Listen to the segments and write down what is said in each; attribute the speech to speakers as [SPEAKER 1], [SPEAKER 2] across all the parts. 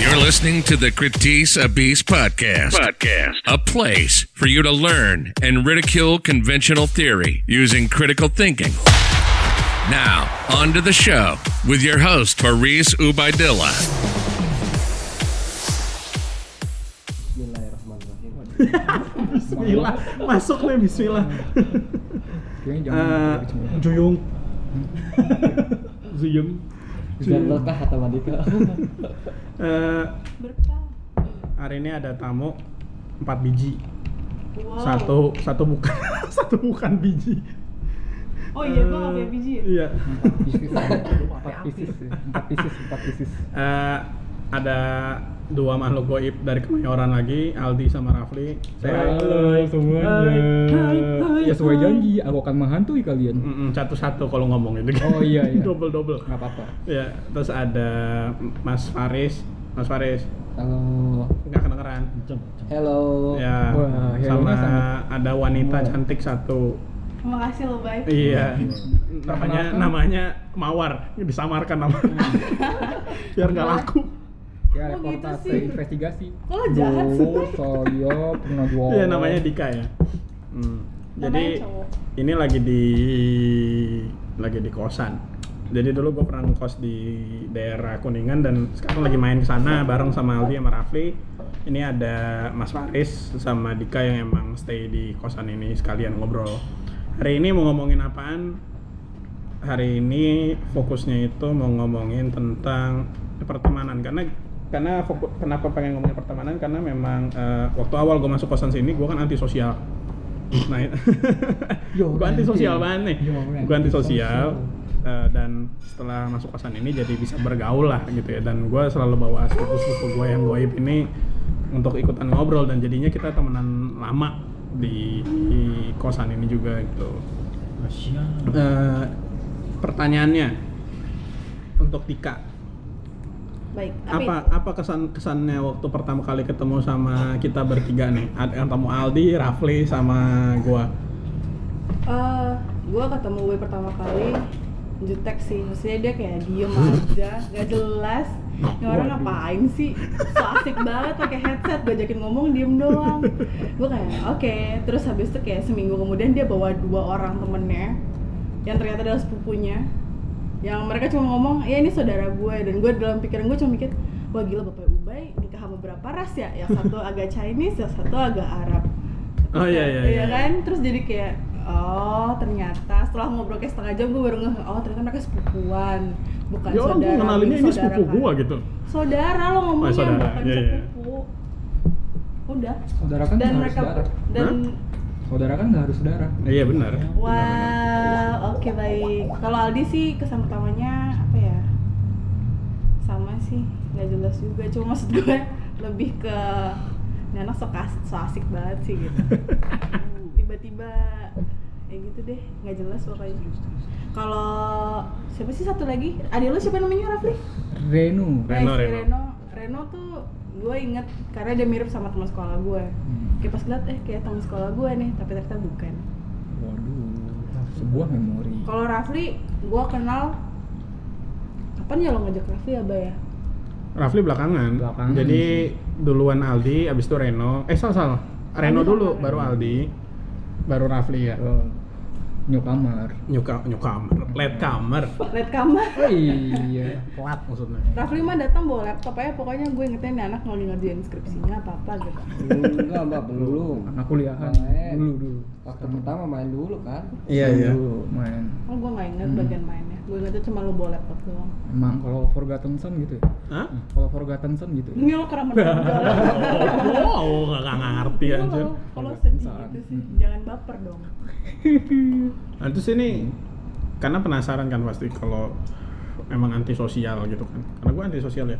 [SPEAKER 1] You're listening to the Critiques a Beast podcast.
[SPEAKER 2] podcast.
[SPEAKER 1] A place for you to learn and ridicule conventional theory using critical thinking. Now, on to the show with your host, Faris Ubaidillah.
[SPEAKER 3] Bismillahirrahmanirrahim.
[SPEAKER 4] Bismillah, masuk nih Bismillah.
[SPEAKER 3] Kayaknya
[SPEAKER 4] Eh,
[SPEAKER 3] jangan uh,
[SPEAKER 4] Juyung, Zuyum,
[SPEAKER 3] Biar berkah kata Madika.
[SPEAKER 4] Eh, hari ini ada tamu empat biji.
[SPEAKER 5] Wow.
[SPEAKER 4] Satu, satu bukan, satu bukan biji.
[SPEAKER 5] Oh iya, gua
[SPEAKER 4] Eh,
[SPEAKER 5] nggak punya biji ya?
[SPEAKER 4] Iya.
[SPEAKER 3] Bisnis, empat bisnis, empat bisnis, empat bisnis.
[SPEAKER 4] Eh, ada dua makhluk goib dari Kemayoran lagi, Aldi sama Rafli.
[SPEAKER 3] semuanya.
[SPEAKER 4] Hai, hai,
[SPEAKER 3] Ya sesuai
[SPEAKER 4] hai.
[SPEAKER 3] janji, aku akan menghantui kalian.
[SPEAKER 4] Mm-mm, satu-satu kalau ngomong gitu.
[SPEAKER 3] Oh, iya, iya.
[SPEAKER 4] Double-double.
[SPEAKER 3] Gak apa-apa.
[SPEAKER 4] Ya, terus ada Mas Faris. Mas Faris,
[SPEAKER 3] Halo.
[SPEAKER 4] nggak kedengeran.
[SPEAKER 3] Hello.
[SPEAKER 4] Ya,
[SPEAKER 3] Wah,
[SPEAKER 4] sama
[SPEAKER 3] hellonya sangat.
[SPEAKER 4] ada wanita
[SPEAKER 3] Wah.
[SPEAKER 4] cantik satu.
[SPEAKER 5] Terima kasih lo, Bay.
[SPEAKER 4] Iya. Namanya
[SPEAKER 3] Perkenalkan.
[SPEAKER 4] namanya Mawar, disamarkan nama. Biar nggak laku.
[SPEAKER 3] Ya,
[SPEAKER 5] Oh, gitu
[SPEAKER 3] reportase
[SPEAKER 5] sih.
[SPEAKER 3] investigasi.
[SPEAKER 5] Lo jahat sih.
[SPEAKER 3] Duh, saya pernah jual.
[SPEAKER 4] Iya, namanya Dika ya. Hmm. Jadi
[SPEAKER 5] Namanya cowok.
[SPEAKER 4] ini lagi di lagi di kosan. Jadi dulu gue pernah ngekos di daerah Kuningan dan sekarang lagi main ke sana bareng sama Aldi sama Rafli. Ini ada Mas Faris sama Dika yang emang stay di kosan ini sekalian ngobrol. Hari ini mau ngomongin apaan? Hari ini fokusnya itu mau ngomongin tentang pertemanan karena karena fokus, kenapa pengen ngomongin pertemanan karena memang eh, waktu awal gue masuk kosan sini gue kan antisosial. Nah,
[SPEAKER 3] Yo,
[SPEAKER 4] gue
[SPEAKER 3] Ranti.
[SPEAKER 4] antisosial banget nih.
[SPEAKER 3] Yo, Ranti.
[SPEAKER 4] Gue antisosial eh, dan setelah masuk kosan ini jadi bisa bergaul lah gitu ya. Dan gue selalu bawa sepupu-sepupu gue yang goib ini untuk ikutan ngobrol dan jadinya kita temenan lama di, di kosan ini juga gitu. Eh, pertanyaannya untuk Tika,
[SPEAKER 5] Baik,
[SPEAKER 4] apa apa kesan kesannya waktu pertama kali ketemu sama kita bertiga nih? Ada ketemu Aldi, Rafli sama gua.
[SPEAKER 5] Eh, gua ketemu gue pertama kali jutek sih. Maksudnya dia kayak diem aja, gak jelas. Ini orang
[SPEAKER 4] Waduh.
[SPEAKER 5] ngapain sih? So asik banget pakai headset, gue ajakin ngomong diem doang. Gue kayak, oke. Terus habis itu kayak seminggu kemudian dia bawa dua orang temennya yang ternyata adalah sepupunya. Yang mereka cuma ngomong, ya ini saudara gue dan gue dalam pikiran gue cuma mikir, wah gila bapak Ubay nikah sama berapa ras ya? Yang satu agak Chinese, yang satu agak Arab.
[SPEAKER 4] Oh, iya, iya, iya.
[SPEAKER 5] kan? Terus jadi kayak oh ternyata setelah ngobrol kayak setengah jam gue baru ngeh oh ternyata mereka sepupuan bukan
[SPEAKER 4] ya orang
[SPEAKER 5] saudara.
[SPEAKER 4] gue kenalinnya ini
[SPEAKER 5] saudara
[SPEAKER 4] sepupu
[SPEAKER 5] kan.
[SPEAKER 4] gua gitu.
[SPEAKER 5] Saudara lo ngomongnya
[SPEAKER 4] Oh, saudara.
[SPEAKER 5] bukan
[SPEAKER 4] Iya, iya.
[SPEAKER 5] sepupu. Udah.
[SPEAKER 3] Saudara kan
[SPEAKER 5] dan
[SPEAKER 3] nggak harus
[SPEAKER 5] mereka
[SPEAKER 3] saudara.
[SPEAKER 5] dan
[SPEAKER 4] Hah?
[SPEAKER 3] Saudara kan nggak harus saudara.
[SPEAKER 4] Iya benar.
[SPEAKER 5] wah oke baik. Kalau Aldi sih kesan pertamanya apa ya? Sama sih nggak jelas juga. Cuma maksud gue lebih ke ini anak so, kas- so asik banget sih gitu. tiba-tiba ya gitu deh nggak jelas pokoknya kalau siapa sih satu lagi adik lu siapa namanya Rafli
[SPEAKER 3] Renu.
[SPEAKER 4] Reno,
[SPEAKER 5] Nah,
[SPEAKER 4] Reno.
[SPEAKER 5] si Reno Reno tuh gue inget karena dia mirip sama teman sekolah gue
[SPEAKER 3] Hmm.
[SPEAKER 5] kayak pas ngeliat eh kayak teman sekolah gue nih tapi ternyata bukan
[SPEAKER 3] Waduh, sebuah memori.
[SPEAKER 5] kalau Rafli gue kenal kapan ya lo ngajak Rafli ya Bay ya
[SPEAKER 4] Rafli belakangan.
[SPEAKER 3] Belakangan
[SPEAKER 4] Jadi
[SPEAKER 3] sih.
[SPEAKER 4] duluan Aldi, abis itu Reno. Eh salah salah. Reno
[SPEAKER 5] Aldi
[SPEAKER 4] dulu,
[SPEAKER 5] sama
[SPEAKER 4] baru Aldi, baru Rafli ya.
[SPEAKER 3] Oh, nyok kamar.
[SPEAKER 4] Nyuka nyukamar, late kamar.
[SPEAKER 5] liat kamar
[SPEAKER 3] Oh iya.
[SPEAKER 4] Pelat maksudnya.
[SPEAKER 5] Rafli mah datang bawa laptop aja pokoknya gue ingetnya nih anak lagi ngerjain skripsinya apa apa gitu
[SPEAKER 6] Enggak, Mbak, belum.
[SPEAKER 3] Anak kuliahan
[SPEAKER 6] Main.
[SPEAKER 3] dulu dulu.
[SPEAKER 6] Waktu pertama main dulu kan.
[SPEAKER 4] Iya
[SPEAKER 3] Dulu
[SPEAKER 4] iya.
[SPEAKER 3] Dulu main.
[SPEAKER 5] oh gue nggak inget
[SPEAKER 3] Hmm.
[SPEAKER 5] bagian mainnya gue ingetnya cuma lo bawa laptop doang
[SPEAKER 3] Emang kalau Forgotten Son gitu ya?
[SPEAKER 4] Hah?
[SPEAKER 3] Kalau Forgotten Son gitu ya?
[SPEAKER 5] Ini lo keramat banget.
[SPEAKER 4] Oh, nggak nggak ngerti
[SPEAKER 5] Lo
[SPEAKER 4] anjir. Hmm.
[SPEAKER 5] kalau- Kalau sedih gitu sih,
[SPEAKER 3] Mm-mm.
[SPEAKER 5] jangan baper dong.
[SPEAKER 4] Nah, terus ini karena penasaran kan pasti kalau emang antisosial gitu kan. Karena gue antisosial ya.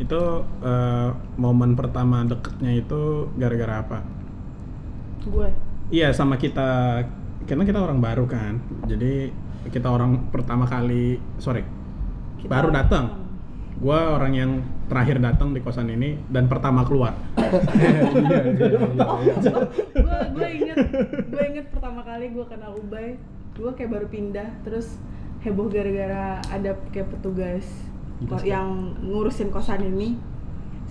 [SPEAKER 4] Itu eh, momen pertama deketnya itu gara-gara apa?
[SPEAKER 5] Gue.
[SPEAKER 4] Iya sama kita karena kita orang baru kan. Jadi kita orang pertama kali sorry.
[SPEAKER 5] Kita- Hmm.
[SPEAKER 4] Baru datang. Gua orang yang terakhir datang di kosan ini dan pertama keluar.
[SPEAKER 3] Iya, iya, iya.
[SPEAKER 5] Oh, gue gue inget gue inget pertama kali gue kenal Ubay, gue kayak baru pindah terus heboh gara-gara ada kayak petugas ko- yang ngurusin kosan ini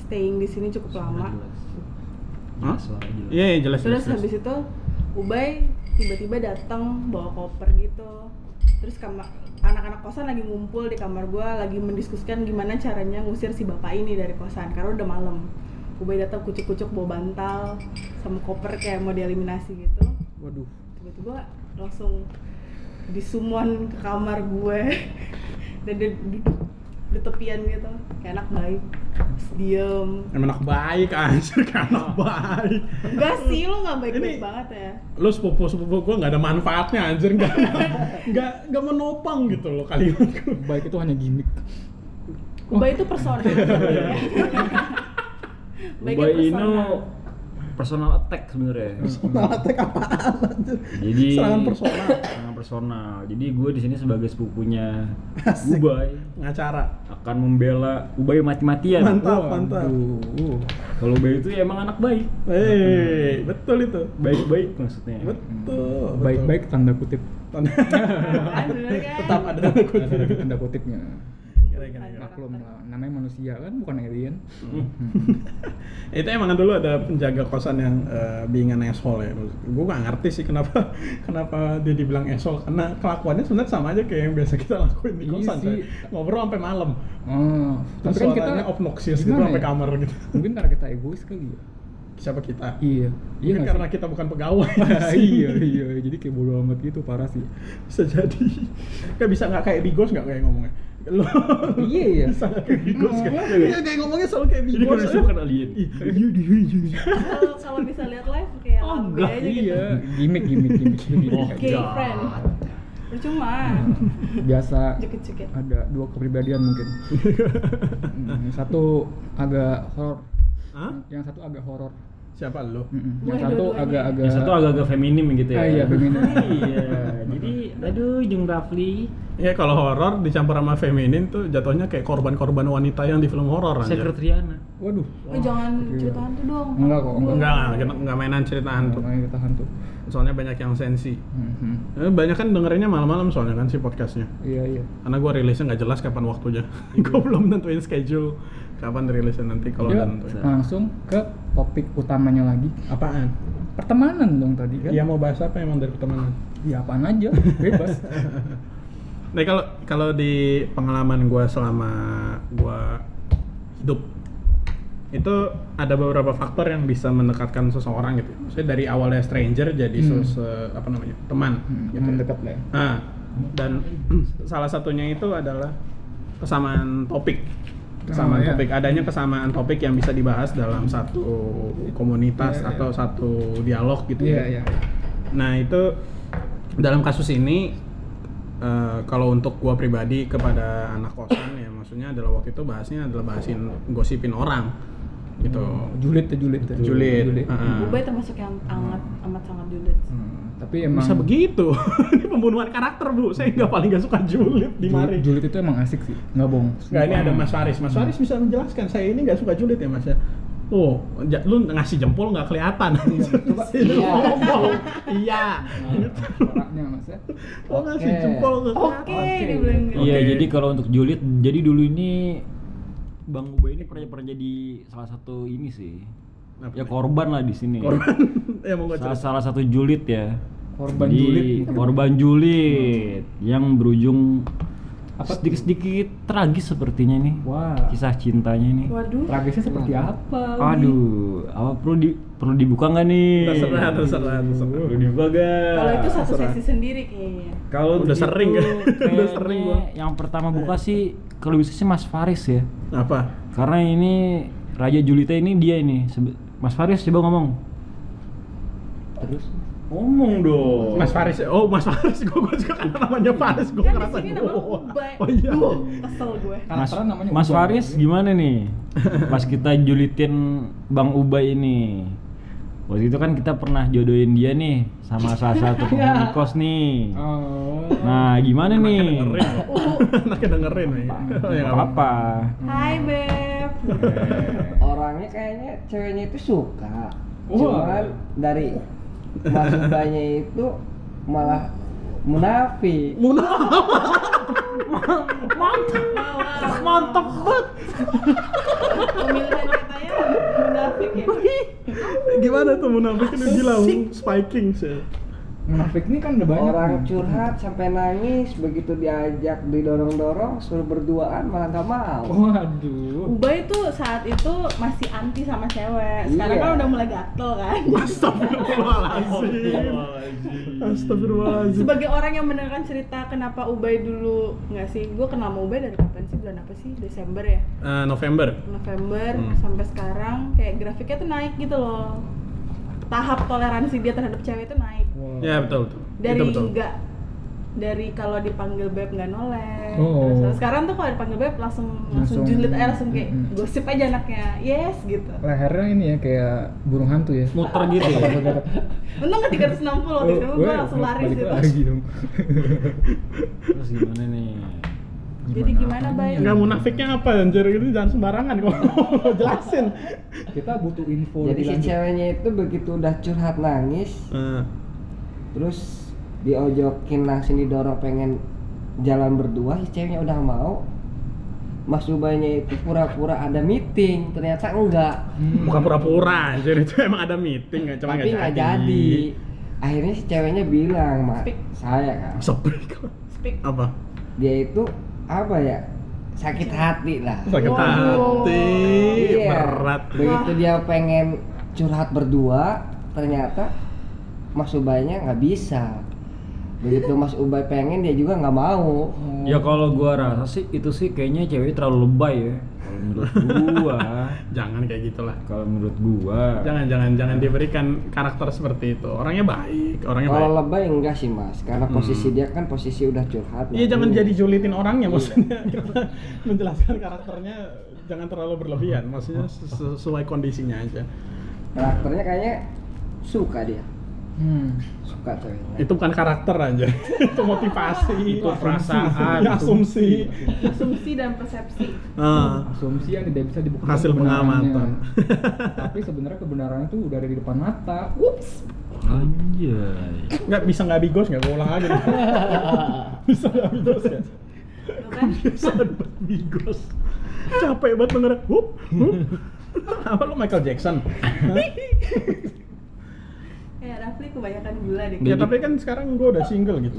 [SPEAKER 5] staying di sini cukup lama.
[SPEAKER 4] Hah?
[SPEAKER 2] Jelas suara jelas.
[SPEAKER 4] Iya, iya, jelas, jelas.
[SPEAKER 5] Terus habis itu Ubay tiba-tiba datang bawa koper gitu. Terus kamar anak-anak kosan lagi ngumpul di kamar gua lagi mendiskusikan gimana caranya ngusir si bapak ini dari kosan karena udah malam. Ubay datang kucuk-kucuk bawa bantal sama koper kayak mau dieliminasi gitu.
[SPEAKER 4] Waduh.
[SPEAKER 5] Tiba-tiba langsung disumon ke kamar gue dan dia duduk di tepian gitu kayak anak baik Terus diem
[SPEAKER 4] Emang anak baik anjir, kayak
[SPEAKER 5] Oh.
[SPEAKER 4] anak baik.
[SPEAKER 5] enggak sih lo nggak baik baik
[SPEAKER 4] Ini-
[SPEAKER 5] banget ya
[SPEAKER 4] Lu sepupu-sepupu gua nggak ada manfaatnya anjir, nggak nggak nggak menopang gitu loh kalimat gua.
[SPEAKER 3] Baik itu hanya gimmick.
[SPEAKER 5] Ubay itu persona. Ubay itu
[SPEAKER 2] Ubay
[SPEAKER 5] persona.
[SPEAKER 2] Ino personal attack sebenarnya.
[SPEAKER 4] Malatnya apaan anjir?
[SPEAKER 2] Jadi
[SPEAKER 4] Serangan
[SPEAKER 3] Iya.
[SPEAKER 4] personal.
[SPEAKER 2] Serangan personal. Jadi gue di sini sebagai sepupunya Ubay
[SPEAKER 4] Ngacara.
[SPEAKER 2] akan membela
[SPEAKER 3] Iya,
[SPEAKER 2] Ubay mati-matian.
[SPEAKER 4] Mantap, mantap.
[SPEAKER 3] Aduh.
[SPEAKER 2] Kalau Ubay itu ya emang anak baik,
[SPEAKER 4] Hei, betul itu.
[SPEAKER 2] baik-baik maksudnya.
[SPEAKER 4] Betul.
[SPEAKER 3] Baik-baik tanda kutip.
[SPEAKER 5] Kan, bener kan?
[SPEAKER 4] Tetap ada tanda kutip.
[SPEAKER 3] Ada tanda kutipnya.
[SPEAKER 4] Kira-kira.
[SPEAKER 3] Maklum lah, namanya manusia kan bukan alien.
[SPEAKER 4] itu emang dulu ada penjaga kosan yang eh, being an asshole ya gue gak ngerti sih kenapa kenapa dia dibilang asshole karena kelakuannya sebenarnya sama aja kayak yang biasa kita lakuin di
[SPEAKER 3] Iya
[SPEAKER 4] kosan
[SPEAKER 3] sih.
[SPEAKER 4] coy. ngobrol sampai malam
[SPEAKER 3] Oh,
[SPEAKER 4] terus
[SPEAKER 3] tapi kan kita
[SPEAKER 4] suaranya obnoxious gitu
[SPEAKER 3] gimana
[SPEAKER 4] sampai
[SPEAKER 3] ya?
[SPEAKER 4] kamar gitu
[SPEAKER 3] Mungkin karena kita egois kali ya.
[SPEAKER 4] siapa kita
[SPEAKER 3] Iya. Iya
[SPEAKER 4] Mungkin
[SPEAKER 3] nggak
[SPEAKER 4] karena
[SPEAKER 3] sih?
[SPEAKER 4] kita bukan pegawai
[SPEAKER 3] iya iya jadi kayak bodo amat gitu parah sih
[SPEAKER 4] bisa jadi kan bisa nggak kayak bigos nggak kayak ngomongnya lo
[SPEAKER 3] iya ya? iya
[SPEAKER 4] bisa nggak kayak bigos nggak iya kayak ngomongnya selalu kayak
[SPEAKER 2] Jadi
[SPEAKER 4] bigos Iya,
[SPEAKER 2] kalau itu bukan alien.
[SPEAKER 5] Kalau kalau bisa lihat live kayak
[SPEAKER 2] Oh,
[SPEAKER 5] lambe
[SPEAKER 2] enggak,
[SPEAKER 5] aja gitu.
[SPEAKER 3] iya gimmick gimmick gimmick, gimmick.
[SPEAKER 2] Oh,
[SPEAKER 5] Gay
[SPEAKER 2] God.
[SPEAKER 5] friend. Percuma.
[SPEAKER 3] biasa
[SPEAKER 5] Jeket-jeket.
[SPEAKER 3] ada dua kepribadian mungkin Hmm, yang satu agak horor
[SPEAKER 4] Hah?
[SPEAKER 3] yang satu agak horor
[SPEAKER 4] siapa lo
[SPEAKER 3] Mm-mm.
[SPEAKER 5] Boleh
[SPEAKER 3] yang satu
[SPEAKER 5] dua-duanya.
[SPEAKER 3] agak-agak
[SPEAKER 2] Yang satu agak-agak feminim gitu ya.
[SPEAKER 3] Ah, iya, feminim.
[SPEAKER 2] iya. Jadi aduh Jung Rafli,
[SPEAKER 4] Ya kalau horor dicampur sama feminin tuh jatuhnya kayak korban-korban wanita yang di film horor aja.
[SPEAKER 2] Sekretariana.
[SPEAKER 3] waduh
[SPEAKER 5] Oh, jangan cerita hantu dong.
[SPEAKER 3] Enggak kok, enggak.
[SPEAKER 4] Enggak, enggak, enggak mainan cerita hantu.
[SPEAKER 3] makanya kita hantu
[SPEAKER 4] Soalnya banyak yang sensi.
[SPEAKER 3] Hmm, hmm.
[SPEAKER 4] Eh, Banyak kan dengerinnya malam-malam soalnya kan si podcastnya.
[SPEAKER 3] iya iya
[SPEAKER 4] Karena gua rilisnya nggak jelas kapan waktunya. gua belum nentuin schedule kapan rilisnya nanti kalau
[SPEAKER 3] Yuk,
[SPEAKER 4] udah nentuin.
[SPEAKER 3] langsung ke topik utamanya lagi
[SPEAKER 4] Apaan?
[SPEAKER 3] pertemanan dong tadi kan
[SPEAKER 4] Ya mau bahas apa emang dari pertemanan?
[SPEAKER 3] ya apaan aja bebas
[SPEAKER 4] Nah kalau kalau di pengalaman gua selama gua hidup itu ada beberapa faktor yang bisa mendekatkan seseorang gitu. Maksudnya dari awalnya stranger jadi
[SPEAKER 3] Hmm.
[SPEAKER 4] se- se- apa namanya teman.
[SPEAKER 3] Hmm,
[SPEAKER 4] gitu.
[SPEAKER 3] teman dekat lah ya.
[SPEAKER 4] Ah, dan salah satunya itu adalah kesamaan topik. Kesamaan
[SPEAKER 3] Oh, iya.
[SPEAKER 4] topik, adanya kesamaan topik yang bisa dibahas dalam satu
[SPEAKER 3] Iya,
[SPEAKER 4] komunitas
[SPEAKER 3] iya.
[SPEAKER 4] atau satu dialog gitu
[SPEAKER 3] iya iya
[SPEAKER 4] ya. Nah itu dalam kasus ini eh, kalau untuk gua pribadi kepada anak kosan ya maksudnya adalah waktu itu bahasnya adalah bahasin gosipin orang gitu.
[SPEAKER 3] julid tuh julid tuh
[SPEAKER 4] Julid. Ah. Heeh.
[SPEAKER 5] Ubay termasuk yang amat amat sangat julid.
[SPEAKER 3] Hmm, tapi emang
[SPEAKER 4] Bisa begitu. ini pembunuhan karakter bu. Saya nggak paling nggak suka julid di mari.
[SPEAKER 3] julid, julid itu emang asik sih nggak bohong
[SPEAKER 4] Nggak ini ada Mas Faris. Mas
[SPEAKER 3] Hmm.
[SPEAKER 4] Faris bisa menjelaskan. Saya ini nggak suka julid ya Mas ya. Oh, ja- lu ngasih jempol nggak kelihatan. Coba
[SPEAKER 3] Iya.
[SPEAKER 4] Iya.
[SPEAKER 3] Noraknya, mas ya
[SPEAKER 4] Oh ngasih
[SPEAKER 3] Oke.
[SPEAKER 4] jempol nggak kelihatan.
[SPEAKER 5] Oke, dibilang gitu.
[SPEAKER 2] Iya,
[SPEAKER 4] Oke.
[SPEAKER 2] jadi kalau untuk julid, jadi dulu ini Bang Ubay ini pernah pernah jadi salah satu ini sih.
[SPEAKER 4] Apa?
[SPEAKER 2] Ya korban lah di sini.
[SPEAKER 4] Nah, ya mau gua
[SPEAKER 2] Salah,
[SPEAKER 4] cerita.
[SPEAKER 2] salah satu julid ya.
[SPEAKER 3] Korban
[SPEAKER 2] Jadi,
[SPEAKER 3] julid mungkin.
[SPEAKER 2] Korban julid yang berujung
[SPEAKER 3] Apa tuh?
[SPEAKER 2] sedikit-sedikit tragis sepertinya nih.
[SPEAKER 3] Wah.
[SPEAKER 2] Kisah cintanya nih.
[SPEAKER 5] Waduh.
[SPEAKER 3] tragisnya seperti apa
[SPEAKER 2] Aduh, apa perlu di perlu dibuka nggak nih?
[SPEAKER 4] Terserah, terserah, terserah.
[SPEAKER 2] Perlu dibuka nggak?
[SPEAKER 4] ah.
[SPEAKER 5] Kalau itu satu
[SPEAKER 4] serah.
[SPEAKER 5] sesi sendiri kayaknya.
[SPEAKER 2] Kalau
[SPEAKER 4] Udah
[SPEAKER 2] gitu,
[SPEAKER 4] sering kan? Udah sering
[SPEAKER 2] kayaknya
[SPEAKER 4] gua.
[SPEAKER 2] Yang pertama buka sih kalau bisa sih Mas Faris ya.
[SPEAKER 4] Apa?
[SPEAKER 2] Karena ini Raja Julita ini dia ini. Sebe- Mas Faris coba ngomong.
[SPEAKER 3] terus
[SPEAKER 2] Ngomong dong.
[SPEAKER 4] Mas Faris. Oh, Mas Faris. Gue juga kan namanya Faris. Gue
[SPEAKER 5] Kan di
[SPEAKER 4] ngerasa
[SPEAKER 5] sini
[SPEAKER 4] gua-
[SPEAKER 5] nama lu Ubay.
[SPEAKER 4] Oh iya.
[SPEAKER 5] Duh, kesel gue.
[SPEAKER 2] Mas,
[SPEAKER 3] Karakternya namanya
[SPEAKER 2] Mas
[SPEAKER 3] Ubay.
[SPEAKER 2] Faris gimana nih? Pas kita julitin Bang Ubay ini. Waktu itu kan kita pernah jodohin dia nih sama salah satu penghuni kos nih.
[SPEAKER 3] Iya. oh
[SPEAKER 2] Nah, gimana
[SPEAKER 4] Anaknya
[SPEAKER 2] nih?
[SPEAKER 4] dengerin. Anaknya dengerin nih. Oh, iya,
[SPEAKER 2] Nggak apa-apa.
[SPEAKER 5] Hai, Beb.
[SPEAKER 6] Orangnya kayaknya ceweknya itu suka.
[SPEAKER 3] Wah.
[SPEAKER 6] Cuman dari masukannya itu malah munafik.
[SPEAKER 5] Mantap. Mantap banget. Pemilihan kata
[SPEAKER 4] gimana tuh munafik ini gila spiking sih
[SPEAKER 3] Munafik nih kan udah banyak.
[SPEAKER 6] orang
[SPEAKER 3] nih.
[SPEAKER 6] curhat sampai nangis begitu diajak didorong-dorong suruh berduaan malah nggak mau Uh.
[SPEAKER 3] Waduh.
[SPEAKER 5] Uba itu saat itu masih anti sama cewek. Sekarang
[SPEAKER 6] Iya.
[SPEAKER 5] kan udah mulai gatel kan.
[SPEAKER 4] Astagfirullahaladzim Astagfirullahaladzim
[SPEAKER 5] Sebagai orang yang mendengarkan cerita kenapa Ubay dulu nggak sih? Gue kenal sama Ubay dari kapan sih? Bulan apa sih? Desember ya?
[SPEAKER 4] Eh, November
[SPEAKER 5] November
[SPEAKER 4] Hmm.
[SPEAKER 5] sampai sekarang kayak grafiknya tuh naik gitu loh. Tahap toleransi dia terhadap cewek itu naik.
[SPEAKER 3] Wah.
[SPEAKER 4] Ya betul betul
[SPEAKER 5] Dari
[SPEAKER 4] Itu betul
[SPEAKER 5] enggak dari kalau dipanggil beb nggak noleh.
[SPEAKER 3] Oh.
[SPEAKER 5] Terus sekarang tuh kalau dipanggil beb langsung langsung,
[SPEAKER 3] Langsung.
[SPEAKER 5] julid aja langsung kayak
[SPEAKER 3] Mm-mm.
[SPEAKER 5] gosip aja anaknya. Yes gitu.
[SPEAKER 3] Lehernya ini ya kayak burung hantu ya.
[SPEAKER 2] muter gitu
[SPEAKER 5] Untung kan ke 360 waktu itu gue langsung lari
[SPEAKER 3] balik
[SPEAKER 5] situ.
[SPEAKER 3] lagi dong.
[SPEAKER 2] terus gimana nih
[SPEAKER 5] Jadi gimana Bay?
[SPEAKER 4] Enggak munafiknya apa anjir itu jangan sembarangan kok jelasin
[SPEAKER 3] Kita butuh info
[SPEAKER 6] jadi
[SPEAKER 3] lebih
[SPEAKER 6] si
[SPEAKER 3] lanjut.
[SPEAKER 6] ceweknya itu begitu udah curhat nangis
[SPEAKER 4] Eh,
[SPEAKER 6] terus diojokin langsung didorong pengen jalan berdua si ceweknya udah mau Mas Ubanya itu pura-pura ada meeting ternyata enggak
[SPEAKER 4] Bukan pura-pura anjir itu emang ada meeting ya, cuma
[SPEAKER 6] Hmm. tapi nggak jadi akhirnya si ceweknya bilang mak
[SPEAKER 5] Speak.
[SPEAKER 6] saya kan
[SPEAKER 4] Sepik kok.
[SPEAKER 5] Speak.
[SPEAKER 4] Apa?
[SPEAKER 6] dia itu apa ya sakit hati lah
[SPEAKER 4] Sakit
[SPEAKER 5] Waduh.
[SPEAKER 4] hati
[SPEAKER 6] Oh, Iya.
[SPEAKER 4] Berat
[SPEAKER 6] begitu dia pengen curhat berdua ternyata Mas Ubaynya nggak bisa begitu Mas Ubay pengen dia juga nggak mau
[SPEAKER 2] ya kalau gua rasa sih itu sih kayaknya cewek terlalu lebay ya kalau menurut gua
[SPEAKER 4] Jangan kayak gitulah
[SPEAKER 2] kalau menurut gua
[SPEAKER 4] Jangan jangan jangan diberikan karakter seperti itu. Orangnya baik, orangnya baik.
[SPEAKER 6] kalau lebay enggak sih Mas karena posisi dia kan posisi udah
[SPEAKER 4] Hmm.
[SPEAKER 6] curhat
[SPEAKER 4] Iya
[SPEAKER 6] Mas.
[SPEAKER 4] jangan jadi julitin orangnya maksudnya kita menjelaskan karakternya jangan terlalu berlebihan maksudnya sesu- sesuai kondisinya aja
[SPEAKER 6] karakternya kayaknya suka dia
[SPEAKER 3] Hmm.
[SPEAKER 6] suka ceweknya
[SPEAKER 4] itu bukan karakter aja itu motivasi
[SPEAKER 2] Itu perasaan,
[SPEAKER 4] Ya, asumsi
[SPEAKER 5] Asumsi dan persepsi.
[SPEAKER 4] Ah,
[SPEAKER 3] Asumsi yang tidak bisa dibuktikan
[SPEAKER 4] hasil
[SPEAKER 3] kebenarannya.
[SPEAKER 4] pengamatan
[SPEAKER 3] Tapi sebenarnya kebenarannya tuh udah ada di depan mata. Uh.
[SPEAKER 5] Ups.
[SPEAKER 2] anjay
[SPEAKER 4] nggak bisa nggak bigos nggak gue ulang lagi nih. bisa nggak bigos ya
[SPEAKER 5] Tuh kan?
[SPEAKER 4] kebiasaan banget bigos capek banget denger hup hup apa lu Michael Jackson
[SPEAKER 5] Ya Rafli kebanyakan gula deh.
[SPEAKER 4] ya tapi kan sekarang gue udah single gitu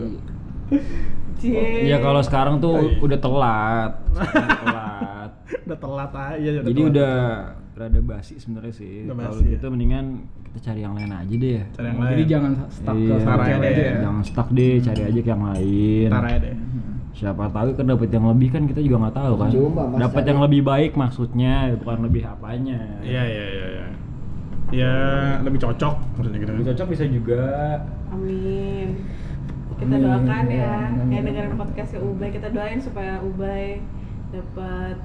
[SPEAKER 5] Cie.
[SPEAKER 3] Iya,
[SPEAKER 2] ya kalau sekarang tuh udah telat Sekarang telat
[SPEAKER 4] udah telat aja ya
[SPEAKER 2] Iya. jadi
[SPEAKER 4] telat.
[SPEAKER 2] udah rada basi sebenarnya sih
[SPEAKER 4] Udah
[SPEAKER 2] kalau
[SPEAKER 4] basi ya.
[SPEAKER 2] gitu mendingan kita cari yang lain aja deh
[SPEAKER 4] Cara yang
[SPEAKER 3] Jadi
[SPEAKER 4] lain.
[SPEAKER 3] jangan stuck ke
[SPEAKER 2] Iya,
[SPEAKER 3] satu
[SPEAKER 4] Sarah
[SPEAKER 3] cewek
[SPEAKER 4] aja
[SPEAKER 3] aja
[SPEAKER 4] ya.
[SPEAKER 3] ya.
[SPEAKER 2] jangan stuck deh cari aja ke yang lain
[SPEAKER 4] Ntar ya. aja deh.
[SPEAKER 2] siapa tahu kan dapat yang lebih kan kita juga nggak tahu kan
[SPEAKER 6] Coba, Mas,
[SPEAKER 2] dapat
[SPEAKER 6] cari.
[SPEAKER 2] yang lebih baik maksudnya bukan lebih apanya
[SPEAKER 4] Iya iya iya iya. Ya lebih cocok maksudnya gitu.
[SPEAKER 2] Lebih cocok bisa juga
[SPEAKER 5] Amin. Kita
[SPEAKER 3] Amin. Iya,
[SPEAKER 5] doakan ya.
[SPEAKER 3] Amin.
[SPEAKER 5] Ya dengerin podcast ya Ubay, kita doain supaya Ubay dapat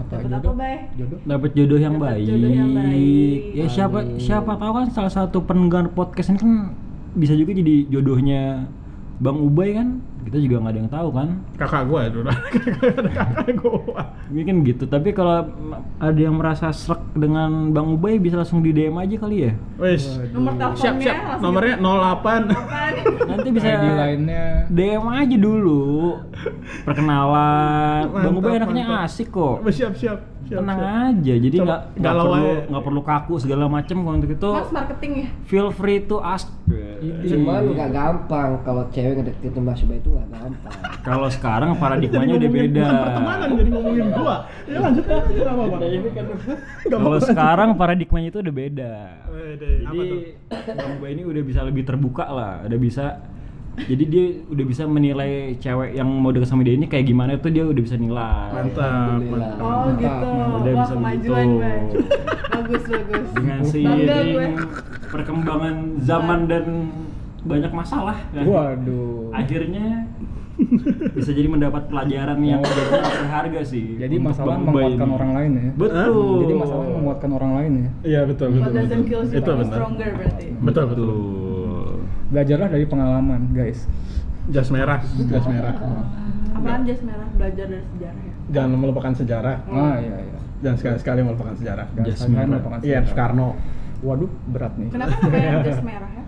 [SPEAKER 3] Apa
[SPEAKER 5] dapat apa,
[SPEAKER 3] jodoh?
[SPEAKER 5] Bay?
[SPEAKER 3] Jodoh.
[SPEAKER 2] dapat jodoh yang
[SPEAKER 5] Dapat
[SPEAKER 2] baik
[SPEAKER 5] jodoh yang baik.
[SPEAKER 2] ya siapa siapa tahu kan salah satu pendengar podcast ini kan bisa juga jadi jodohnya Bang Ubay kan kita juga nggak ada yang tahu kan
[SPEAKER 4] Kakak gue ya dulu. Kakak gue.
[SPEAKER 2] mungkin gitu tapi kalau ada yang merasa srek dengan Bang Ubay bisa langsung di DM aja kali ya
[SPEAKER 4] Wes.
[SPEAKER 5] Nomor teleponnya
[SPEAKER 4] Siap siap.
[SPEAKER 5] langsung
[SPEAKER 4] Nomornya 08.
[SPEAKER 5] Apaan?
[SPEAKER 2] nanti bisa
[SPEAKER 3] ID lainnya
[SPEAKER 2] DM aja dulu perkenalan
[SPEAKER 4] Mantap,
[SPEAKER 2] Bang Ubay anaknya
[SPEAKER 4] mantap.
[SPEAKER 2] asik kok
[SPEAKER 4] Wes, Siap siap. siap
[SPEAKER 2] tenang
[SPEAKER 4] siap.
[SPEAKER 2] aja jadi
[SPEAKER 4] Coba
[SPEAKER 2] nggak nggak
[SPEAKER 4] galau
[SPEAKER 2] perlu
[SPEAKER 4] aja.
[SPEAKER 2] nggak perlu kaku segala macem kalau untuk itu
[SPEAKER 5] Mas marketing ya.
[SPEAKER 3] Nah,
[SPEAKER 2] feel free to ask
[SPEAKER 6] cuman nggak gampang kalau cewek ngedeketin Mas Ubay itu nggak gampang
[SPEAKER 2] kalau sekarang paradigmanya udah
[SPEAKER 4] Ngomongin
[SPEAKER 2] beda
[SPEAKER 4] bukan pertemanan jadi ngomongin gua. Ya lanjut lanjut apa apa. Nggak mau
[SPEAKER 2] kalau
[SPEAKER 4] lanjut.
[SPEAKER 2] sekarang paradigmanya itu udah beda
[SPEAKER 4] Wede, Eh, apa
[SPEAKER 2] jadi
[SPEAKER 4] tuh?
[SPEAKER 2] Bang Ubay ini udah bisa lebih terbuka lah udah bisa jadi dia udah bisa menilai cewek yang mau deket sama dia ini kayak gimana tuh dia udah bisa nilai
[SPEAKER 4] Mantap.
[SPEAKER 6] Alhamdulillah.
[SPEAKER 4] mantap.
[SPEAKER 5] Oh
[SPEAKER 6] Mantap.
[SPEAKER 5] gitu.
[SPEAKER 3] Nah,
[SPEAKER 2] Udah
[SPEAKER 5] Wah,
[SPEAKER 2] bisa
[SPEAKER 5] kemajuan,
[SPEAKER 2] begitu.
[SPEAKER 5] Bay. Bagus, bagus.
[SPEAKER 2] dengan
[SPEAKER 5] Bangga
[SPEAKER 2] seiring
[SPEAKER 5] gue.
[SPEAKER 2] perkembangan zaman dan banyak masalah
[SPEAKER 3] Waduh.
[SPEAKER 2] akhirnya bisa jadi mendapat pelajaran yang jadinya berharga sih
[SPEAKER 3] Jadi
[SPEAKER 2] untuk
[SPEAKER 3] masalah
[SPEAKER 2] Bang Ubay
[SPEAKER 3] menguatkan
[SPEAKER 2] ini.
[SPEAKER 3] orang lain ya.
[SPEAKER 2] betul
[SPEAKER 3] Jadi masalah menguatkan orang lain ya.
[SPEAKER 4] Iya betul
[SPEAKER 5] What
[SPEAKER 4] betul.
[SPEAKER 5] doesn't
[SPEAKER 4] betul.
[SPEAKER 5] kill
[SPEAKER 4] Itu
[SPEAKER 5] you makes you
[SPEAKER 4] benar.
[SPEAKER 5] stronger berarti.
[SPEAKER 4] Betul betul.
[SPEAKER 2] betul
[SPEAKER 3] Belajarlah dari pengalaman, guys.
[SPEAKER 4] Jas merah, jas merah.
[SPEAKER 5] Apaan jas merah belajar dari sejarah ya?
[SPEAKER 4] Jangan melupakan sejarah.
[SPEAKER 3] Ah, iya iya.
[SPEAKER 4] Jangan sekali-sekali melupakan sejarah.
[SPEAKER 3] Jangan
[SPEAKER 2] Jas
[SPEAKER 3] sampai
[SPEAKER 2] merah.
[SPEAKER 3] melupakan
[SPEAKER 4] Iya,
[SPEAKER 3] sejarah.
[SPEAKER 4] Soekarno.
[SPEAKER 3] Waduh, berat nih.
[SPEAKER 5] Kenapa namanya jas merah ya?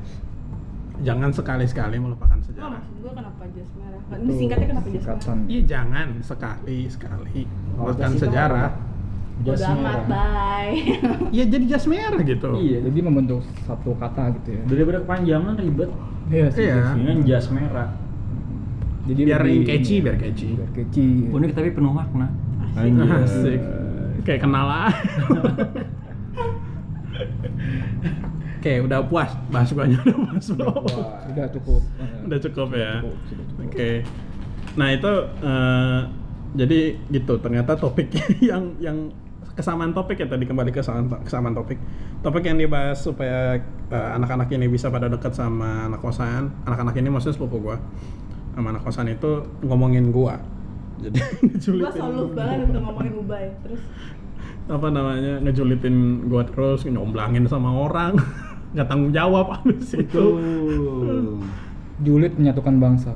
[SPEAKER 4] Jangan sekali-sekali melupakan
[SPEAKER 5] Oh,
[SPEAKER 4] sejarah.
[SPEAKER 5] maksud gue kenapa jas merah? Ini singkatnya kenapa jas merah?
[SPEAKER 3] Singkatan.
[SPEAKER 4] Iya jangan sekali sekali
[SPEAKER 6] Kalau
[SPEAKER 4] melupakan
[SPEAKER 6] jas hitam
[SPEAKER 4] sejarah.
[SPEAKER 6] apa?
[SPEAKER 5] Bodo
[SPEAKER 2] Jasnya
[SPEAKER 5] amat, bye.
[SPEAKER 4] Iya jadi jas merah gitu.
[SPEAKER 2] Iya.
[SPEAKER 3] Jadi membentuk satu kata gitu ya.
[SPEAKER 2] Daripada kepanjangan ribet,
[SPEAKER 3] Iya sih.
[SPEAKER 4] Iya.
[SPEAKER 2] dengan jas merah.
[SPEAKER 3] Jadi
[SPEAKER 4] Biar
[SPEAKER 3] lebih- ya.
[SPEAKER 4] catchy, biar catchy.
[SPEAKER 3] Biar catchy.
[SPEAKER 2] Unik tapi penuh makna.
[SPEAKER 4] Asik. Kayak kenal lah. Oke, udah puas. Bahas guanya udah puas, bro.
[SPEAKER 3] Udah cukup. eh,
[SPEAKER 4] Udah cukup ya.
[SPEAKER 3] Cukup,
[SPEAKER 4] Oke.
[SPEAKER 3] sudah cukup.
[SPEAKER 4] Nah, itu eh, jadi gitu ternyata topik yang yang kesamaan topik ya tadi kembali ke kesamaan, kesamaan topik. Topik yang dibahas supaya eh, anak-anak ini bisa pada dekat sama anak kosan. Anak-anak ini maksudnya sepupu gua. Sama anak kosan itu ngomongin gua. Jadi
[SPEAKER 5] Gua
[SPEAKER 4] dijulitin
[SPEAKER 5] soluf
[SPEAKER 4] gua.
[SPEAKER 5] banget untuk ngomongin Ubay. Terus
[SPEAKER 4] apa namanya ngejulitin gua terus nyomblangin sama orang nggak tanggung jawab abis itu Hmm.
[SPEAKER 2] Tuh.
[SPEAKER 3] Julid menyatukan bangsa.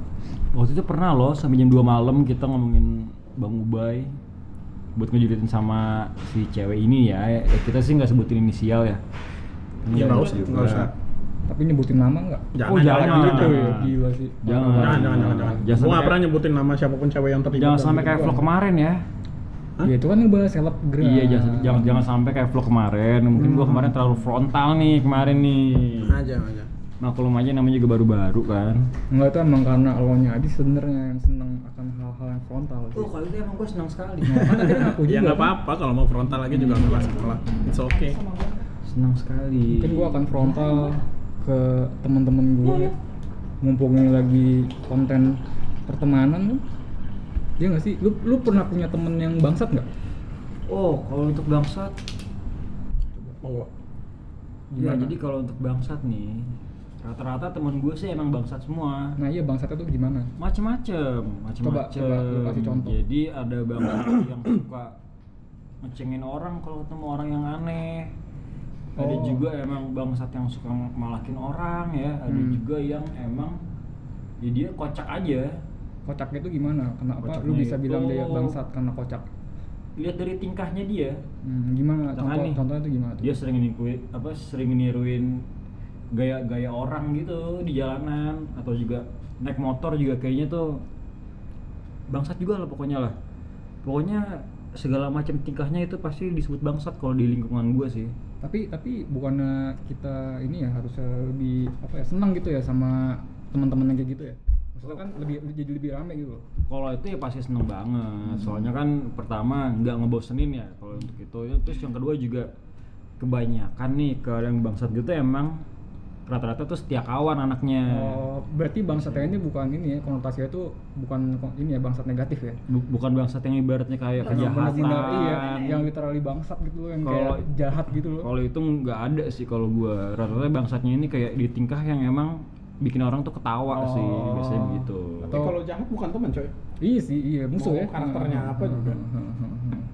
[SPEAKER 2] Waktu itu pernah loh sampai jam 2 malam kita ngomongin Bang Ubay buat ngejulitin sama si cewek ini ya. Ya, kita sih nggak sebutin inisial ya.
[SPEAKER 4] ya nggak usah
[SPEAKER 2] juga.
[SPEAKER 4] nggak usah
[SPEAKER 3] Tapi nyebutin nama nggak?
[SPEAKER 4] jangan
[SPEAKER 2] Oh,
[SPEAKER 4] jangan
[SPEAKER 2] jangan.
[SPEAKER 4] gitu ya.
[SPEAKER 3] Gila sih.
[SPEAKER 2] Jangan.
[SPEAKER 4] jangan jangan jangan jangan
[SPEAKER 2] Jangan
[SPEAKER 4] gua nggak
[SPEAKER 2] sampai
[SPEAKER 4] pernah nyebutin nama siapapun cewek yang terlibat
[SPEAKER 2] Jangan
[SPEAKER 4] dalam
[SPEAKER 2] sampai
[SPEAKER 4] hidup
[SPEAKER 2] kayak
[SPEAKER 4] gua.
[SPEAKER 2] vlog kemarin ya.
[SPEAKER 4] Hah?
[SPEAKER 3] Ya itu kan ngebahas selebgram.
[SPEAKER 2] Iya jangan jangan jangan sampai kayak vlog kemarin. Mungkin
[SPEAKER 4] Hmm.
[SPEAKER 2] gua kemarin terlalu frontal nih kemarin nih.
[SPEAKER 4] aja aja
[SPEAKER 2] Maklum aja namanya juga baru-baru kan.
[SPEAKER 3] Enggak itu emang karena lo nya aja sebenarnya yang seneng akan hal-hal yang frontal. sih.
[SPEAKER 2] Oh, kalau itu emang gue senang sekali.
[SPEAKER 3] Kan akhirnya ngaku
[SPEAKER 4] ya
[SPEAKER 3] juga.
[SPEAKER 4] nggak
[SPEAKER 3] kan.
[SPEAKER 4] apa-apa kalau mau frontal lagi juga nggak masalah it's okay
[SPEAKER 5] sama gua.
[SPEAKER 2] senang sekali.
[SPEAKER 3] Mungkin gua akan frontal ke teman-teman
[SPEAKER 2] Iya,
[SPEAKER 3] gua mumpungnya lagi konten pertemanan kan. Iya nggak sih? Lu lu pernah punya temen yang bangsat nggak?
[SPEAKER 2] Oh, kalau untuk bangsat
[SPEAKER 4] monggo
[SPEAKER 2] Ya,
[SPEAKER 3] Gimana?
[SPEAKER 2] jadi kalau untuk bangsat nih, rata-rata temen gue sih emang bangsat semua.
[SPEAKER 3] Nah iya bangsatnya tuh gimana?
[SPEAKER 2] Macem-macem, macem-macem.
[SPEAKER 3] coba lu kasih contoh.
[SPEAKER 2] Jadi ada bangsat yang suka ngecengin orang kalau ketemu orang yang aneh. Ada
[SPEAKER 3] Oh.
[SPEAKER 2] juga emang bangsat yang suka malakin orang ya. Ada
[SPEAKER 3] Hmm.
[SPEAKER 2] juga yang emang ya dia kocak aja.
[SPEAKER 3] Kocaknya itu gimana? Kenapa lu
[SPEAKER 2] Kocaknya
[SPEAKER 3] bisa bilang dia
[SPEAKER 2] itu-
[SPEAKER 3] bangsat karena kocak?
[SPEAKER 2] Lihat dari tingkahnya dia,
[SPEAKER 3] Hmm, gimana?
[SPEAKER 2] Jangan
[SPEAKER 3] Contoh,
[SPEAKER 2] nih.
[SPEAKER 3] contohnya itu gimana tuh?
[SPEAKER 2] dia sering niruin apa sering niruin gaya-gaya orang gitu di jalanan atau juga naik motor juga kayaknya tuh bangsat juga lah pokoknya lah pokoknya segala macam tingkahnya itu pasti disebut bangsat kalau di lingkungan gua sih
[SPEAKER 3] tapi tapi bukannya kita ini ya harusnya lebih apa ya senang gitu ya sama teman-teman yang kayak gitu ya maksudnya kan lebih jadi lebih rame gitu loh
[SPEAKER 2] kalau itu ya pasti seneng banget soalnya kan pertama nggak ngebosenin ya kalau untuk itu Ya, terus yang kedua juga kebanyakan nih kalau yang bangsat gitu emang rata-rata tuh setia kawan anaknya
[SPEAKER 3] oh, berarti bangsatnya ini bukan ini ya konotasinya tuh bukan ko- ini ya bangsat negatif ya
[SPEAKER 2] Bu- bukan bangsat yang ibaratnya kayak
[SPEAKER 3] Yang bener-bener iya, yang
[SPEAKER 2] kejahatan
[SPEAKER 3] literally bangsat gitu loh yang
[SPEAKER 2] Kalau-
[SPEAKER 3] kayak jahat gitu loh
[SPEAKER 2] kalau itu nggak ada sih kalau gua rata-rata bangsatnya ini kayak di tingkah yang emang bikin orang tuh ketawa sih
[SPEAKER 3] Oh.
[SPEAKER 2] biasanya begitu
[SPEAKER 4] tapi kalau jahat bukan teman coy
[SPEAKER 3] iya sih iya musuh
[SPEAKER 4] Mau
[SPEAKER 3] ya
[SPEAKER 4] karakternya apa juga.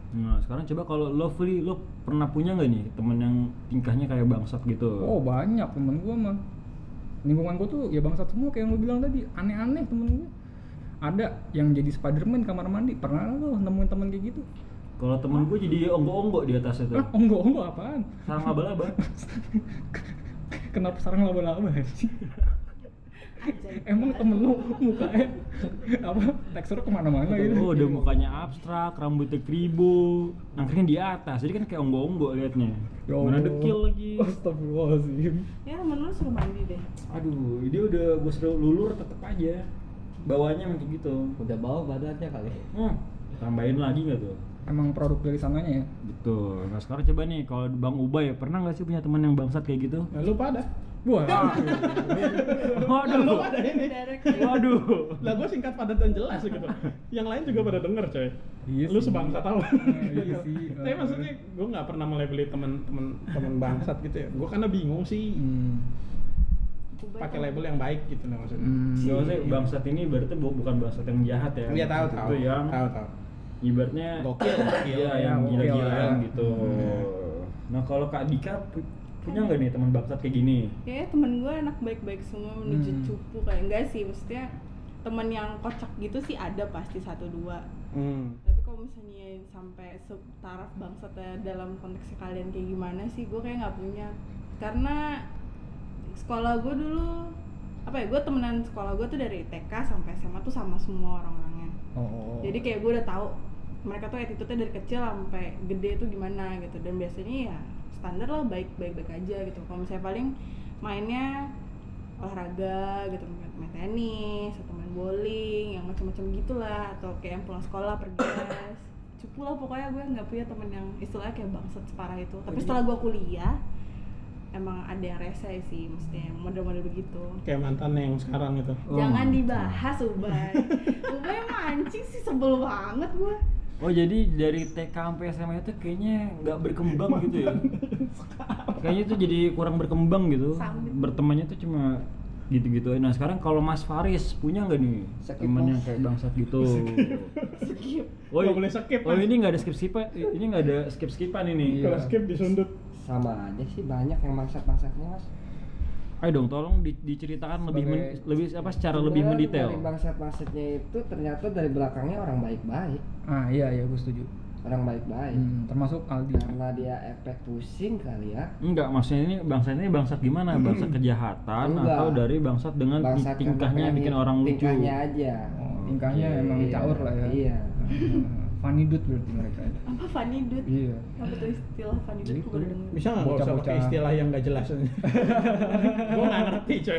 [SPEAKER 2] nah sekarang coba kalau lo free lo pernah punya nggak nih temen yang tingkahnya kayak bangsat gitu
[SPEAKER 3] oh banyak temen gua mah lingkungan gua tuh ya bangsat semua kayak yang lu bilang tadi aneh-aneh temen gua ada yang jadi Spiderman kamar mandi pernah lo nemuin temen kayak gitu
[SPEAKER 2] kalau temen gua jadi onggok-onggok di atas itu
[SPEAKER 3] Ah, onggok onggok apaan?
[SPEAKER 2] sarang laba-laba
[SPEAKER 3] Kenapa sarang laba-laba sih?
[SPEAKER 5] Anjay.
[SPEAKER 3] Emang temen lu mukanya apa tekstur kemana-mana
[SPEAKER 2] oh
[SPEAKER 3] gitu?
[SPEAKER 2] udah mukanya abstrak rambutnya kribo nangkringnya di atas jadi kan kayak onggok-onggok liatnya
[SPEAKER 3] Ya
[SPEAKER 2] mana
[SPEAKER 3] Allah.
[SPEAKER 2] dekil lagi
[SPEAKER 3] Astagfirullahaladzim.
[SPEAKER 5] Ya menurut suruh mandi deh.
[SPEAKER 2] Aduh, dia udah gue seru lulur tetep aja bawahnya emang kayak gitu.
[SPEAKER 6] udah bau badannya kali
[SPEAKER 2] Hmm, tambahin lagi nggak tuh?
[SPEAKER 3] Emang produk dari sananya ya?
[SPEAKER 2] Betul. Nah sekarang coba nih kalau Bang Ubay pernah nggak sih punya teman yang bangsat kayak gitu?
[SPEAKER 4] ya, lu pada
[SPEAKER 3] Wah,
[SPEAKER 2] Waduh. Waduh.
[SPEAKER 4] lah gua singkat padat dan jelas gitu yang lain juga pada denger coy
[SPEAKER 3] Iya
[SPEAKER 4] lu
[SPEAKER 3] sih.
[SPEAKER 4] sebangsa tahu
[SPEAKER 3] iya sih.
[SPEAKER 4] tapi maksudnya gua nggak pernah melebeli temen-temen temen bangsat gitu ya gua karena bingung sih
[SPEAKER 3] hmm,
[SPEAKER 5] Ubay
[SPEAKER 4] pakai
[SPEAKER 5] kan-
[SPEAKER 4] label yang baik gitu loh maksudnya
[SPEAKER 3] hmm.
[SPEAKER 2] Ya, maksudnya bangsat ini berarti bu- bukan bangsat yang jahat ya.
[SPEAKER 4] Iya tahu tahu.
[SPEAKER 2] Itu yang
[SPEAKER 4] tahu tahu.
[SPEAKER 2] ibaratnya
[SPEAKER 4] Gokil, ya, gokil. Hmm.
[SPEAKER 2] Iya, yang
[SPEAKER 3] Gokil,
[SPEAKER 2] gila-gilaan
[SPEAKER 3] ya.
[SPEAKER 2] gitu. Nah, kalau Kak Dika pu- punya nggak nih teman bangsat kayak gini?
[SPEAKER 5] Kayaknya ya temen gue anak baik-baik semua menuju
[SPEAKER 3] Hmm.
[SPEAKER 5] cupu kayak enggak sih maksudnya temen yang kocak gitu sih ada pasti satu dua
[SPEAKER 4] Hmm.
[SPEAKER 5] tapi kalau misalnya sampai setaraf bangsatnya dalam konteks kalian kayak gimana sih gue kayak nggak punya karena sekolah gue dulu apa ya gue temenan sekolah gue tuh dari TK sampai SMA tuh sama semua orang-orangnya
[SPEAKER 3] Oh.
[SPEAKER 5] jadi kayak gue udah tahu mereka tuh attitude-nya dari kecil sampai gede tuh gimana gitu dan biasanya ya standar lah baik baik baik aja gitu kalau misalnya paling mainnya olahraga gitu main, main tenis atau main bowling yang macam-macam gitulah atau kayak yang pulang sekolah pergi les. cupu lah pokoknya gue nggak punya temen yang istilahnya kayak bangsat separah itu tapi setelah gue kuliah emang ada yang rese sih maksudnya yang model-model begitu
[SPEAKER 4] kayak mantan yang sekarang gitu. itu
[SPEAKER 2] Oh,
[SPEAKER 5] Jangan
[SPEAKER 3] gitu.
[SPEAKER 2] mantap.
[SPEAKER 5] dibahas Ubay Ubay mancing sih sebel banget gue
[SPEAKER 2] Oh jadi dari TK sampai SMA itu kayaknya nggak berkembang gitu ya? Kayaknya itu jadi kurang berkembang gitu.
[SPEAKER 5] Sambit.
[SPEAKER 2] Bertemannya tuh cuma gitu-gitu. aja. Nah sekarang kalau Mas Faris punya nggak nih
[SPEAKER 6] Skip,
[SPEAKER 2] temannya
[SPEAKER 6] Mas.
[SPEAKER 2] kayak bangsat gitu?
[SPEAKER 5] Skip
[SPEAKER 2] Oh,
[SPEAKER 4] Nggak
[SPEAKER 2] i-
[SPEAKER 4] boleh skip,
[SPEAKER 2] Oh
[SPEAKER 4] Mas.
[SPEAKER 2] ini nggak ada skip skipan, ini nggak ada skip skipan ini.
[SPEAKER 6] Iya.
[SPEAKER 4] kalau skip disundut
[SPEAKER 6] sama aja sih banyak yang bangsat-bangsatnya mas
[SPEAKER 2] Ayo dong, tolong di- diceritakan lebih men-
[SPEAKER 6] Sebagai-
[SPEAKER 2] lebih apa secara lebih
[SPEAKER 6] Sebenarnya
[SPEAKER 2] mendetail.
[SPEAKER 6] dari bangsat-bangsatnya itu ternyata dari belakangnya orang baik-baik
[SPEAKER 3] ah iya iya gue setuju
[SPEAKER 6] orang baik-baik
[SPEAKER 3] Hmm, termasuk Aldi
[SPEAKER 6] karena dia efek pusing kali ya
[SPEAKER 2] Enggak, maksudnya ini bangsa ini bangsat gimana? Bangsa kejahatan
[SPEAKER 6] Hmm. Enggak.
[SPEAKER 2] atau dari bangsat dengan ti-
[SPEAKER 6] Bangsat karena
[SPEAKER 2] tingkahnya
[SPEAKER 6] pengen
[SPEAKER 2] bikin orang lucu?
[SPEAKER 6] tingkahnya aja
[SPEAKER 3] Oh, tingkahnya
[SPEAKER 6] Oke.
[SPEAKER 3] emang caur lah ya
[SPEAKER 6] iya
[SPEAKER 3] Ah, funny dude berarti mereka ya.
[SPEAKER 5] Apa funny dude?
[SPEAKER 3] iya
[SPEAKER 5] Apa tuh istilah funny dude? Gue udah denger
[SPEAKER 4] bisa nggak nggak usah pakai
[SPEAKER 3] Bocah-bocah.
[SPEAKER 4] istilah yang nggak jelas gue nggak ngerti coy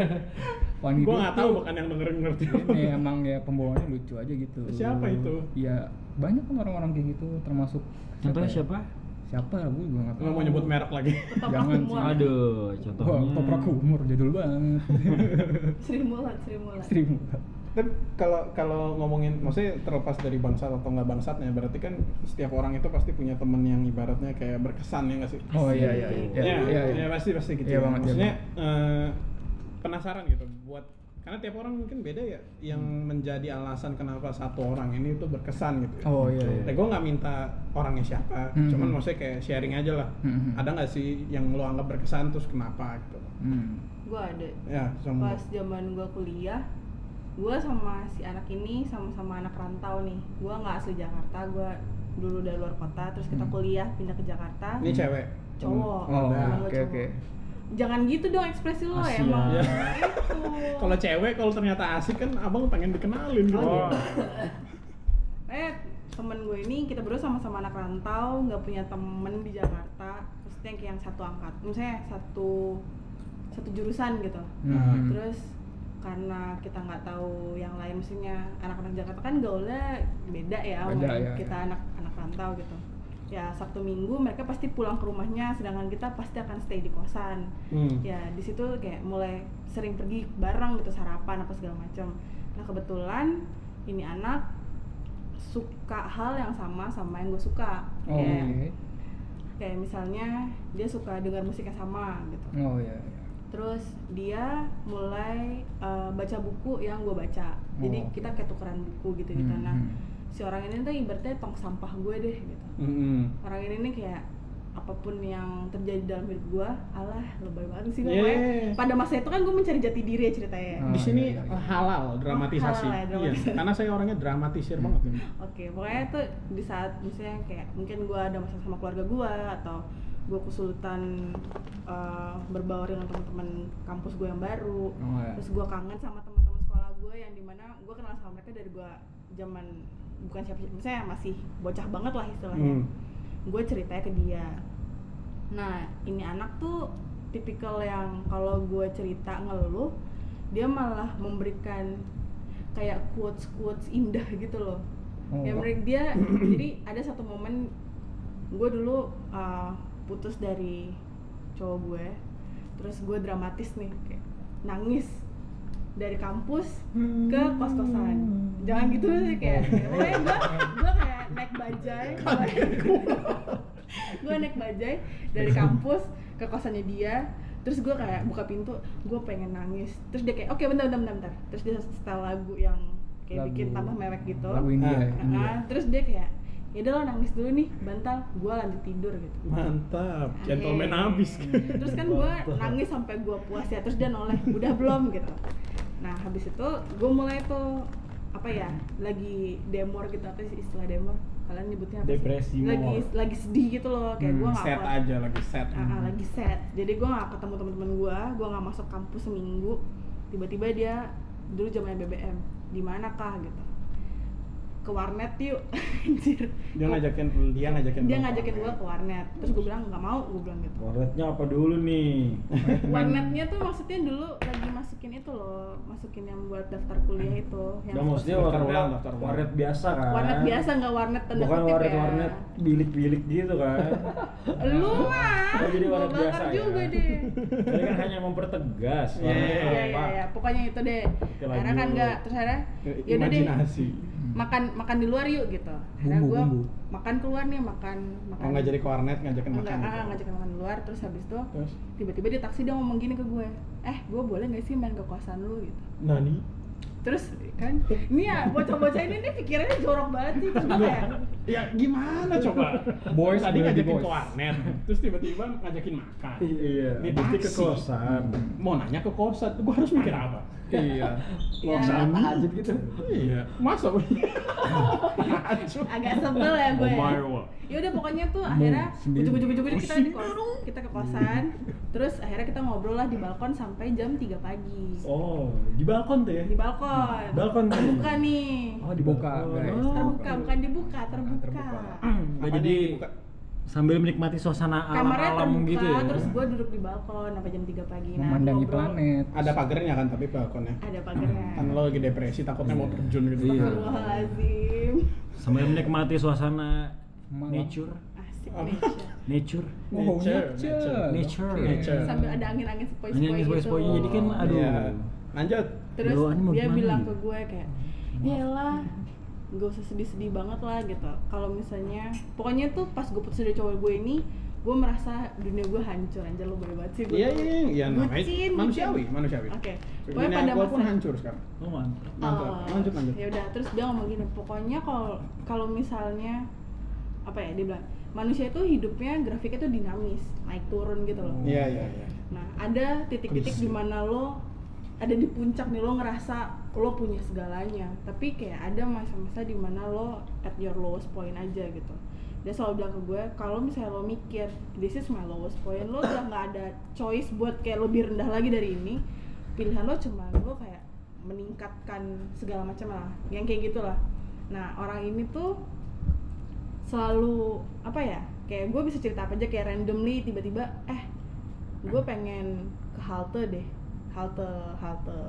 [SPEAKER 3] funny
[SPEAKER 4] gue
[SPEAKER 3] dude
[SPEAKER 4] nggak tahu bukan yang dengerin ngerti
[SPEAKER 3] ini emang ya pembawaannya lucu aja gitu
[SPEAKER 4] Siapa itu?
[SPEAKER 3] ya banyak kan orang-orang kayak gitu termasuk
[SPEAKER 2] Contohnya
[SPEAKER 3] siapa
[SPEAKER 2] siapa?
[SPEAKER 3] ya? siapa gue juga nggak tahu
[SPEAKER 4] nggak mau nyebut merek lagi
[SPEAKER 5] Ketoprak
[SPEAKER 3] Jangan
[SPEAKER 5] humor
[SPEAKER 3] sih.
[SPEAKER 2] Aduh, contohnya.
[SPEAKER 3] Wah, toprak umur jadul banget
[SPEAKER 5] Sri Mulat, Sri Mulat
[SPEAKER 3] istri
[SPEAKER 4] tapi kalau kalau ngomongin maksudnya terlepas dari bangsat atau nggak bangsatnya berarti kan setiap orang itu pasti punya temen yang ibaratnya kayak berkesan ya nggak sih
[SPEAKER 3] oh iya iya iya
[SPEAKER 4] ya,
[SPEAKER 3] iya
[SPEAKER 4] ya, pasti pasti gitu.
[SPEAKER 3] Iya
[SPEAKER 4] ya.
[SPEAKER 3] banget, iya
[SPEAKER 4] Maksudnya eh, penasaran gitu buat karena tiap orang mungkin beda ya yang
[SPEAKER 3] Hmm.
[SPEAKER 4] menjadi alasan kenapa satu orang ini tuh berkesan gitu. ya.
[SPEAKER 3] oh iya iya
[SPEAKER 4] Nah, gue nggak minta orangnya siapa,
[SPEAKER 3] Hmm.
[SPEAKER 4] cuman maksudnya kayak sharing aja lah.
[SPEAKER 3] Hmm.
[SPEAKER 4] Ada nggak sih yang lo anggap berkesan terus kenapa gitu?
[SPEAKER 3] Hmm.
[SPEAKER 5] Gue ada
[SPEAKER 4] Ya, sama.
[SPEAKER 5] Pas zaman gue kuliah Gue sama si anak ini sama-sama anak rantau nih Gue nggak asli Jakarta, gue dulu dari luar kota Terus kita
[SPEAKER 3] Hmm.
[SPEAKER 5] kuliah pindah ke Jakarta
[SPEAKER 4] Ini cewek. Nah,
[SPEAKER 5] Cowok
[SPEAKER 3] oh
[SPEAKER 4] Ada.
[SPEAKER 5] temen gue
[SPEAKER 3] oke
[SPEAKER 5] cowok.
[SPEAKER 3] oke
[SPEAKER 5] Jangan gitu dong ekspresi lo
[SPEAKER 2] Asia.
[SPEAKER 5] emang Gitu.
[SPEAKER 4] Ya.
[SPEAKER 5] Itu
[SPEAKER 4] Kalau cewek kalau ternyata asik kan abang pengen dikenalin gitu.
[SPEAKER 5] Oh, eh temen gue ini kita berdua sama-sama anak rantau nggak punya temen di Jakarta maksudnya kayak yang satu angkat misalnya satu satu jurusan gitu
[SPEAKER 3] Hmm.
[SPEAKER 5] terus karena kita nggak tahu yang lain maksudnya anak-anak Jakarta kan gaulnya beda ya sama
[SPEAKER 3] Beda, ya,
[SPEAKER 5] kita anak anak rantau gitu ya Sabtu Minggu mereka pasti pulang ke rumahnya sedangkan kita pasti akan stay di kosan
[SPEAKER 4] Hmm.
[SPEAKER 5] ya di situ kayak mulai sering pergi bareng gitu sarapan apa segala macam nah kebetulan ini anak suka hal yang sama sama yang gue suka
[SPEAKER 3] oh
[SPEAKER 5] kayak,
[SPEAKER 3] iya
[SPEAKER 5] kayak misalnya dia suka dengar musik yang sama gitu
[SPEAKER 3] oh iya iya.
[SPEAKER 5] terus dia mulai eh, baca buku yang gue baca jadi
[SPEAKER 3] Oh.
[SPEAKER 5] kita kayak tukeran buku gitu gitu
[SPEAKER 3] Hmm,
[SPEAKER 5] nah
[SPEAKER 3] hmm.
[SPEAKER 5] si orang ini tuh ibaratnya tong sampah gue deh gitu
[SPEAKER 4] Hmm.
[SPEAKER 5] orang ini nih kayak apapun yang terjadi dalam hidup gua alah lebay banget sih
[SPEAKER 3] Iya.
[SPEAKER 4] Yeah.
[SPEAKER 5] pokoknya pada masa itu kan gue mencari jati diri ya ceritanya
[SPEAKER 3] Ah,
[SPEAKER 4] Iya. Di sini
[SPEAKER 3] iya, iya.
[SPEAKER 4] halal dramatisasi.
[SPEAKER 5] halal ya, dramatisasi.
[SPEAKER 4] Iya, karena saya orangnya dramatisir banget.
[SPEAKER 3] Iya,
[SPEAKER 4] ya.
[SPEAKER 5] oke pokoknya tuh di saat misalnya kayak mungkin gua ada masalah sama keluarga gua atau gua kesulitan eh, berbaur dengan teman-teman kampus gua yang baru
[SPEAKER 3] Oh, iya.
[SPEAKER 5] terus gua kangen sama teman-teman sekolah gua yang dimana gua kenal sama mereka dari gua zaman bukan siapa-siapa misalnya masih bocah banget lah istilahnya
[SPEAKER 4] Hmm.
[SPEAKER 5] gue ceritanya ke dia nah ini anak tuh tipikal yang kalau gue cerita ngeluh dia malah memberikan kayak quotes quotes indah gitu loh
[SPEAKER 3] Oh.
[SPEAKER 5] Kayak mereka dia jadi ada satu momen gue dulu uh, putus dari cowok gue terus gue dramatis nih kayak nangis dari kampus ke
[SPEAKER 3] Hmm.
[SPEAKER 5] kos kosan jangan gitu sih kayak
[SPEAKER 3] Oh.
[SPEAKER 5] pokoknya gue gue kayak naik bajai gue naik bajai dari kampus ke kosannya dia terus gue kayak buka pintu gue pengen nangis terus dia kayak oke bentar bentar bentar bentar." terus dia setel lagu yang kayak bikin
[SPEAKER 3] Lagu-
[SPEAKER 5] tambah mewek gitu
[SPEAKER 3] lagu India
[SPEAKER 4] Ah.
[SPEAKER 3] ya,
[SPEAKER 5] Nah,
[SPEAKER 3] India.
[SPEAKER 5] terus dia kayak ya udah lo nangis dulu nih bantal gue lanjut tidur gitu
[SPEAKER 4] Mantap, gentleman
[SPEAKER 5] Yeay.
[SPEAKER 4] abis.
[SPEAKER 5] terus kan gue nangis sampai gue puas ya terus dia noleh udah belum gitu nah habis itu gue mulai tuh apa ya lagi demor gitu apa sih istilah demor kalian nyebutnya apa sih?
[SPEAKER 4] Depresi
[SPEAKER 5] lagi
[SPEAKER 4] mor.
[SPEAKER 5] lagi sedih gitu loh kayak
[SPEAKER 3] Hmm,
[SPEAKER 5] gue nggak
[SPEAKER 4] Set
[SPEAKER 5] apa-
[SPEAKER 4] aja lagi set.
[SPEAKER 5] Ah, ah, lagi set jadi gue nggak ketemu teman-teman gue gue nggak masuk kampus seminggu tiba-tiba dia dulu zamannya BBM di mana kah gitu ke ke warnet yuk anjir
[SPEAKER 4] Dia ngajakin dia ngajakin
[SPEAKER 5] dia
[SPEAKER 4] lo.
[SPEAKER 5] ngajakin gue ke warnet terus gue bilang nggak mau gue bilang gitu
[SPEAKER 4] Warnetnya apa dulu nih?
[SPEAKER 5] warnetnya tuh maksudnya dulu lagi masukin itu loh masukin yang buat daftar kuliah itu yang
[SPEAKER 2] Udah maksudnya
[SPEAKER 4] Daftar
[SPEAKER 2] warnet,
[SPEAKER 4] ulang, daftar ulang.
[SPEAKER 2] warnet biasa kan?
[SPEAKER 5] warnet biasa nggak warnet tanda
[SPEAKER 2] Bukan
[SPEAKER 5] kutip ya
[SPEAKER 2] warnet-warnet bilik-bilik gitu kan?
[SPEAKER 5] lu mah
[SPEAKER 2] Oh, jadi
[SPEAKER 5] gua
[SPEAKER 2] warnet
[SPEAKER 5] bakar
[SPEAKER 2] biasa ya.
[SPEAKER 5] juga deh
[SPEAKER 2] Ini kan hanya mempertegas.
[SPEAKER 4] Iya,
[SPEAKER 2] warnet
[SPEAKER 4] iya,
[SPEAKER 5] Iya,
[SPEAKER 2] apa.
[SPEAKER 5] iya, iya. Pokoknya itu deh.
[SPEAKER 2] Oke,
[SPEAKER 5] Akhirnya
[SPEAKER 2] lanjut.
[SPEAKER 5] kan enggak terus akhirnya
[SPEAKER 4] Ke-
[SPEAKER 5] ya udah deh
[SPEAKER 4] Imajinasi.
[SPEAKER 5] makan makan di luar yuk gitu. Akhirnya
[SPEAKER 3] Bumbu,
[SPEAKER 5] gua
[SPEAKER 3] bumbu.
[SPEAKER 5] makan keluar nih makan makan.
[SPEAKER 4] Oh nggak jadi ke warnet ngajakin
[SPEAKER 5] enggak,
[SPEAKER 4] makan.
[SPEAKER 5] ah,
[SPEAKER 4] gitu.
[SPEAKER 5] ngajakin makan di luar terus habis itu
[SPEAKER 4] Terus,
[SPEAKER 5] tiba-tiba di taksi dia ngomong gini ke gue. Eh, gue boleh nggak sih main ke kosan lu gitu.
[SPEAKER 4] Nani?
[SPEAKER 5] Terus kan ini ya bocah-bocah ini nih pikirannya jorok banget sih. Terus gue kayak
[SPEAKER 4] Ya gimana coba?
[SPEAKER 3] Boys
[SPEAKER 4] tadi
[SPEAKER 3] will be
[SPEAKER 4] ngajakin
[SPEAKER 3] boys.
[SPEAKER 4] ke warnet, terus tiba-tiba ngajakin makan.
[SPEAKER 2] Iya.
[SPEAKER 4] Di
[SPEAKER 2] Mesti
[SPEAKER 4] taksi.
[SPEAKER 2] ke kosan.
[SPEAKER 4] Mau nanya ke kosan, gua harus mikir apa?
[SPEAKER 2] Iya.
[SPEAKER 5] ya,
[SPEAKER 2] Lanjut gitu.
[SPEAKER 4] Iya. Masa? Acuh.
[SPEAKER 5] agak sebel ya gue.
[SPEAKER 4] Oh my Oh, word.
[SPEAKER 5] ya udah pokoknya tuh akhirnya
[SPEAKER 3] sendiri.
[SPEAKER 5] ujung-ujung-ujung kita di kos- kita ke kosan terus akhirnya kita ngobrol lah di balkon sampai jam 3 pagi
[SPEAKER 2] Oh, di balkon tuh ya?
[SPEAKER 5] di balkon
[SPEAKER 2] Balkon.
[SPEAKER 5] terbuka nih
[SPEAKER 2] Oh,
[SPEAKER 3] Dibuka,
[SPEAKER 2] balkon.
[SPEAKER 3] guys.
[SPEAKER 4] iya.
[SPEAKER 2] Oh.
[SPEAKER 5] terbuka bukan dibuka terbuka
[SPEAKER 2] Nah,
[SPEAKER 4] Apanya
[SPEAKER 2] jadi
[SPEAKER 4] dibuka?
[SPEAKER 2] sambil menikmati suasana
[SPEAKER 5] kamarnya
[SPEAKER 2] alam-alam
[SPEAKER 5] terbuka
[SPEAKER 2] gitu ya.
[SPEAKER 5] terus gue duduk di balkon sampai jam 3 pagi nah
[SPEAKER 3] memandangi
[SPEAKER 5] ngobrol.
[SPEAKER 3] planet
[SPEAKER 4] Ada pagernya kan tapi balkonnya.
[SPEAKER 5] ada Iya. pagarnya
[SPEAKER 4] Kan lo lagi depresi takutnya mau terjun gitu.
[SPEAKER 2] Iya.
[SPEAKER 5] Astagfirullahaladzim
[SPEAKER 2] sambil menikmati suasana
[SPEAKER 3] Malam.
[SPEAKER 2] nature,
[SPEAKER 5] asik
[SPEAKER 4] Apa?
[SPEAKER 5] nature
[SPEAKER 2] nature,
[SPEAKER 3] wow
[SPEAKER 4] Nature,
[SPEAKER 3] nature
[SPEAKER 2] nature.
[SPEAKER 3] Oke.
[SPEAKER 4] Nature.
[SPEAKER 5] sambil ada angin-angin sepoi-sepoi
[SPEAKER 2] Angin-angin
[SPEAKER 5] gitu
[SPEAKER 2] sepoi-sepoi. Jadi kan aduh.
[SPEAKER 4] Iya. Lanjut.
[SPEAKER 5] terus
[SPEAKER 2] Doaannya mau
[SPEAKER 5] dia
[SPEAKER 2] gimana
[SPEAKER 5] bilang
[SPEAKER 2] gitu?
[SPEAKER 5] ke gue kayak yalah gak usah sedih-sedih banget lah gitu kalau misalnya pokoknya tuh pas gue putus dari cowok gue ini gue merasa dunia gue hancur anjir lo boleh banget sih gue
[SPEAKER 4] Iya,
[SPEAKER 5] tuh.
[SPEAKER 4] iya, iya, namanya
[SPEAKER 5] Bucin,
[SPEAKER 4] manusiawi,
[SPEAKER 5] bucin.
[SPEAKER 4] manusiawi.
[SPEAKER 5] oke pokoknya
[SPEAKER 4] Dunia
[SPEAKER 5] pada
[SPEAKER 4] gua pun
[SPEAKER 5] masa
[SPEAKER 4] hancur sekarang.
[SPEAKER 2] Oh, mantap.
[SPEAKER 4] Lanjut, lanjut, lanjut.
[SPEAKER 5] ya udah terus dia ngomong gini pokoknya kalau kalau misalnya apa ya dia bilang manusia itu hidupnya grafiknya tuh dinamis naik turun gitu loh
[SPEAKER 4] Iya, iya, iya.
[SPEAKER 5] Nah, ada titik-titik di mana lo ada di puncak nih lo ngerasa lo punya segalanya, tapi kayak ada masa-masa di mana lo at your lowest point aja gitu. Dia selalu bilang ke gue, kalau misalnya lo mikir this is my lowest point, lo udah nggak ada choice buat kayak lebih rendah lagi dari ini. Pilihan lo cuma lo kayak meningkatkan segala macam lah, yang kayak gitulah. Nah, orang ini tuh selalu apa ya kayak gue bisa cerita apa aja kayak randomly tiba-tiba eh gue pengen ke halte deh halte halte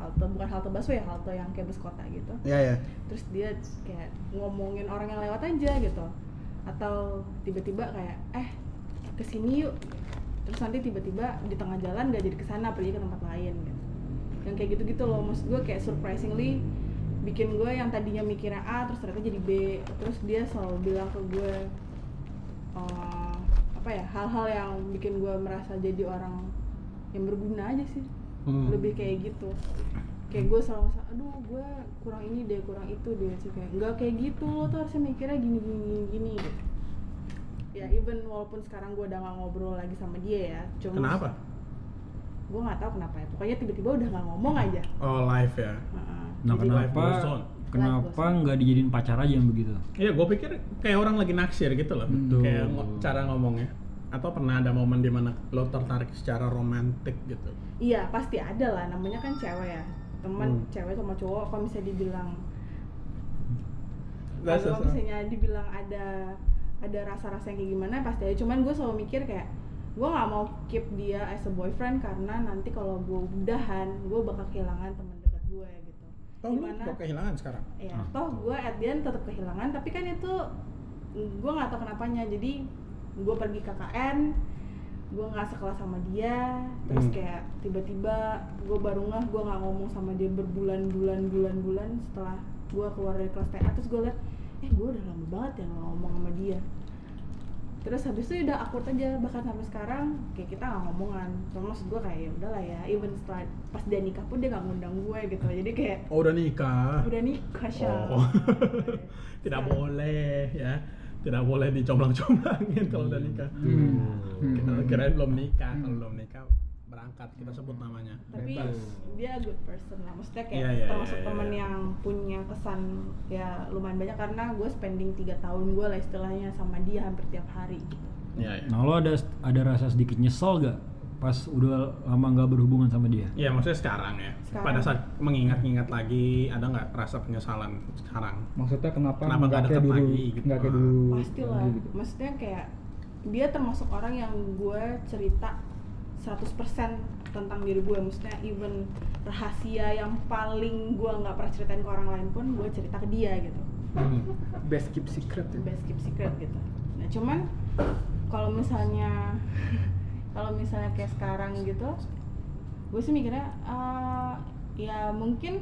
[SPEAKER 5] halte bukan halte busway ya halte yang kayak bus kota gitu
[SPEAKER 4] Iya, iya.
[SPEAKER 5] terus dia kayak ngomongin orang yang lewat aja gitu atau tiba-tiba kayak eh kesini yuk terus nanti tiba-tiba di tengah jalan gak jadi kesana pergi ke tempat lain gitu yang kayak gitu-gitu loh maksud gue kayak surprisingly bikin gue yang tadinya mikirnya A terus ternyata jadi B terus dia selalu bilang ke gue eh, apa ya hal-hal yang bikin gue merasa jadi orang yang berguna aja sih lebih kayak gitu kayak gue selalu ngerasa aduh gue kurang ini deh kurang itu deh Terus kayak nggak kayak gitu lo tuh harusnya mikirnya gini gini gini, gini gitu. ya even walaupun sekarang gue udah gak ngobrol lagi sama dia ya cuma
[SPEAKER 4] Kenapa?
[SPEAKER 5] gue nggak tahu kenapa ya pokoknya tiba-tiba udah nggak ngomong aja
[SPEAKER 4] Oh, live ya.
[SPEAKER 5] Heeh.
[SPEAKER 2] Nah,
[SPEAKER 5] Jadi-
[SPEAKER 4] life
[SPEAKER 2] kenapa
[SPEAKER 4] goes on.
[SPEAKER 5] Life
[SPEAKER 2] kenapa
[SPEAKER 5] goes on.
[SPEAKER 2] nggak dijadiin pacar aja yang begitu?
[SPEAKER 4] Iya, gue pikir kayak orang lagi naksir gitu loh,
[SPEAKER 2] Betul.
[SPEAKER 4] kayak ngo- cara ngomongnya. Atau pernah ada momen di mana lo tertarik secara romantik gitu?
[SPEAKER 5] Iya pasti ada lah namanya kan cewek ya teman
[SPEAKER 4] Hmm.
[SPEAKER 5] cewek sama cowok kalau misalnya dibilang
[SPEAKER 4] That's
[SPEAKER 5] kalau
[SPEAKER 4] just-
[SPEAKER 5] misalnya dibilang ada ada rasa-rasa yang kayak gimana pasti ada cuman gue selalu mikir kayak gue nggak mau keep dia as a boyfriend karena nanti kalau gue udahan gue bakal kehilangan teman dekat gue gitu
[SPEAKER 4] Oh, lo lo kehilangan sekarang?
[SPEAKER 5] ya
[SPEAKER 2] Ah.
[SPEAKER 5] toh gue at the end tetap kehilangan tapi kan itu gue nggak tahu kenapanya jadi gue pergi KKN gue nggak sekelas sama dia terus
[SPEAKER 4] Hmm.
[SPEAKER 5] kayak tiba-tiba gue baru ngeh gue nggak ngomong sama dia berbulan-bulan bulan-bulan setelah gue keluar dari kelas TA terus gue liat eh gue udah lama banget ya nggak ngomong sama dia terus habis itu udah akur aja bahkan sampai sekarang kayak kita nggak ngomongan cuma maksud gue kayak ya udahlah ya even setelah pas dia nikah pun dia nggak ngundang gue gitu jadi kayak
[SPEAKER 4] Oh, udah nikah.
[SPEAKER 5] udah nikah Syah.
[SPEAKER 4] Oh. Tidak boleh ya. Tidak boleh dicomblang-comblangin kalau udah nikah. Hmm. Kita kirain belum nikah, kalau belum nikah berangkat kita sebut namanya.
[SPEAKER 5] tapi dia good person lah maksudnya kayak
[SPEAKER 4] Iya, iya,
[SPEAKER 5] termasuk
[SPEAKER 4] iya, iya,
[SPEAKER 5] temen
[SPEAKER 4] iya.
[SPEAKER 5] yang punya kesan ya lumayan banyak karena gue spending tiga tahun gue lah istilahnya sama dia hampir tiap hari gitu
[SPEAKER 4] Iya, iya.
[SPEAKER 2] Nah, lo ada ada rasa sedikit nyesel gak pas udah lama nggak berhubungan sama dia
[SPEAKER 4] Iya maksudnya sekarang ya.
[SPEAKER 5] Sekarang.
[SPEAKER 4] Pada saat mengingat-ingat lagi ada nggak rasa penyesalan sekarang?
[SPEAKER 3] maksudnya kenapa
[SPEAKER 4] Kenapa nggak
[SPEAKER 3] nggak kayak
[SPEAKER 4] deket
[SPEAKER 3] dulu
[SPEAKER 4] lagi gitu?
[SPEAKER 3] nggak kayak
[SPEAKER 4] Ah.
[SPEAKER 3] dulu
[SPEAKER 5] pasti lah
[SPEAKER 3] lagi gitu.
[SPEAKER 5] maksudnya kayak dia termasuk orang yang gue cerita 100% tentang diri gue maksudnya even rahasia yang paling gue nggak pernah ceritain ke orang lain pun gue cerita ke dia gitu
[SPEAKER 7] Best keep secret ya.
[SPEAKER 5] best keep secret gitu nah cuman kalau misalnya kalau misalnya kayak sekarang gitu gue sih mikirnya eh, ya mungkin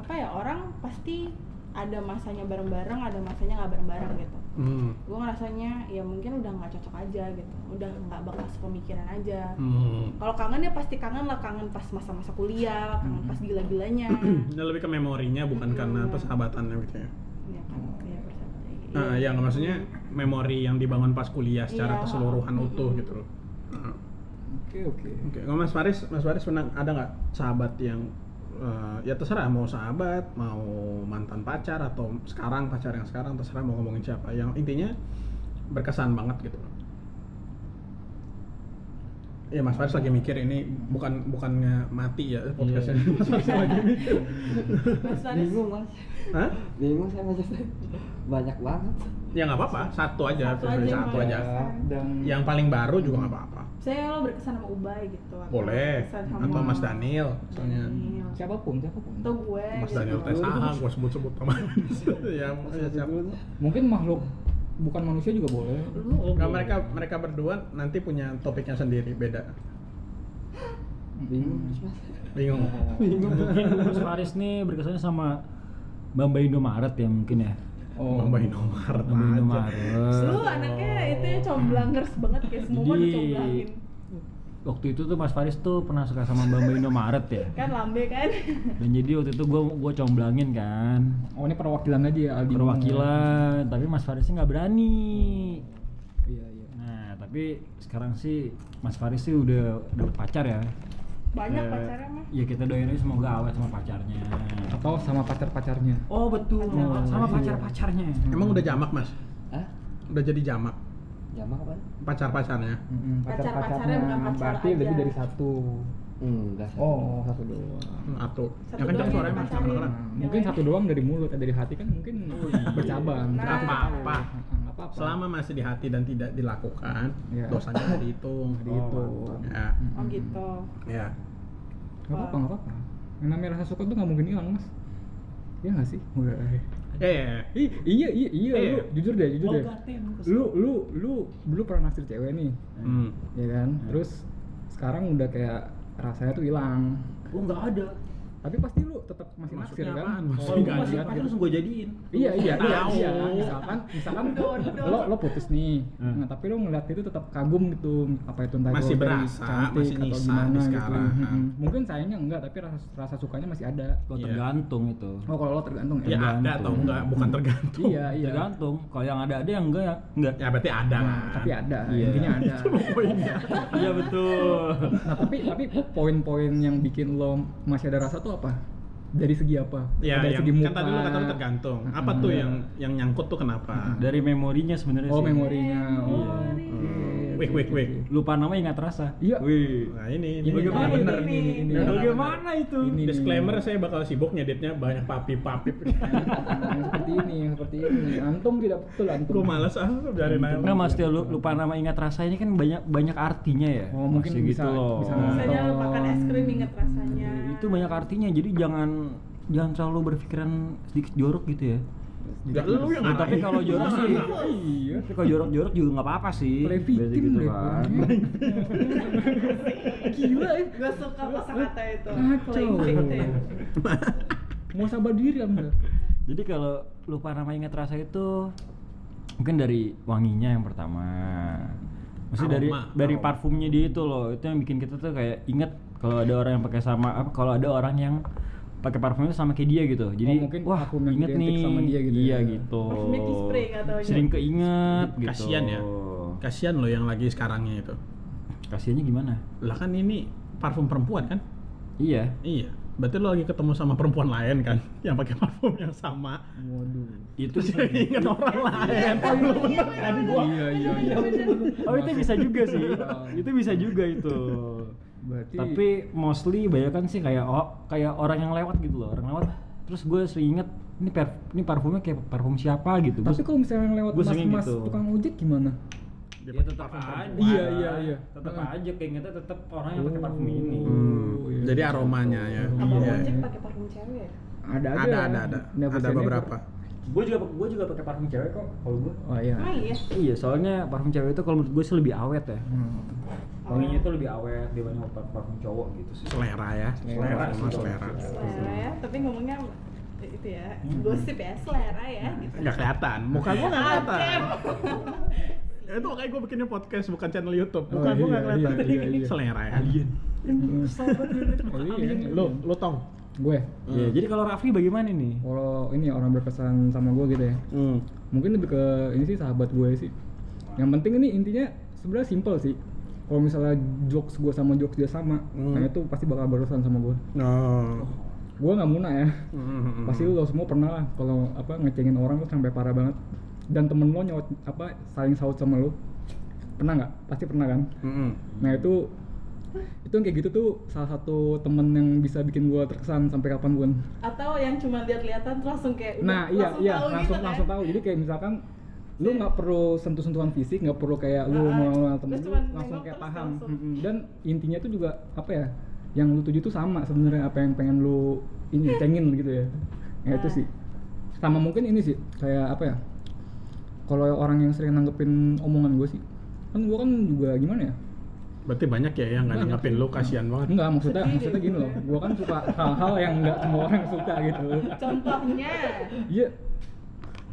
[SPEAKER 5] apa ya orang pasti ada masanya bareng-bareng ada masanya nggak bareng-bareng gitu
[SPEAKER 4] Hmm.
[SPEAKER 5] gue ngerasanya ya mungkin udah nggak cocok aja gitu udah nggak bakal sepemikiran aja
[SPEAKER 4] Hmm.
[SPEAKER 5] kalau kangen ya pasti kangen lah kangen pas masa-masa kuliah kangen pas gila-gilanya
[SPEAKER 4] Ini lebih ke memorinya bukan karena
[SPEAKER 5] Mm-mm.
[SPEAKER 4] persahabatannya gitu ya.
[SPEAKER 5] ya kan ya, persahabatan. Iya.
[SPEAKER 4] Nah, yang maksudnya memori yang dibangun pas kuliah secara
[SPEAKER 5] Iya.
[SPEAKER 4] keseluruhan
[SPEAKER 5] Mm-mm.
[SPEAKER 4] utuh gitu loh. Ah,
[SPEAKER 3] oke oke
[SPEAKER 4] Oke, kalau Mas Faris, Mas Faris pernah ada nggak sahabat yang eh, ya terserah mau sahabat, mau mantan pacar atau sekarang pacar yang sekarang terserah mau ngomongin siapa. Yang intinya berkesan banget gitu loh. Ya Mas Faris lagi mikir ini bukan bukannya mati ya podcastnya. Mas Faris lagi mikir.
[SPEAKER 5] Mas Faris,
[SPEAKER 6] bingung mas
[SPEAKER 4] Hah?
[SPEAKER 6] bingung saya menjawab banyak banget
[SPEAKER 4] Ya nggak apa-apa, satu aja,
[SPEAKER 5] Satu
[SPEAKER 4] pilih
[SPEAKER 5] aja,
[SPEAKER 4] satu
[SPEAKER 5] Mas.
[SPEAKER 4] Ya, aja.
[SPEAKER 3] dan
[SPEAKER 4] Yang paling baru juga nggak apa-apa.
[SPEAKER 5] saya lo berkesan sama Ubay gitu atau
[SPEAKER 4] Boleh.
[SPEAKER 5] berkesan sama Iya.
[SPEAKER 4] Atau Mas Daniel, misalnya.
[SPEAKER 5] Daniel.
[SPEAKER 3] siapapun siapapun
[SPEAKER 5] atau gue
[SPEAKER 4] Mas
[SPEAKER 5] gitu.
[SPEAKER 4] Daniel tes ah, gua sebut-sebut sama. ya, ya, siapa?
[SPEAKER 3] mungkin makhluk bukan manusia juga boleh
[SPEAKER 4] Nggak, mereka mereka berdua nanti punya topiknya sendiri beda.
[SPEAKER 6] bingung mas
[SPEAKER 4] Bingung.
[SPEAKER 6] Oh.
[SPEAKER 2] Mas Faris nih berkesannya sama Bamba Indomaret ya mungkin ya
[SPEAKER 4] Oh, Mbak Indomaret
[SPEAKER 2] Bamba
[SPEAKER 4] aja.
[SPEAKER 2] Indomaret
[SPEAKER 5] lu anaknya itu ya comblangers banget kayak semua mau
[SPEAKER 2] Jadi-
[SPEAKER 5] dicomblangin
[SPEAKER 2] waktu itu tuh Mas Faris tuh pernah suka sama Bamba Indomaret ya
[SPEAKER 5] kan lambe kan
[SPEAKER 2] dan jadi waktu itu gue gue comblangin kan
[SPEAKER 3] oh ini perwakilan aja ya Aldi
[SPEAKER 2] perwakilan tapi Mas Farisnya nggak berani
[SPEAKER 3] iya iya
[SPEAKER 2] nah tapi sekarang sih Mas Faris sih udah dapet pacar ya
[SPEAKER 4] Iya.
[SPEAKER 5] banyak
[SPEAKER 2] Eh,
[SPEAKER 5] pacarnya mah
[SPEAKER 2] ya kita doain aja semoga awet sama pacarnya
[SPEAKER 3] atau sama pacar pacarnya
[SPEAKER 2] oh betul
[SPEAKER 5] Pacar-
[SPEAKER 2] sama ya?
[SPEAKER 3] iya.
[SPEAKER 2] pacar pacarnya
[SPEAKER 4] Emang udah jamak, Mas?
[SPEAKER 6] ah
[SPEAKER 4] Udah jadi jamak
[SPEAKER 6] jamak apa
[SPEAKER 4] pacar-pacarnya.
[SPEAKER 5] Pacar-pacarnya bukan pacar
[SPEAKER 3] berarti
[SPEAKER 5] aja.
[SPEAKER 3] lebih dari satu
[SPEAKER 6] enggak
[SPEAKER 3] oh satu doang
[SPEAKER 4] Hmm, Atu.
[SPEAKER 5] Satu
[SPEAKER 4] Ya kan
[SPEAKER 5] doang
[SPEAKER 4] suaranya
[SPEAKER 5] yang Oh,
[SPEAKER 4] Mas Jamak kan.
[SPEAKER 5] dipacarin.
[SPEAKER 3] Nah, mungkin satu doang dari mulut eh, dari hati kan mungkin bercabang ya,
[SPEAKER 5] Nah.
[SPEAKER 4] Apa apa.
[SPEAKER 3] apa apa
[SPEAKER 4] Selama masih di hati dan tidak dilakukan,
[SPEAKER 3] Iya.
[SPEAKER 4] dosanya nggak dihitung.
[SPEAKER 3] dihitung.
[SPEAKER 4] Ya.
[SPEAKER 2] Hmm.
[SPEAKER 5] oh gitu
[SPEAKER 4] Ya.
[SPEAKER 3] nggak apa apa nggak apa yang namanya rasa suka tuh nggak mungkin hilang mas Iya nggak sih? Wah.
[SPEAKER 4] Ya, ya, ya.
[SPEAKER 3] Ih, iya iya iya
[SPEAKER 4] Iya.
[SPEAKER 3] lu jujur deh
[SPEAKER 5] Oh,
[SPEAKER 3] jujur deh. Lu
[SPEAKER 2] lu
[SPEAKER 3] lu lu dulu pernah naksir cewek nih,
[SPEAKER 4] Hmm.
[SPEAKER 3] ya kan? Terus sekarang udah kayak rasanya tuh hilang.
[SPEAKER 2] oh nggak ada
[SPEAKER 3] Tapi pasti lu tetap masih
[SPEAKER 4] Maksudnya
[SPEAKER 3] naksir
[SPEAKER 4] apaan?
[SPEAKER 3] kan?
[SPEAKER 4] Maksudnya
[SPEAKER 2] kalau
[SPEAKER 4] Nggak
[SPEAKER 2] gue
[SPEAKER 4] ada.
[SPEAKER 2] masih pacar langsung gue jadiin
[SPEAKER 3] Iya iya iya
[SPEAKER 4] Tahu.
[SPEAKER 3] iya. Misalkan misalkan lo lo putus nih,
[SPEAKER 2] Hmm.
[SPEAKER 3] nah, tapi lo ngeliat itu tetap kagum gitu, apa itu entah itu
[SPEAKER 4] Masih
[SPEAKER 3] dari
[SPEAKER 4] berasa, masih
[SPEAKER 3] atau
[SPEAKER 4] nyisa
[SPEAKER 3] gimana
[SPEAKER 4] di
[SPEAKER 3] gitu.
[SPEAKER 4] sekarang. Hmm.
[SPEAKER 3] Mm-mm. Mungkin sayangnya enggak, tapi rasa, rasa sukanya masih ada.
[SPEAKER 2] Lo
[SPEAKER 4] Iya.
[SPEAKER 2] tergantung itu.
[SPEAKER 3] Oh kalau lo tergantung
[SPEAKER 4] Ya
[SPEAKER 3] ya.
[SPEAKER 4] ada atau enggak, bukan tergantung.
[SPEAKER 3] Iya iya.
[SPEAKER 2] Tergantung. Kalau yang ada ada yang
[SPEAKER 3] Ah.
[SPEAKER 2] enggak ya enggak.
[SPEAKER 4] Ya berarti ada lah.
[SPEAKER 3] Nah, tapi ada,
[SPEAKER 2] Iya.
[SPEAKER 3] intinya ada.
[SPEAKER 2] Iya betul.
[SPEAKER 3] Nah, tapi tapi poin-poin yang bikin lo masih ada rasa tuh apa? Dari segi apa?
[SPEAKER 4] Ya,
[SPEAKER 3] dari
[SPEAKER 4] yang
[SPEAKER 3] segi
[SPEAKER 4] kan tadi lu kata lu tergantung. Apa tuh yang yang nyangkut tuh kenapa?
[SPEAKER 2] Dari memorinya sebenarnya
[SPEAKER 3] Oh,
[SPEAKER 2] sih.
[SPEAKER 3] memorinya. Oh.
[SPEAKER 5] Memori.
[SPEAKER 4] Wik wik wik.
[SPEAKER 2] Lupa nama ingat rasa.
[SPEAKER 3] Iya.
[SPEAKER 2] Wih.
[SPEAKER 4] Nah ini, ini
[SPEAKER 3] Ini
[SPEAKER 4] bener
[SPEAKER 2] Bagaimana
[SPEAKER 4] bener
[SPEAKER 5] ini?
[SPEAKER 4] nih.
[SPEAKER 3] ini,
[SPEAKER 2] Dan
[SPEAKER 3] ini.
[SPEAKER 2] bagaimana itu?
[SPEAKER 3] Ini.
[SPEAKER 4] Disclaimer saya bakal sibuk nyeditnya banyak papip-papip.
[SPEAKER 3] Yang seperti ini, yang seperti ini. Antum tidak betul antum.
[SPEAKER 4] Gua males ah, biarin aja.
[SPEAKER 2] Enggak mas Tio, lu- lupa nama ingat rasa ini kan banyak banyak artinya ya.
[SPEAKER 3] Oh, mungkin
[SPEAKER 2] Masih Nah,
[SPEAKER 3] bisa- bisa
[SPEAKER 5] misalnya lu
[SPEAKER 3] Nonton.
[SPEAKER 5] makan es krim inget rasanya
[SPEAKER 2] Itu banyak artinya. Jadi jangan jangan selalu berpikiran sedikit jorok gitu ya.
[SPEAKER 4] Ya, lu yang
[SPEAKER 3] Nah,
[SPEAKER 4] ngarahin.
[SPEAKER 2] tapi kalau jorok sih,
[SPEAKER 3] Iya.
[SPEAKER 2] tapi kalau jorok-jorok juga nggak apa-apa sih.
[SPEAKER 3] Play
[SPEAKER 2] Biasa
[SPEAKER 3] victim
[SPEAKER 2] gitu
[SPEAKER 3] deh,
[SPEAKER 2] kan.
[SPEAKER 3] kurangnya. Gila ya.
[SPEAKER 5] gue eh. suka kosakata itu
[SPEAKER 3] Kacau.
[SPEAKER 5] playing victim
[SPEAKER 3] Mau sabar diri Anda.
[SPEAKER 2] Jadi kalau lupa nama ingat rasa itu mungkin dari wanginya yang pertama. Mesti dari
[SPEAKER 4] Aroma,
[SPEAKER 2] dari
[SPEAKER 4] aroma.
[SPEAKER 2] parfumnya dia itu loh. Itu yang bikin kita tuh kayak inget kalau ada orang yang pakai sama apa kalau ada orang yang pakai parfumnya sama kayak dia gitu. Jadi
[SPEAKER 3] Oh, mungkin
[SPEAKER 2] wah
[SPEAKER 3] parfum yang
[SPEAKER 2] inget
[SPEAKER 3] identik
[SPEAKER 2] nih
[SPEAKER 3] sama dia gitu
[SPEAKER 2] Iya
[SPEAKER 3] ya.
[SPEAKER 2] gitu.
[SPEAKER 5] Parfumnya di spray, nggak taunya.
[SPEAKER 2] Sering keinget gitu.
[SPEAKER 4] Kasian ya. Kasian lo yang lagi sekarangnya itu.
[SPEAKER 2] Kasiannya gimana?
[SPEAKER 4] Lah kan ini parfum perempuan kan?
[SPEAKER 2] Iya.
[SPEAKER 4] Iya. Berarti lo lagi ketemu sama perempuan lain kan yang pakai parfum yang sama.
[SPEAKER 3] Waduh.
[SPEAKER 2] itu
[SPEAKER 4] Terus jadi inget orang lain. Oh, lo bener kan gua.
[SPEAKER 3] Iya iya iya.
[SPEAKER 2] oh itu bisa juga sih
[SPEAKER 3] Masuk.
[SPEAKER 2] itu bisa juga itu
[SPEAKER 3] Berarti
[SPEAKER 2] tapi mostly banyak kan sih kayak oh, kayak orang yang lewat gitu loh orang lewat terus gue sering inget ini per, ini parfumnya kayak parfum siapa gitu
[SPEAKER 3] tapi
[SPEAKER 2] Terus-
[SPEAKER 3] kalau misalnya yang lewat
[SPEAKER 2] Gua sering
[SPEAKER 3] mas-mas
[SPEAKER 2] gitu.
[SPEAKER 3] tukang ojek gimana?
[SPEAKER 4] Dia
[SPEAKER 2] Ya,
[SPEAKER 4] pakai
[SPEAKER 2] tetap
[SPEAKER 4] parfum
[SPEAKER 2] aja.
[SPEAKER 4] perempuan.
[SPEAKER 3] Iya, iya, iya.
[SPEAKER 2] tetap
[SPEAKER 3] Heeh.
[SPEAKER 2] aja keingetnya tetap orang yang pakai parfum ini
[SPEAKER 4] Hmm,
[SPEAKER 3] Oh, iya.
[SPEAKER 4] Jadi aromanya ya.
[SPEAKER 5] Apa
[SPEAKER 4] Iya,
[SPEAKER 5] ojek
[SPEAKER 4] iya.
[SPEAKER 5] pakai parfum cewek?
[SPEAKER 3] Ada aja.
[SPEAKER 4] Ada ada ada.
[SPEAKER 3] Nah,
[SPEAKER 4] Ada
[SPEAKER 3] pesannya
[SPEAKER 4] beberapa.
[SPEAKER 2] gue juga gue juga pakai parfum cewek kok kalau gue
[SPEAKER 3] Oh iya.
[SPEAKER 5] Ah iya.
[SPEAKER 2] iya soalnya parfum cewek itu kalau menurut gue sih lebih awet ya
[SPEAKER 3] Hmm.
[SPEAKER 2] wanginya itu lebih awet dibanding par- parfum cowok gitu sih
[SPEAKER 4] Selera ya.
[SPEAKER 2] Selera
[SPEAKER 4] Semua
[SPEAKER 2] sih,
[SPEAKER 4] selera.
[SPEAKER 5] Selera ya, tapi ngomongnya itu ya, gosip ya, selera ya gitu.
[SPEAKER 4] Enggak kelihatan. Muka gua
[SPEAKER 3] Iya.
[SPEAKER 4] enggak
[SPEAKER 5] Ah,
[SPEAKER 4] kelihatan.
[SPEAKER 5] damn.
[SPEAKER 4] Ya, Itu makanya gua bikinnya podcast bukan channel YouTube.
[SPEAKER 3] Oh,
[SPEAKER 4] Muka gua enggak
[SPEAKER 3] iya, iya,
[SPEAKER 4] kelihatan.
[SPEAKER 3] iya, iya. Hmm.
[SPEAKER 4] Selera ya. Alien.
[SPEAKER 3] Oh, iya.
[SPEAKER 4] Lo lo tong.
[SPEAKER 3] gue
[SPEAKER 2] Iya, jadi kalau Rafli bagaimana nih
[SPEAKER 3] kalau ini orang berkesan sama gue gitu ya.
[SPEAKER 4] Hmm.
[SPEAKER 3] Mungkin lebih ke ini sih sahabat gue sih. Yang penting ini intinya sebenarnya simple sih. Kalau misalnya jokes gue sama jokes dia sama,
[SPEAKER 4] Hmm.
[SPEAKER 3] nah itu pasti bakal berurusan sama gue.
[SPEAKER 4] Oh.
[SPEAKER 3] Gue nggak muna ya.
[SPEAKER 4] Hmm.
[SPEAKER 3] Pasti lo semua pernah lah kalau apa ngecengin orang tuh sampai parah banget. Dan temen lo nyaut apa saling saut sama lo. Pernah nggak? Pasti pernah kan?
[SPEAKER 4] Hmm.
[SPEAKER 3] Nah itu itu yang kayak gitu tuh salah satu temen yang bisa bikin gue terkesan sampai kapanpun.
[SPEAKER 5] Atau yang cuma lihat-lihatan terus langsung kayak
[SPEAKER 3] Nah
[SPEAKER 5] udah,
[SPEAKER 3] iya
[SPEAKER 5] langsung
[SPEAKER 3] iya
[SPEAKER 5] tahu
[SPEAKER 3] langsung
[SPEAKER 5] gitu,
[SPEAKER 3] langsung
[SPEAKER 5] kan?
[SPEAKER 3] tahu. Jadi kayak misalkan lu nggak perlu sentuh-sentuhan fisik, nggak perlu kayak lu
[SPEAKER 5] Ah,
[SPEAKER 3] mau ngelawan temen
[SPEAKER 5] terus
[SPEAKER 3] lu
[SPEAKER 5] cuman
[SPEAKER 3] langsung
[SPEAKER 5] nengok
[SPEAKER 3] kayak
[SPEAKER 5] terus
[SPEAKER 3] paham.
[SPEAKER 5] langsung.
[SPEAKER 3] Mm-mm. Dan intinya tuh juga apa ya? Yang lu tuju tuh sama sebenarnya apa yang pengen lu ini cengin gitu ya. Ya itu
[SPEAKER 5] Ah.
[SPEAKER 3] sih. Sama mungkin ini sih kayak apa ya? Kalau orang yang sering nanggepin omongan gue sih, kan gue kan juga gimana ya?
[SPEAKER 4] Berarti banyak Hmm. ya yang nggak
[SPEAKER 3] Banyak.
[SPEAKER 4] nanggapin lo kasihan banget.
[SPEAKER 3] Enggak, maksudnya
[SPEAKER 5] Sedih deh
[SPEAKER 3] maksudnya gini
[SPEAKER 5] gue.
[SPEAKER 3] loh. Gua kan suka hal-hal yang enggak semua orang suka gitu.
[SPEAKER 5] Contohnya.
[SPEAKER 3] Iya.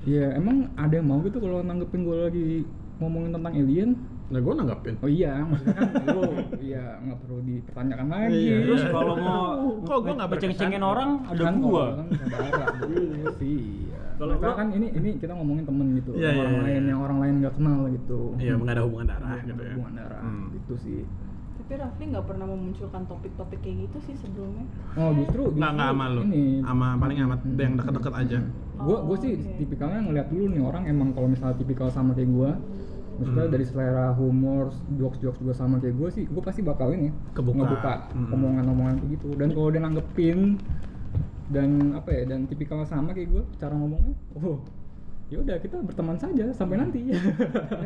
[SPEAKER 3] Iya, emang ada yang mau gitu kalau nanggepin gue lagi ngomongin tentang alien?
[SPEAKER 4] Nah, gua nanggapin.
[SPEAKER 3] Oh iya, maksudnya kan lu iya nggak perlu dipertanyakan lagi.
[SPEAKER 4] Iya.
[SPEAKER 2] terus kalau mau
[SPEAKER 4] Kok gua nggak berkesan?
[SPEAKER 2] cengin orang ada
[SPEAKER 3] kan
[SPEAKER 2] gua
[SPEAKER 3] kalau orang kan saudara, gitu sih. Iya.
[SPEAKER 2] Kalau
[SPEAKER 3] Maka
[SPEAKER 2] gua-
[SPEAKER 3] kan ini ini kita ngomongin temen gitu,
[SPEAKER 4] Iya, iya,
[SPEAKER 3] orang
[SPEAKER 4] iya.
[SPEAKER 3] lain yang orang lain nggak kenal gitu.
[SPEAKER 4] Iya, emang nggak ada hubungan darah
[SPEAKER 3] Iya,
[SPEAKER 4] gitu ya.
[SPEAKER 3] hubungan darah,
[SPEAKER 4] Hmm.
[SPEAKER 3] gitu sih.
[SPEAKER 5] Tapi Rafli nggak pernah memunculkan topik-topik kayak gitu sih sebelumnya.
[SPEAKER 3] Oh justru, justru
[SPEAKER 4] Nggak nggak sama lo.
[SPEAKER 3] ini
[SPEAKER 4] Sama paling amat yang deket-deket aja.
[SPEAKER 3] gue
[SPEAKER 5] Oh,
[SPEAKER 3] gue sih
[SPEAKER 5] oke.
[SPEAKER 3] tipikalnya ngeliat dulu nih orang emang kalau misalnya tipikal sama kayak gue maksudnya
[SPEAKER 4] Hmm.
[SPEAKER 3] dari selera humor jokes jokes juga sama kayak gue sih gue pasti bakal ini
[SPEAKER 4] Kebuka.
[SPEAKER 3] ngebuka
[SPEAKER 4] Hmm.
[SPEAKER 3] omongan-omongan kayak gitu dan kalau dia nanggepin dan apa ya dan tipikal sama kayak gue cara ngomongnya oh ya udah kita berteman saja
[SPEAKER 4] Hmm.
[SPEAKER 3] sampai nanti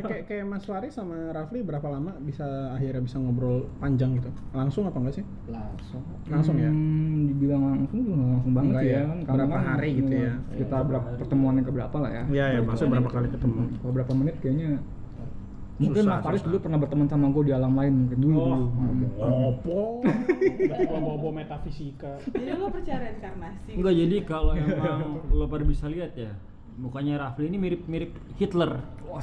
[SPEAKER 4] kayak kayak Mas Lari sama Rafli berapa lama bisa akhirnya bisa ngobrol panjang gitu? Langsung apa enggak sih?
[SPEAKER 6] langsung
[SPEAKER 4] Langsung ya?
[SPEAKER 3] Hmm, dibilang langsung juga nggak langsung banget
[SPEAKER 4] Enggak
[SPEAKER 3] sih ya
[SPEAKER 4] ya.
[SPEAKER 3] kan karena
[SPEAKER 4] Berapa
[SPEAKER 3] kan
[SPEAKER 4] hari gitu ya?
[SPEAKER 5] Iya,
[SPEAKER 3] kita berapa pertemuan yang keberapa lah ya
[SPEAKER 4] Iya, ya, maksudnya berapa kali ketemu?
[SPEAKER 3] Hmm, Kalau berapa menit kayaknya mungkin
[SPEAKER 4] Susah,
[SPEAKER 3] Mas Faris
[SPEAKER 4] susah.
[SPEAKER 3] dulu pernah berteman sama gue di alam lain mungkin dulu dulu. Hmm.
[SPEAKER 4] Opo, bawa-bawa metafisika.
[SPEAKER 5] Jadi lo percaya reinkarnasi?
[SPEAKER 2] enggak jadi kalau emang lo pada bisa lihat ya mukanya Rafli ini mirip-mirip Hitler
[SPEAKER 3] oh,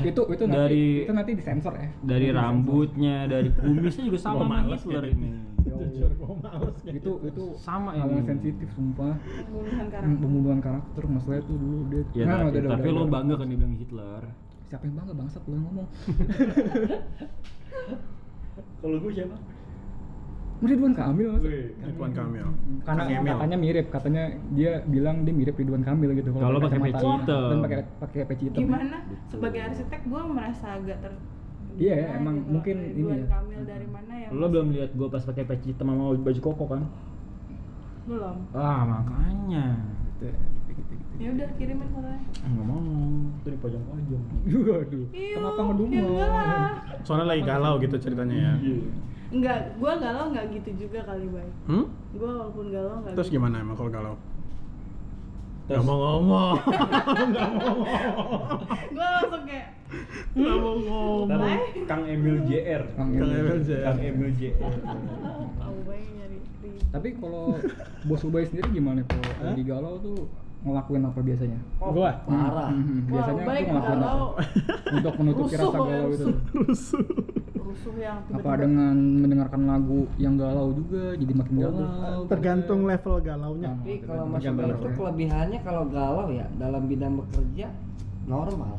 [SPEAKER 3] Itu itu nanti
[SPEAKER 2] Dari-
[SPEAKER 3] itu nanti disensor ya.
[SPEAKER 2] dari rambutnya dari kumisnya juga sama sama
[SPEAKER 4] males
[SPEAKER 2] Hitler
[SPEAKER 4] kayak
[SPEAKER 2] ini
[SPEAKER 4] Jujur gue males kayak gitu.
[SPEAKER 3] Itu itu
[SPEAKER 2] Sama ya.
[SPEAKER 3] hal
[SPEAKER 2] ini.
[SPEAKER 3] yang sensitif sumpah.
[SPEAKER 5] Pembunuhan
[SPEAKER 3] Hmm,
[SPEAKER 5] karakter.
[SPEAKER 3] Pembunuhan karakter masalahnya tuh dulu dia.
[SPEAKER 2] ya
[SPEAKER 3] Nah, udah,
[SPEAKER 2] tapi,
[SPEAKER 3] udah,
[SPEAKER 2] tapi
[SPEAKER 3] udah,
[SPEAKER 2] lo
[SPEAKER 3] udah.
[SPEAKER 2] bangga kan dibilang Hitler
[SPEAKER 3] Siapa yang bangga bangsat lo yang ngomong.
[SPEAKER 2] kalau gue siapa
[SPEAKER 3] Mesti Ridwan Kamil Mas.
[SPEAKER 4] Ridwan Kamil.
[SPEAKER 3] Hmm, Karena
[SPEAKER 4] Kang Emil.
[SPEAKER 3] katanya mirip, katanya dia bilang dia mirip Ridwan Kamil gitu.
[SPEAKER 2] Kalau pakai
[SPEAKER 3] kacamata
[SPEAKER 2] peci hitam.
[SPEAKER 3] Dan pakai pakai peci hitam. ya.
[SPEAKER 5] Gimana? Sebagai arsitek gue merasa agak ter.
[SPEAKER 3] Iya,
[SPEAKER 5] gimana
[SPEAKER 3] emang
[SPEAKER 5] gitu.
[SPEAKER 3] mungkin ini
[SPEAKER 5] Ridwan
[SPEAKER 3] ya.
[SPEAKER 5] Kamil dari mana ya?
[SPEAKER 2] lo belum lihat gue pas pakai peci hitam sama baju koko kan
[SPEAKER 5] Belum.
[SPEAKER 2] ah makanya Gitu,
[SPEAKER 5] Ya udah kirimin fotonya.
[SPEAKER 2] nggak mau itu di pojok-pojok
[SPEAKER 3] Waduh. Kenapa
[SPEAKER 5] Ya
[SPEAKER 3] ngedumel?
[SPEAKER 5] enggak lah.
[SPEAKER 4] Soalnya lagi galau gitu ceritanya ya.
[SPEAKER 5] Enggak, gue galau nggak gitu juga kali baik.
[SPEAKER 4] Hmm?
[SPEAKER 5] Gue walaupun galau nggak.
[SPEAKER 4] Terus
[SPEAKER 5] gitu.
[SPEAKER 4] gimana emang kalau galau? Gak mau ngomong,
[SPEAKER 5] Gue langsung kayak.
[SPEAKER 4] gak mau ngomong.
[SPEAKER 2] Kang Emil JR
[SPEAKER 3] Kang
[SPEAKER 4] Kang
[SPEAKER 3] Emil.
[SPEAKER 4] Emil Jaya.
[SPEAKER 2] Emil JR
[SPEAKER 5] Tahu gue nyari.
[SPEAKER 3] Tapi kalau Bos Ubay sendiri gimana kalau
[SPEAKER 4] Hah?
[SPEAKER 3] lagi galau tuh ngelakuin apa biasanya?
[SPEAKER 4] Gua
[SPEAKER 6] parah
[SPEAKER 2] Hmm.
[SPEAKER 3] Mhm, Biasanya
[SPEAKER 5] Wah,
[SPEAKER 3] tuh
[SPEAKER 5] Ubay
[SPEAKER 3] ngelakuin apa?
[SPEAKER 5] galau.
[SPEAKER 3] Untuk menutupi
[SPEAKER 5] Rusuh,
[SPEAKER 3] rasa
[SPEAKER 5] Ubay,
[SPEAKER 3] galau itu.
[SPEAKER 5] rusuh. rusuh yang
[SPEAKER 3] Apa
[SPEAKER 5] tiba-tiba.
[SPEAKER 3] dengan mendengarkan lagu yang galau juga jadi makin galau?
[SPEAKER 4] Oh, tergantung level galaunya.
[SPEAKER 3] Hmm,
[SPEAKER 6] tapi kalau
[SPEAKER 3] tergantung
[SPEAKER 6] mas Ubay
[SPEAKER 3] galau
[SPEAKER 6] itu
[SPEAKER 3] ya.
[SPEAKER 6] kelebihannya kalau galau ya dalam bidang bekerja normal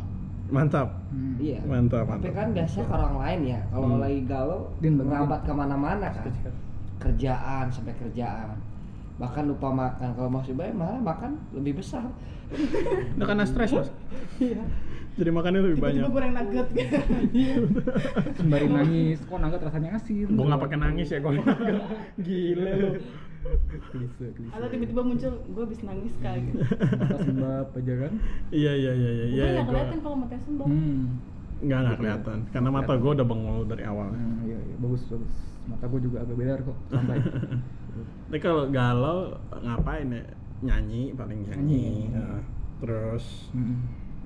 [SPEAKER 4] Mantap.
[SPEAKER 3] Hmm.
[SPEAKER 6] iya
[SPEAKER 4] Mantap, Hmm.
[SPEAKER 6] tapi
[SPEAKER 4] mantap.
[SPEAKER 6] kan biasanya ke orang lain ya kalau lagi galau
[SPEAKER 3] Din, bagi-
[SPEAKER 6] merambat kemana-mana kan kerjaan sampai kerjaan bahkan lupa makan kalau Mas Ubay malah makan lebih besar
[SPEAKER 4] Nah, karena stres mas.
[SPEAKER 6] iya
[SPEAKER 4] Jadi makannya lebih banyak.
[SPEAKER 5] Tiba-tiba goreng nugget gitu.
[SPEAKER 3] sembari nangis kok nangga rasanya asin
[SPEAKER 4] Gue nggak pakai nangis ya gue. Gila lu.
[SPEAKER 3] klise klise
[SPEAKER 5] Atau tiba-tiba muncul, gue habis nangis kali gitu.
[SPEAKER 3] atas mbak aja kan
[SPEAKER 4] Iya iya iya iya.
[SPEAKER 5] Gue
[SPEAKER 4] iya,
[SPEAKER 5] nggak
[SPEAKER 4] gua-
[SPEAKER 5] kelihatan kalau mata sembah.
[SPEAKER 3] hmm
[SPEAKER 4] Nggak nggak kelihatan. Karena mata gue udah bengong dari awal.
[SPEAKER 3] nah, iya, iya bagus bagus mata gua juga agak beler kok santai
[SPEAKER 4] Tapi kalau galau ngapain ya? Nyanyi paling nyanyi.
[SPEAKER 3] Nyanyi.
[SPEAKER 4] Nah, terus
[SPEAKER 3] Mm-mm.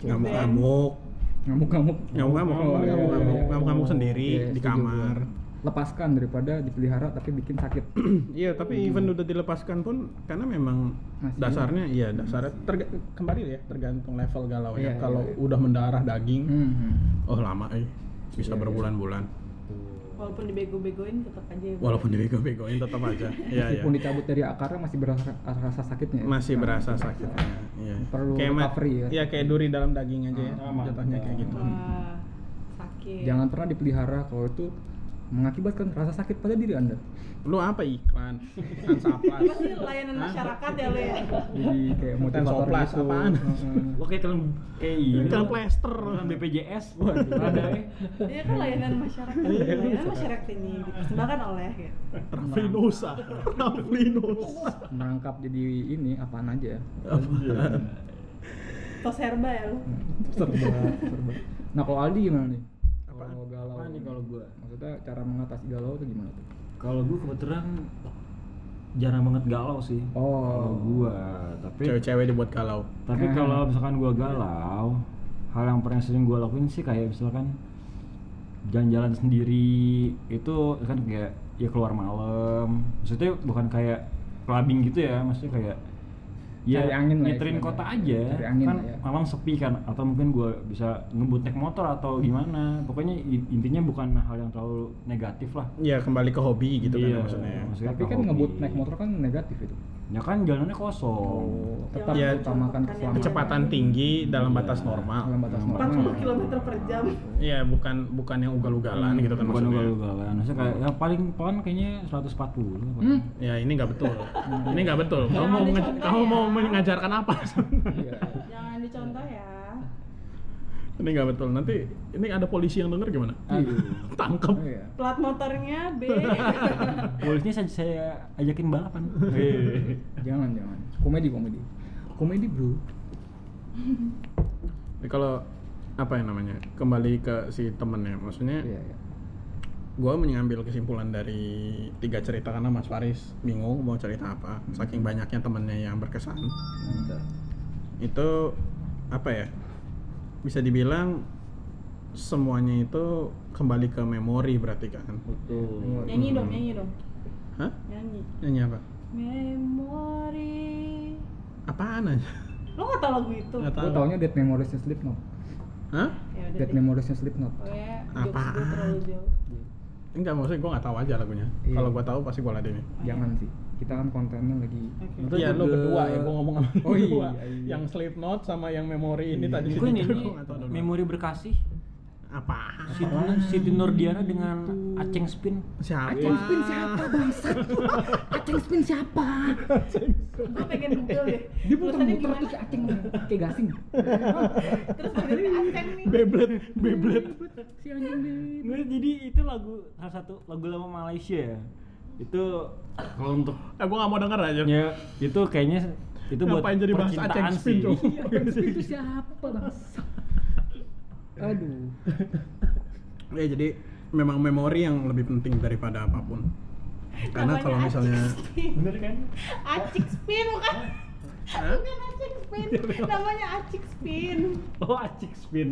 [SPEAKER 4] ngamuk-ngamuk.
[SPEAKER 3] Hmm. ngamuk-ngamuk
[SPEAKER 4] Ngamuk-ngamuk,
[SPEAKER 3] Oh, iya,
[SPEAKER 4] ngamuk-ngamuk,
[SPEAKER 3] iya, iya.
[SPEAKER 4] ngamuk-ngamuk sendiri
[SPEAKER 3] Iya,
[SPEAKER 4] di
[SPEAKER 3] setuju
[SPEAKER 4] kamar.
[SPEAKER 3] gua. lepaskan daripada dipelihara tapi bikin sakit
[SPEAKER 4] Iya, tapi
[SPEAKER 3] Hmm.
[SPEAKER 4] even udah dilepaskan pun karena memang
[SPEAKER 3] Masih.
[SPEAKER 4] dasarnya iya dasarnya terga- kembali ya tergantung level galau
[SPEAKER 3] Iya,
[SPEAKER 4] ya. Kalau
[SPEAKER 3] iya.
[SPEAKER 4] udah mendarah daging,
[SPEAKER 3] hmm.
[SPEAKER 4] oh lama eh bisa berbulan-bulan.
[SPEAKER 5] Walaupun dibego-begoin tetap aja. ya.
[SPEAKER 4] Walaupun dibego-begoin tetap aja. Iya, iya.
[SPEAKER 3] meskipun dicabut dari akarnya masih berasa rasa sakitnya ya?
[SPEAKER 4] Masih berasa sakitnya. Iya.
[SPEAKER 3] Perlu
[SPEAKER 4] ma-
[SPEAKER 3] recovery ya. Iya,
[SPEAKER 4] Iya, kayak duri dalam daging aja ya.
[SPEAKER 2] Aman.
[SPEAKER 4] Jatuhnya kayak gitu.
[SPEAKER 5] Wah, ah, sakit.
[SPEAKER 3] jangan pernah dipelihara kalau itu mengakibatkan rasa sakit pada diri anda
[SPEAKER 4] Lu apa iklan? Iklan saplas.
[SPEAKER 5] Apa sih layanan masyarakat ya lo ya?
[SPEAKER 3] jadi kayak motivator
[SPEAKER 4] Tensoplas
[SPEAKER 3] gitu
[SPEAKER 4] Iya. apaan?
[SPEAKER 3] Heeh.
[SPEAKER 2] Lo kayak kalian kayak ini. kan
[SPEAKER 4] Iklan plester.
[SPEAKER 2] Iklan BPJS. Waduh. Ada eh.
[SPEAKER 5] Iya kan layanan masyarakat.
[SPEAKER 3] Iya,
[SPEAKER 5] Layanan masyarakat ini dipersembahkan oleh ya.
[SPEAKER 4] Rafli Nusa. Rafli Nusa.
[SPEAKER 3] merangkap jadi ini apaan aja
[SPEAKER 5] Tos herba ya lo.
[SPEAKER 3] Hmm. serba serba nah kalau Aldi gimana nih
[SPEAKER 4] Apaan?
[SPEAKER 3] kalau galau
[SPEAKER 2] Apaan nih kalau gua?
[SPEAKER 3] maksudnya cara mengatasi galau itu gimana tuh
[SPEAKER 2] Kalau gue kebetulan jarang banget galau sih.
[SPEAKER 3] Oh.
[SPEAKER 2] Kalau gue, tapi
[SPEAKER 4] Cewek-cewek dibuat galau.
[SPEAKER 3] Ah.
[SPEAKER 2] tapi kalau misalkan gue galau, hal yang paling sering gue lakuin sih kayak misalkan jalan-jalan sendiri itu kan kayak ya keluar malam. Maksudnya bukan kayak clubbing gitu ya, maksudnya kayak
[SPEAKER 3] Cari angin lah ya
[SPEAKER 2] nyetirin
[SPEAKER 3] istilahnya.
[SPEAKER 2] kota aja
[SPEAKER 3] Cari angin
[SPEAKER 2] kan
[SPEAKER 3] lah ya.
[SPEAKER 2] malam sepi kan atau mungkin gue bisa ngebut naik motor atau gimana pokoknya i- intinya bukan hal yang terlalu negatif lah
[SPEAKER 4] Ya kembali ke hobi gitu kan
[SPEAKER 2] Iya,
[SPEAKER 4] maksudnya. ya.
[SPEAKER 2] maksudnya
[SPEAKER 3] tapi
[SPEAKER 2] ke
[SPEAKER 3] kan
[SPEAKER 2] hobi.
[SPEAKER 3] ngebut naik motor kan negatif itu
[SPEAKER 2] ya kan jalannya kosong
[SPEAKER 3] tetap
[SPEAKER 4] Iya.
[SPEAKER 3] utamakan keselamatan
[SPEAKER 4] Kecepatan tinggi dalam
[SPEAKER 2] Iya.
[SPEAKER 4] batas
[SPEAKER 3] dalam
[SPEAKER 4] normal.
[SPEAKER 3] batas
[SPEAKER 2] Yang
[SPEAKER 3] normal
[SPEAKER 5] 40 km per jam.
[SPEAKER 3] Hmm.
[SPEAKER 4] Iya, bukan bukan yang ugal-ugalan gitu kan
[SPEAKER 2] bukan
[SPEAKER 4] maksudnya.
[SPEAKER 2] ugal-ugalan maksudnya kayak ya paling paling kayaknya 140 apa.
[SPEAKER 3] Hmm?
[SPEAKER 4] Ya ini nggak betul.
[SPEAKER 2] Iya.
[SPEAKER 4] ini nggak betul. Kamu mau
[SPEAKER 5] Jangan
[SPEAKER 4] nge-
[SPEAKER 5] dicontoh
[SPEAKER 4] kamu
[SPEAKER 5] ya.
[SPEAKER 4] mau mengajarkan apa?
[SPEAKER 3] Iya.
[SPEAKER 5] Jangan dicontoh ya.
[SPEAKER 4] ini nggak betul. Nanti ini ada polisi yang denger gimana?
[SPEAKER 2] Aduh.
[SPEAKER 4] Tangkep.
[SPEAKER 3] Oh, iya.
[SPEAKER 5] Plat motornya B.
[SPEAKER 2] Polisnya saya, saya ajakin balapan.
[SPEAKER 4] Iya.
[SPEAKER 3] jangan jangan komedi komedi komedi bro
[SPEAKER 4] Tapi kalau apa yang namanya kembali ke si temennya, maksudnya
[SPEAKER 3] iya iya
[SPEAKER 4] gue mengambil kesimpulan dari tiga cerita karena Mas Faris bingung mau cerita apa
[SPEAKER 3] Hmm.
[SPEAKER 4] saking banyaknya temennya yang berkesan
[SPEAKER 3] Mantap.
[SPEAKER 4] itu apa ya bisa dibilang semuanya itu kembali ke memori berarti kan
[SPEAKER 2] Betul.
[SPEAKER 5] nyanyi dong, nyanyi dong.
[SPEAKER 4] hah
[SPEAKER 5] Nyanyi.
[SPEAKER 4] nyanyi apa
[SPEAKER 5] Memori.
[SPEAKER 4] apaan aja
[SPEAKER 5] Lo gak tau lagu itu?
[SPEAKER 4] Nggak
[SPEAKER 3] Gue
[SPEAKER 4] Tahu.
[SPEAKER 3] taunya Dead Memoriesnya Slipknot.
[SPEAKER 4] hah
[SPEAKER 5] Ya udah
[SPEAKER 3] Dead
[SPEAKER 5] deh.
[SPEAKER 3] Memoriesnya Slipknot.
[SPEAKER 5] Pokoknya jokes gue
[SPEAKER 4] Apaan?
[SPEAKER 5] terlalu jauh.
[SPEAKER 4] enggak maksudnya gue nggak tahu aja lagunya
[SPEAKER 3] Iya.
[SPEAKER 4] kalau gue tahu pasti gue ladenin
[SPEAKER 3] Jangan sih. Kita kan kontennya lagi
[SPEAKER 5] Oke.
[SPEAKER 2] Itu
[SPEAKER 4] Iya, lu
[SPEAKER 2] juga-
[SPEAKER 4] berdua ya, gue ngomong sama lu
[SPEAKER 3] Oh iya,
[SPEAKER 4] berdua.
[SPEAKER 3] iya.
[SPEAKER 4] Yang Slipknot sama yang memori ini tadi.
[SPEAKER 2] Gue
[SPEAKER 4] Gua
[SPEAKER 2] nyanyi
[SPEAKER 4] nggak tahu dulu.
[SPEAKER 2] memori berkasih.
[SPEAKER 4] apa?
[SPEAKER 2] Siti, Siti Nordiana dengan Aceng Spin.
[SPEAKER 4] Siapa?
[SPEAKER 3] siapa bangsa? Aceng Spin siapa?
[SPEAKER 5] Gue pengen google deh.
[SPEAKER 3] Dia muter-muter
[SPEAKER 5] Tulisannya
[SPEAKER 3] terus Aceng kayak gasing.
[SPEAKER 5] gimana? Terus tulisannya aceng nih.
[SPEAKER 4] Beyblade, Beyblade.
[SPEAKER 3] Si anjing deh.
[SPEAKER 2] Nah, jadi itu lagu salah satu lagu lama Malaysia ya. Itu kalau untuk
[SPEAKER 4] Eh, gue gak mau denger aja.
[SPEAKER 2] ya itu kayaknya itu buat
[SPEAKER 4] Ngapain jadi bahas Aceng
[SPEAKER 2] percintaan
[SPEAKER 4] Spin
[SPEAKER 2] sih.
[SPEAKER 4] dong?
[SPEAKER 3] Itu siapa bangsa? Aduh.
[SPEAKER 4] Ya jadi memang memori yang lebih penting daripada apapun. Karena
[SPEAKER 5] Namanya
[SPEAKER 4] kalau misalnya
[SPEAKER 5] acik spin.
[SPEAKER 2] Bener kan?
[SPEAKER 5] Acik spin bukan?
[SPEAKER 4] Hah?
[SPEAKER 5] Bukan acik spin. Namanya acik spin.
[SPEAKER 2] Oh, Aceng Spin.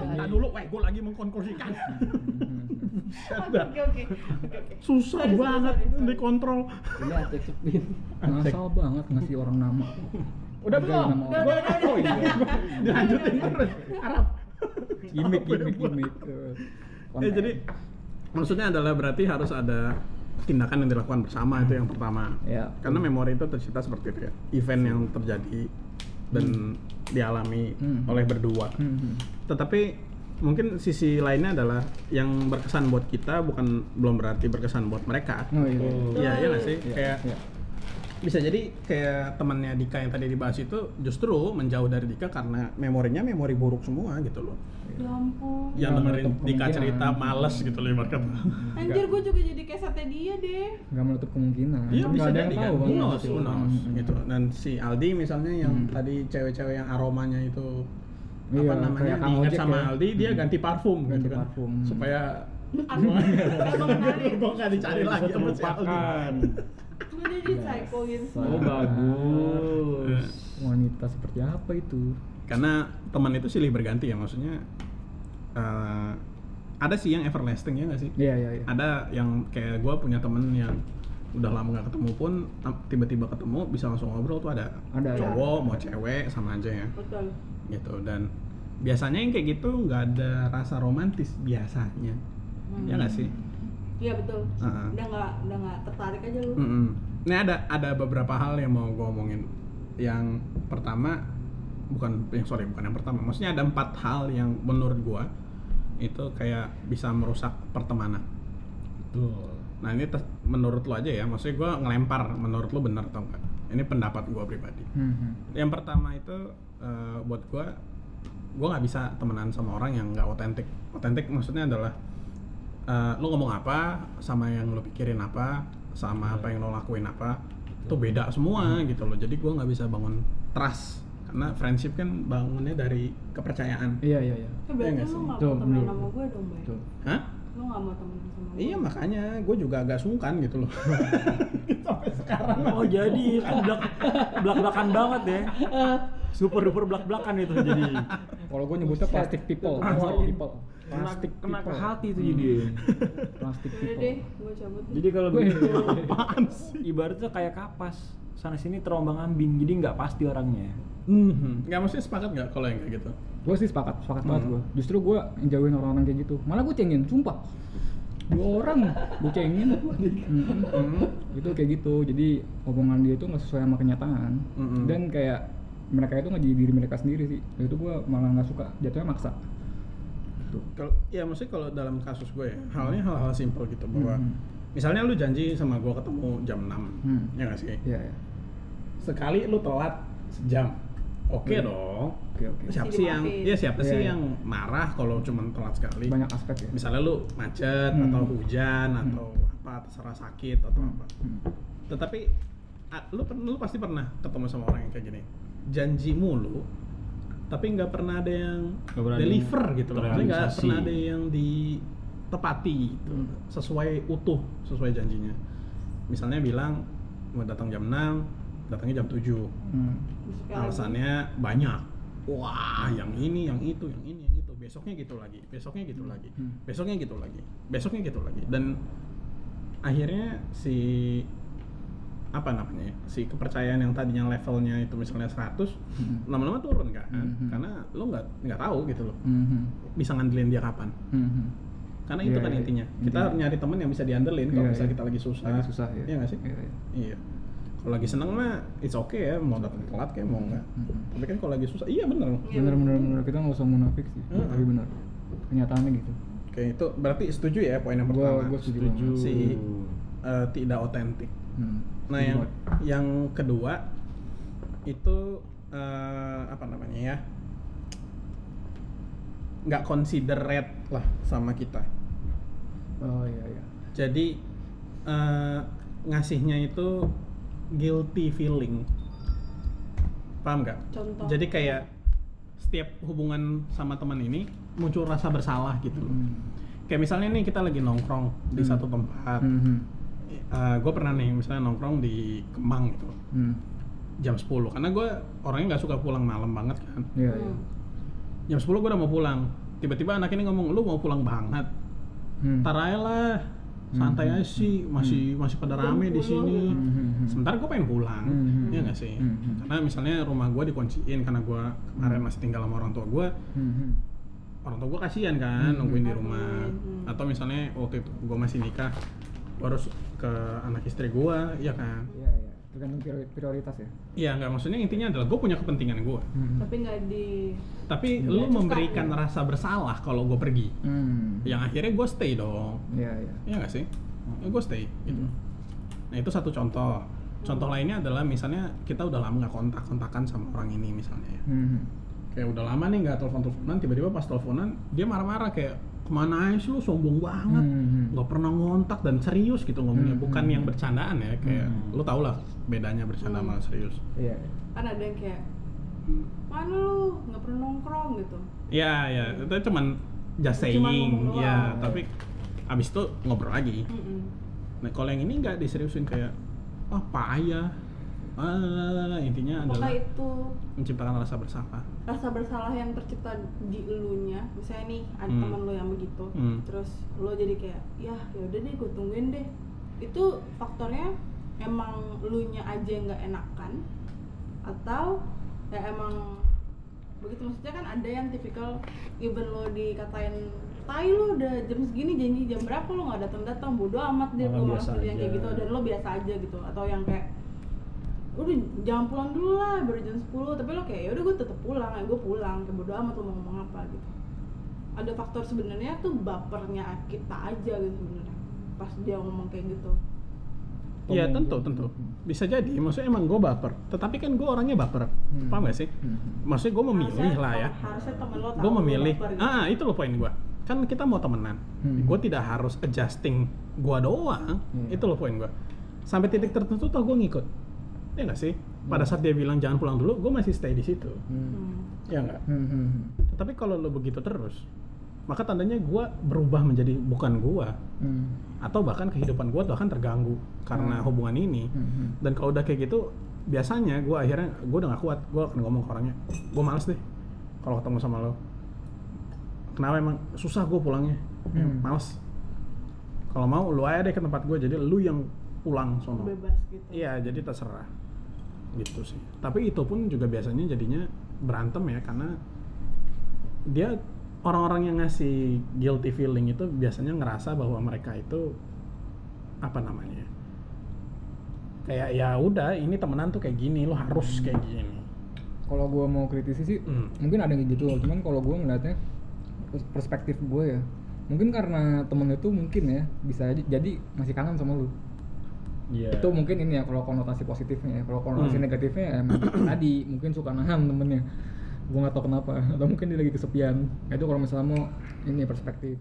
[SPEAKER 4] Bentar dulu, weh gue lagi mengkonkursikan.
[SPEAKER 5] Oke oke oke. Oke, oke.
[SPEAKER 4] Susah
[SPEAKER 5] Sorry, sorry,
[SPEAKER 4] banget
[SPEAKER 5] sorry, sorry.
[SPEAKER 4] dikontrol.
[SPEAKER 6] ini acek sepin
[SPEAKER 3] Ngasal banget ngasih orang nama.
[SPEAKER 4] Udah
[SPEAKER 3] Gagal
[SPEAKER 4] belum?
[SPEAKER 3] nama
[SPEAKER 5] Udah,
[SPEAKER 3] orang.
[SPEAKER 5] udah, udah, udah.
[SPEAKER 4] Oh iya. Dilanjutin terus. Harap.
[SPEAKER 3] Gimik gimik gimik. Eh,
[SPEAKER 4] Ya
[SPEAKER 3] konten.
[SPEAKER 4] jadi maksudnya adalah berarti harus ada tindakan yang dilakukan bersama itu yang pertama.
[SPEAKER 3] Ya.
[SPEAKER 4] Karena memori itu tercipta seperti itu ya. Event yang terjadi dan dialami
[SPEAKER 3] Hmm.
[SPEAKER 4] oleh berdua.
[SPEAKER 3] Hmm, hmm.
[SPEAKER 4] Tetapi mungkin sisi lainnya adalah yang berkesan buat kita bukan belum berarti berkesan buat mereka.
[SPEAKER 3] Oh iya.
[SPEAKER 4] Iya, iya nggak sih?
[SPEAKER 3] Iya,
[SPEAKER 4] Kayak
[SPEAKER 3] iya.
[SPEAKER 4] bisa jadi kayak temannya Dika yang tadi dibahas itu justru menjauh dari Dika karena memorinya memori buruk semua gitu loh.
[SPEAKER 5] Ya ampun.
[SPEAKER 4] Yang
[SPEAKER 3] Nggak
[SPEAKER 4] dengerin
[SPEAKER 3] menutup
[SPEAKER 4] Dika
[SPEAKER 3] kemungkinan.
[SPEAKER 4] cerita males gitu loh ibarat kata.
[SPEAKER 3] Hmm.
[SPEAKER 5] Anjir gue juga jadi kayak sate dia deh.
[SPEAKER 3] nggak menutup kemungkinan.
[SPEAKER 4] Iya
[SPEAKER 3] Nggak
[SPEAKER 4] bisa
[SPEAKER 3] ada yang
[SPEAKER 4] jadi kan.
[SPEAKER 3] tahu kan.
[SPEAKER 4] Who knows, who knows,
[SPEAKER 3] Hmm.
[SPEAKER 4] gitu. Dan si Aldi misalnya yang tadi cewek-cewek yang aromanya itu
[SPEAKER 3] Iya,
[SPEAKER 4] apa namanya
[SPEAKER 3] kayak Kang
[SPEAKER 4] diingat
[SPEAKER 3] Ojek
[SPEAKER 4] sama
[SPEAKER 3] ya.
[SPEAKER 4] Aldi dia ganti parfum
[SPEAKER 3] Ganti
[SPEAKER 4] gitu kan.
[SPEAKER 3] parfum.
[SPEAKER 4] Supaya
[SPEAKER 5] Aku gak mengenali.
[SPEAKER 4] gue nggak dicari lagi sama si Aldi.
[SPEAKER 2] terlupakan.
[SPEAKER 5] Gue jadi psycho gitu.
[SPEAKER 2] Oh bagus.
[SPEAKER 3] Wanita seperti apa itu?
[SPEAKER 4] Karena teman itu silih berganti ya maksudnya. eh, ada sih yang everlasting ya nggak sih?
[SPEAKER 3] Iya iya iya.
[SPEAKER 4] ada yang kayak gue punya temen yang udah lama nggak ketemu pun tam- tiba-tiba ketemu bisa langsung ngobrol tuh ada
[SPEAKER 3] Ada, ya. ada.
[SPEAKER 4] cowok mau cewek sama aja ya
[SPEAKER 5] Betul.
[SPEAKER 4] gitu dan biasanya yang kayak gitu nggak ada rasa romantis biasanya ya nggak
[SPEAKER 3] Hmm.
[SPEAKER 4] sih
[SPEAKER 5] Iya betul.
[SPEAKER 4] Heeh.
[SPEAKER 5] Udah nggak udah nggak tertarik aja lu.
[SPEAKER 4] Mm-mm. Ini ada ada beberapa hal yang mau gue omongin. Yang pertama bukan yang sorry bukan yang pertama. Maksudnya ada empat hal yang menurut gue itu kayak bisa merusak pertemanan. Nah ini tes- menurut lo aja ya. Maksudnya gue ngelempar menurut lo bener atau enggak? Ini pendapat gue pribadi.
[SPEAKER 3] Hmm, hmm.
[SPEAKER 4] Yang pertama itu eh, buat gue gue nggak bisa temenan sama orang yang nggak otentik. Otentik maksudnya adalah eh, lo ngomong apa sama yang lo pikirin apa
[SPEAKER 3] Hmm.
[SPEAKER 4] sama apa yang lo lakuin apa itu beda semua gitu loh jadi gue nggak bisa bangun trust karena friendship kan bangunnya dari kepercayaan
[SPEAKER 3] Iya iya iya.
[SPEAKER 5] Eh, berarti
[SPEAKER 4] nggak
[SPEAKER 5] lu
[SPEAKER 4] sih?
[SPEAKER 5] nggak
[SPEAKER 3] Betul,
[SPEAKER 5] mau temenan
[SPEAKER 3] betul.
[SPEAKER 5] sama gue dong, Bay.
[SPEAKER 3] Betul.
[SPEAKER 4] hah
[SPEAKER 5] Lu nggak mau temenan sama gue.
[SPEAKER 4] iya makanya gue juga agak sungkan gitu loh sampai sekarang
[SPEAKER 2] Oh jadi itu belak belak belakan banget ya. Super duper belak belakan itu jadi.
[SPEAKER 3] Kalau gue nyebutnya plastic people, plastic people.
[SPEAKER 2] Kena,
[SPEAKER 3] Plastic
[SPEAKER 2] kena ke
[SPEAKER 3] people. Hmm.
[SPEAKER 2] hati itu jadi.
[SPEAKER 3] Plastic
[SPEAKER 5] Udah
[SPEAKER 3] people.
[SPEAKER 5] deh,
[SPEAKER 4] Iya,
[SPEAKER 5] gue cabut deh.
[SPEAKER 2] Jadi kalau
[SPEAKER 3] Weh.
[SPEAKER 2] begitu ibaratnya kayak kapas sana sini terombang ambing jadi nggak pasti orangnya.
[SPEAKER 4] Mhm. nggak maksudnya sepakat nggak kalau yang kayak gitu
[SPEAKER 3] Gue sih sepakat, sepakat banget gue. Justru gue jauhin orang-orang kayak gitu. Malah gue cengin, sumpah. Dua orang gue cengin. Mm-mm. Itu kayak gitu. Jadi omongan dia itu nggak sesuai sama kenyataan.
[SPEAKER 4] Mm-mm.
[SPEAKER 3] Dan kayak mereka itu nggak jadi diri mereka sendiri sih. Dan Itu gue malah nggak suka. Jatuhnya maksa.
[SPEAKER 4] kalau ya maksudnya kalau dalam kasus gue ya,
[SPEAKER 3] Hmm.
[SPEAKER 4] halnya hal-hal simpel gitu bahwa
[SPEAKER 3] Mhm.
[SPEAKER 4] misalnya lu janji sama gue ketemu jam 6
[SPEAKER 3] Hmm.
[SPEAKER 4] ya nggak sih
[SPEAKER 3] Iya, iya.
[SPEAKER 4] sekali lu telat sejam oke
[SPEAKER 3] Hmm.
[SPEAKER 4] dong
[SPEAKER 3] Oke, oke.
[SPEAKER 4] siapa
[SPEAKER 5] Mesti
[SPEAKER 4] sih yang
[SPEAKER 5] dimaafin.
[SPEAKER 4] ya siapa
[SPEAKER 3] Iya,
[SPEAKER 4] sih
[SPEAKER 3] iya.
[SPEAKER 4] yang marah kalau cuma telat sekali
[SPEAKER 3] Banyak aspek ya.
[SPEAKER 4] misalnya lu macet
[SPEAKER 3] Hmm.
[SPEAKER 4] atau hujan atau apa terserah sakit atau apa
[SPEAKER 3] Hmm.
[SPEAKER 4] tetapi ah, lu pen- lu pasti pernah ketemu sama orang yang kayak gini janji mulu tapi nggak pernah ada yang
[SPEAKER 2] Nggak pernah ada
[SPEAKER 4] deliver
[SPEAKER 2] yang
[SPEAKER 4] gitu loh Maksudnya nggak
[SPEAKER 2] terrealisasi.
[SPEAKER 4] pernah ada yang ditepati gitu.
[SPEAKER 3] Hmm.
[SPEAKER 4] sesuai utuh sesuai janjinya misalnya bilang mau datang jam 6 datangnya jam 7
[SPEAKER 3] Hmm.
[SPEAKER 5] Terus kayak
[SPEAKER 4] alasannya banyak wah yang ini yang itu yang ini yang itu besoknya gitu lagi besoknya gitu lagi
[SPEAKER 3] Hmm.
[SPEAKER 4] besoknya gitu lagi besoknya gitu lagi dan akhirnya si apa namanya ya, si kepercayaan yang tadinya levelnya itu misalnya 100 lama-lama turun kan
[SPEAKER 3] Hmm.
[SPEAKER 4] karena lo nggak nggak tahu gitu loh
[SPEAKER 3] Hmm, hmm,
[SPEAKER 4] bisa ngandelin dia kapan
[SPEAKER 3] hmm, hmm.
[SPEAKER 4] karena itu
[SPEAKER 3] Iya,
[SPEAKER 4] kan
[SPEAKER 3] iya,
[SPEAKER 4] intinya kita
[SPEAKER 3] intinya.
[SPEAKER 4] nyari temen yang bisa diandelin kalau
[SPEAKER 3] Iya,
[SPEAKER 4] misalnya
[SPEAKER 3] iya.
[SPEAKER 4] kita lagi susah
[SPEAKER 3] Lagi susah ya.
[SPEAKER 4] iya nggak sih
[SPEAKER 3] Iya, iya.
[SPEAKER 4] Iya. Kalau lagi seneng mah it's okay ya, mau datang telat kayak mau enggak.
[SPEAKER 3] Mm-mm.
[SPEAKER 4] Tapi kan kalau lagi susah, iya bener. loh.
[SPEAKER 5] Iya,
[SPEAKER 3] Bener, bener, bener. Kita nggak usah munafik sih.
[SPEAKER 4] Heeh.
[SPEAKER 3] Tapi bener. Kenyataannya gitu.
[SPEAKER 4] Oke, itu berarti setuju ya poin yang
[SPEAKER 3] Gue
[SPEAKER 4] pertama.
[SPEAKER 3] gue setuju.
[SPEAKER 2] Setuju.
[SPEAKER 3] banget.
[SPEAKER 4] Si eh, tidak otentik.
[SPEAKER 3] Hmm. Setuju
[SPEAKER 4] Nah, yang
[SPEAKER 3] banget.
[SPEAKER 4] yang kedua itu eh, apa namanya ya? nggak considerate lah sama kita.
[SPEAKER 3] Oh iya iya.
[SPEAKER 4] Jadi eh, ngasihnya itu guilty feeling. Paham nggak?
[SPEAKER 5] Contoh.
[SPEAKER 4] Jadi kayak setiap hubungan sama teman ini muncul rasa bersalah gitu loh. Kayak misalnya nih kita lagi nongkrong di
[SPEAKER 3] Hmm.
[SPEAKER 4] satu tempat.
[SPEAKER 3] Hmm, hmm,
[SPEAKER 4] gue pernah nih misalnya nongkrong di Kemang gitu
[SPEAKER 3] hmm.
[SPEAKER 4] jam 10 karena gue orangnya nggak suka pulang malam banget kan
[SPEAKER 3] Iya
[SPEAKER 5] Hmm.
[SPEAKER 3] iya.
[SPEAKER 4] jam 10 gue udah mau pulang tiba-tiba anak ini ngomong lu mau pulang banget
[SPEAKER 3] Hmm.
[SPEAKER 4] ntar aja lah santai aja sih masih masih pada rame di sini
[SPEAKER 3] Hmm, hmm, hmm.
[SPEAKER 4] sementara gue pengen pulang
[SPEAKER 3] Hmm.
[SPEAKER 4] ya nggak sih
[SPEAKER 3] Hmm, hmm.
[SPEAKER 4] karena misalnya rumah gue dikunciin karena gue kemarin masih tinggal sama orang tua gue
[SPEAKER 3] Hmm, hmm.
[SPEAKER 4] orang tua gue kasihan kan nungguin di rumah
[SPEAKER 5] Hmm.
[SPEAKER 4] atau misalnya waktu itu gue masih nikah gua harus ke anak istri gue ya kan
[SPEAKER 3] Iya iya. tergantung priori- prioritas ya
[SPEAKER 4] Iya nggak maksudnya intinya adalah gue punya kepentingan gue.
[SPEAKER 3] Hmm,
[SPEAKER 5] tapi nggak di
[SPEAKER 4] Tapi lu
[SPEAKER 5] Nggak suka,
[SPEAKER 4] memberikan
[SPEAKER 5] iya.
[SPEAKER 4] rasa bersalah kalau gue pergi.
[SPEAKER 3] Hmm.
[SPEAKER 4] Yang akhirnya gue stay dong.
[SPEAKER 3] Iya, iya.
[SPEAKER 4] Iya nggak sih? gue stay. Gitu.
[SPEAKER 3] Hmm.
[SPEAKER 4] Nah itu satu contoh. Contoh lainnya adalah misalnya kita udah lama nggak kontak-kontakan sama orang ini misalnya ya.
[SPEAKER 3] Hmm.
[SPEAKER 4] Kayak udah lama nih nggak telepon-teleponan, tiba-tiba pas teleponan dia marah-marah kayak kemana aja sih lu sombong banget,
[SPEAKER 3] Hmm.
[SPEAKER 4] nggak pernah ngontak dan serius gitu ngomongnya,
[SPEAKER 3] Hmm.
[SPEAKER 4] bukan yang bercandaan ya kayak
[SPEAKER 2] Hmm.
[SPEAKER 4] lu tau lah bedanya bercanda sama serius.
[SPEAKER 3] Iya.
[SPEAKER 5] kan ada yang kayak mana lu nggak pernah nongkrong gitu
[SPEAKER 4] Iya iya, itu cuman just
[SPEAKER 5] Cuman
[SPEAKER 4] saying,
[SPEAKER 5] ngomong
[SPEAKER 4] ya
[SPEAKER 5] doang.
[SPEAKER 4] tapi abis itu ngobrol lagi.
[SPEAKER 5] Mm-mm.
[SPEAKER 4] Nah kalau yang ini nggak diseriusin kayak ah payah, ah intinya
[SPEAKER 5] apakah
[SPEAKER 4] adalah
[SPEAKER 5] itu
[SPEAKER 4] menciptakan rasa bersalah.
[SPEAKER 5] rasa bersalah yang tercipta di elunya misalnya nih ada
[SPEAKER 4] Hmm.
[SPEAKER 5] teman lo yang begitu
[SPEAKER 4] Hmm.
[SPEAKER 5] terus lo jadi kayak ya yaudah deh gue tungguin deh itu faktornya emang elunya aja yang nggak enakan atau ya emang begitu maksudnya kan ada yang tipikal even lo dikatain tai lo udah jam segini janji jam berapa lo nggak datang datang bodo amat deh
[SPEAKER 2] Malah
[SPEAKER 5] lo malah
[SPEAKER 2] biasa
[SPEAKER 5] sendiri yang kayak
[SPEAKER 2] aja.
[SPEAKER 5] gitu dan lo biasa aja gitu atau yang kayak udah jangan pulang dulu lah baru jam 10 tapi lo kayak ya udah gue tetap pulang ya gue pulang kayak bodo amat lo mau ngomong apa gitu ada faktor sebenarnya tuh bapernya kita aja gitu sebenarnya pas dia ngomong kayak gitu
[SPEAKER 4] Iya tentu tentu bisa jadi maksudnya emang gue baper tetapi kan gue orangnya baper
[SPEAKER 3] Hmm.
[SPEAKER 4] paham gak sih
[SPEAKER 3] Hmm.
[SPEAKER 4] maksudnya gue memilih
[SPEAKER 5] Harusnya-
[SPEAKER 4] lah ya
[SPEAKER 5] harusnya temen lo tahu
[SPEAKER 4] gue
[SPEAKER 5] lo
[SPEAKER 4] memilih
[SPEAKER 5] baper gitu.
[SPEAKER 4] ah itu loh poin gue kan kita mau temenan
[SPEAKER 3] Hmm.
[SPEAKER 4] gue tidak harus adjusting gue doang
[SPEAKER 3] Iya.
[SPEAKER 4] itu loh poin gue sampai titik tertentu tuh gue ngikut ya nggak sih pada saat dia bilang jangan pulang dulu gue masih stay di situ
[SPEAKER 3] Hmm.
[SPEAKER 5] Hmm.
[SPEAKER 4] ya nggak
[SPEAKER 3] Hmm, hmm,
[SPEAKER 4] tapi kalau lo begitu terus maka tandanya gue berubah menjadi bukan gue
[SPEAKER 3] hmm.
[SPEAKER 4] atau bahkan kehidupan gue bahkan terganggu
[SPEAKER 3] Hmm.
[SPEAKER 4] karena hubungan ini
[SPEAKER 3] Hmm, hmm.
[SPEAKER 4] dan kalau udah kayak gitu biasanya gue akhirnya gue udah gak kuat gue akan ngomong ke orangnya gue males deh kalau ketemu sama lo kenapa emang susah gue pulangnya Ya,
[SPEAKER 3] Hmm.
[SPEAKER 4] males kalau mau lu aja deh ke tempat gue jadi lu yang pulang sono
[SPEAKER 5] bebas gitu
[SPEAKER 4] iya jadi terserah gitu sih tapi itu pun juga biasanya jadinya berantem ya karena dia orang-orang yang ngasih guilty feeling itu biasanya ngerasa bahwa mereka itu apa namanya ya, kayak ya udah ini temenan tuh kayak gini lo harus kayak gini
[SPEAKER 3] Kalau gua mau kritisi sih,
[SPEAKER 4] Hmm.
[SPEAKER 3] mungkin ada yang kayak gitu. Cuman kalau gua ngeliatnya pers- perspektif gua ya, mungkin karena temen itu mungkin ya bisa aja- jadi masih kangen sama lu.
[SPEAKER 2] Iya.
[SPEAKER 3] Itu mungkin ini ya kalau konotasi positifnya ya. Kalau konotasi
[SPEAKER 4] Hmm.
[SPEAKER 3] negatifnya ya emang tadi mungkin suka nahan temennya. Gua nggak tahu kenapa. Atau mungkin dia lagi kesepian. Nah, Itu kalau misalnya mau ini perspektif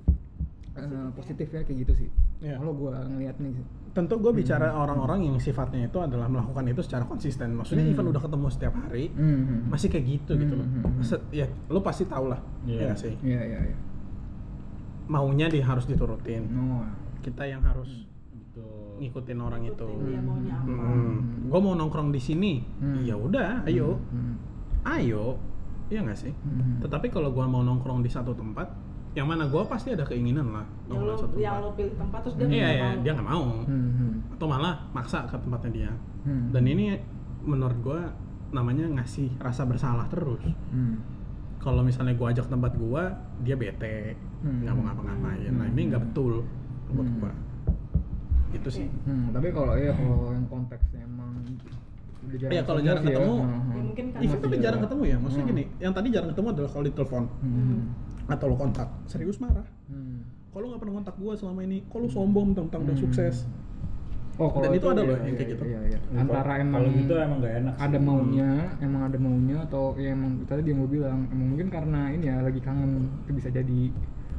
[SPEAKER 3] eh, positif ya kayak gitu sih.
[SPEAKER 4] Iya.
[SPEAKER 3] Kalau gua ngeliatnya sih.
[SPEAKER 4] tentu
[SPEAKER 3] Hmm.
[SPEAKER 4] gue bicara orang-orang yang sifatnya itu adalah melakukan itu secara konsisten maksudnya
[SPEAKER 3] Hmm.
[SPEAKER 4] even udah ketemu setiap hari
[SPEAKER 3] Hmm, hmm.
[SPEAKER 4] masih kayak gitu gitu loh
[SPEAKER 3] Hmm.
[SPEAKER 4] Se- ya lo pasti tau lah
[SPEAKER 2] Iya.
[SPEAKER 4] ya nggak sih
[SPEAKER 3] Iya iya iya.
[SPEAKER 4] maunya dia harus diturutin
[SPEAKER 3] No.
[SPEAKER 4] kita yang harus
[SPEAKER 2] Betul.
[SPEAKER 4] ngikutin orang itu Hmm.
[SPEAKER 5] Ikutin dia maunya apa
[SPEAKER 4] gue mau nongkrong di sini
[SPEAKER 3] Hmm.
[SPEAKER 4] ya udah ayo
[SPEAKER 3] Hmm.
[SPEAKER 4] ayo iya nggak sih
[SPEAKER 3] Hmm.
[SPEAKER 4] tetapi kalau gue mau nongkrong di satu tempat yang mana gue pasti ada keinginan lah
[SPEAKER 5] yang
[SPEAKER 4] nongkrong
[SPEAKER 5] lo
[SPEAKER 4] di satu
[SPEAKER 5] yang lo
[SPEAKER 4] tempat
[SPEAKER 5] pilih tempat terus dia
[SPEAKER 4] iya iya
[SPEAKER 5] mau.
[SPEAKER 4] dia nggak mau
[SPEAKER 3] Hmm, hmm.
[SPEAKER 4] atau malah maksa ke tempatnya dia
[SPEAKER 3] Hmm.
[SPEAKER 4] dan ini menurut gue namanya ngasih rasa bersalah terus
[SPEAKER 3] Hmm.
[SPEAKER 4] kalau misalnya gue ajak tempat gue dia bete
[SPEAKER 3] Hmm.
[SPEAKER 4] nggak mau ngapa-ngapain nah ini nggak betul buat
[SPEAKER 3] Hmm.
[SPEAKER 4] gue itu sih
[SPEAKER 3] Hmm, tapi kalau iya kalau yang konteksnya emang udah
[SPEAKER 4] Iya, kalau
[SPEAKER 3] ketemu
[SPEAKER 4] jarang
[SPEAKER 3] sih ya.
[SPEAKER 4] ketemu,
[SPEAKER 3] Hmm, hmm.
[SPEAKER 5] Ya, mungkin karena
[SPEAKER 4] Even tapi
[SPEAKER 3] Iya.
[SPEAKER 4] jarang ketemu ya, maksudnya
[SPEAKER 3] Hmm.
[SPEAKER 4] gini, yang tadi jarang ketemu adalah kalau ditelepon
[SPEAKER 3] Hmm.
[SPEAKER 4] atau lo kontak, serius marah.
[SPEAKER 3] Hmm.
[SPEAKER 4] Kalau nggak pernah kontak gue selama ini, kalau lo sombong tentang udah
[SPEAKER 3] Hmm.
[SPEAKER 4] sukses.
[SPEAKER 3] Oh,
[SPEAKER 4] Dan itu ada
[SPEAKER 3] iya,
[SPEAKER 4] loh yang
[SPEAKER 3] iya,
[SPEAKER 4] kayak gitu.
[SPEAKER 3] Iya, iya. Antara
[SPEAKER 2] Kalau-
[SPEAKER 3] emang
[SPEAKER 2] kalau gitu emang nggak enak. sih.
[SPEAKER 3] ada maunya, emang ada maunya atau ya emang tadi dia mau bilang emang mungkin karena ini ya lagi kangen itu bisa jadi.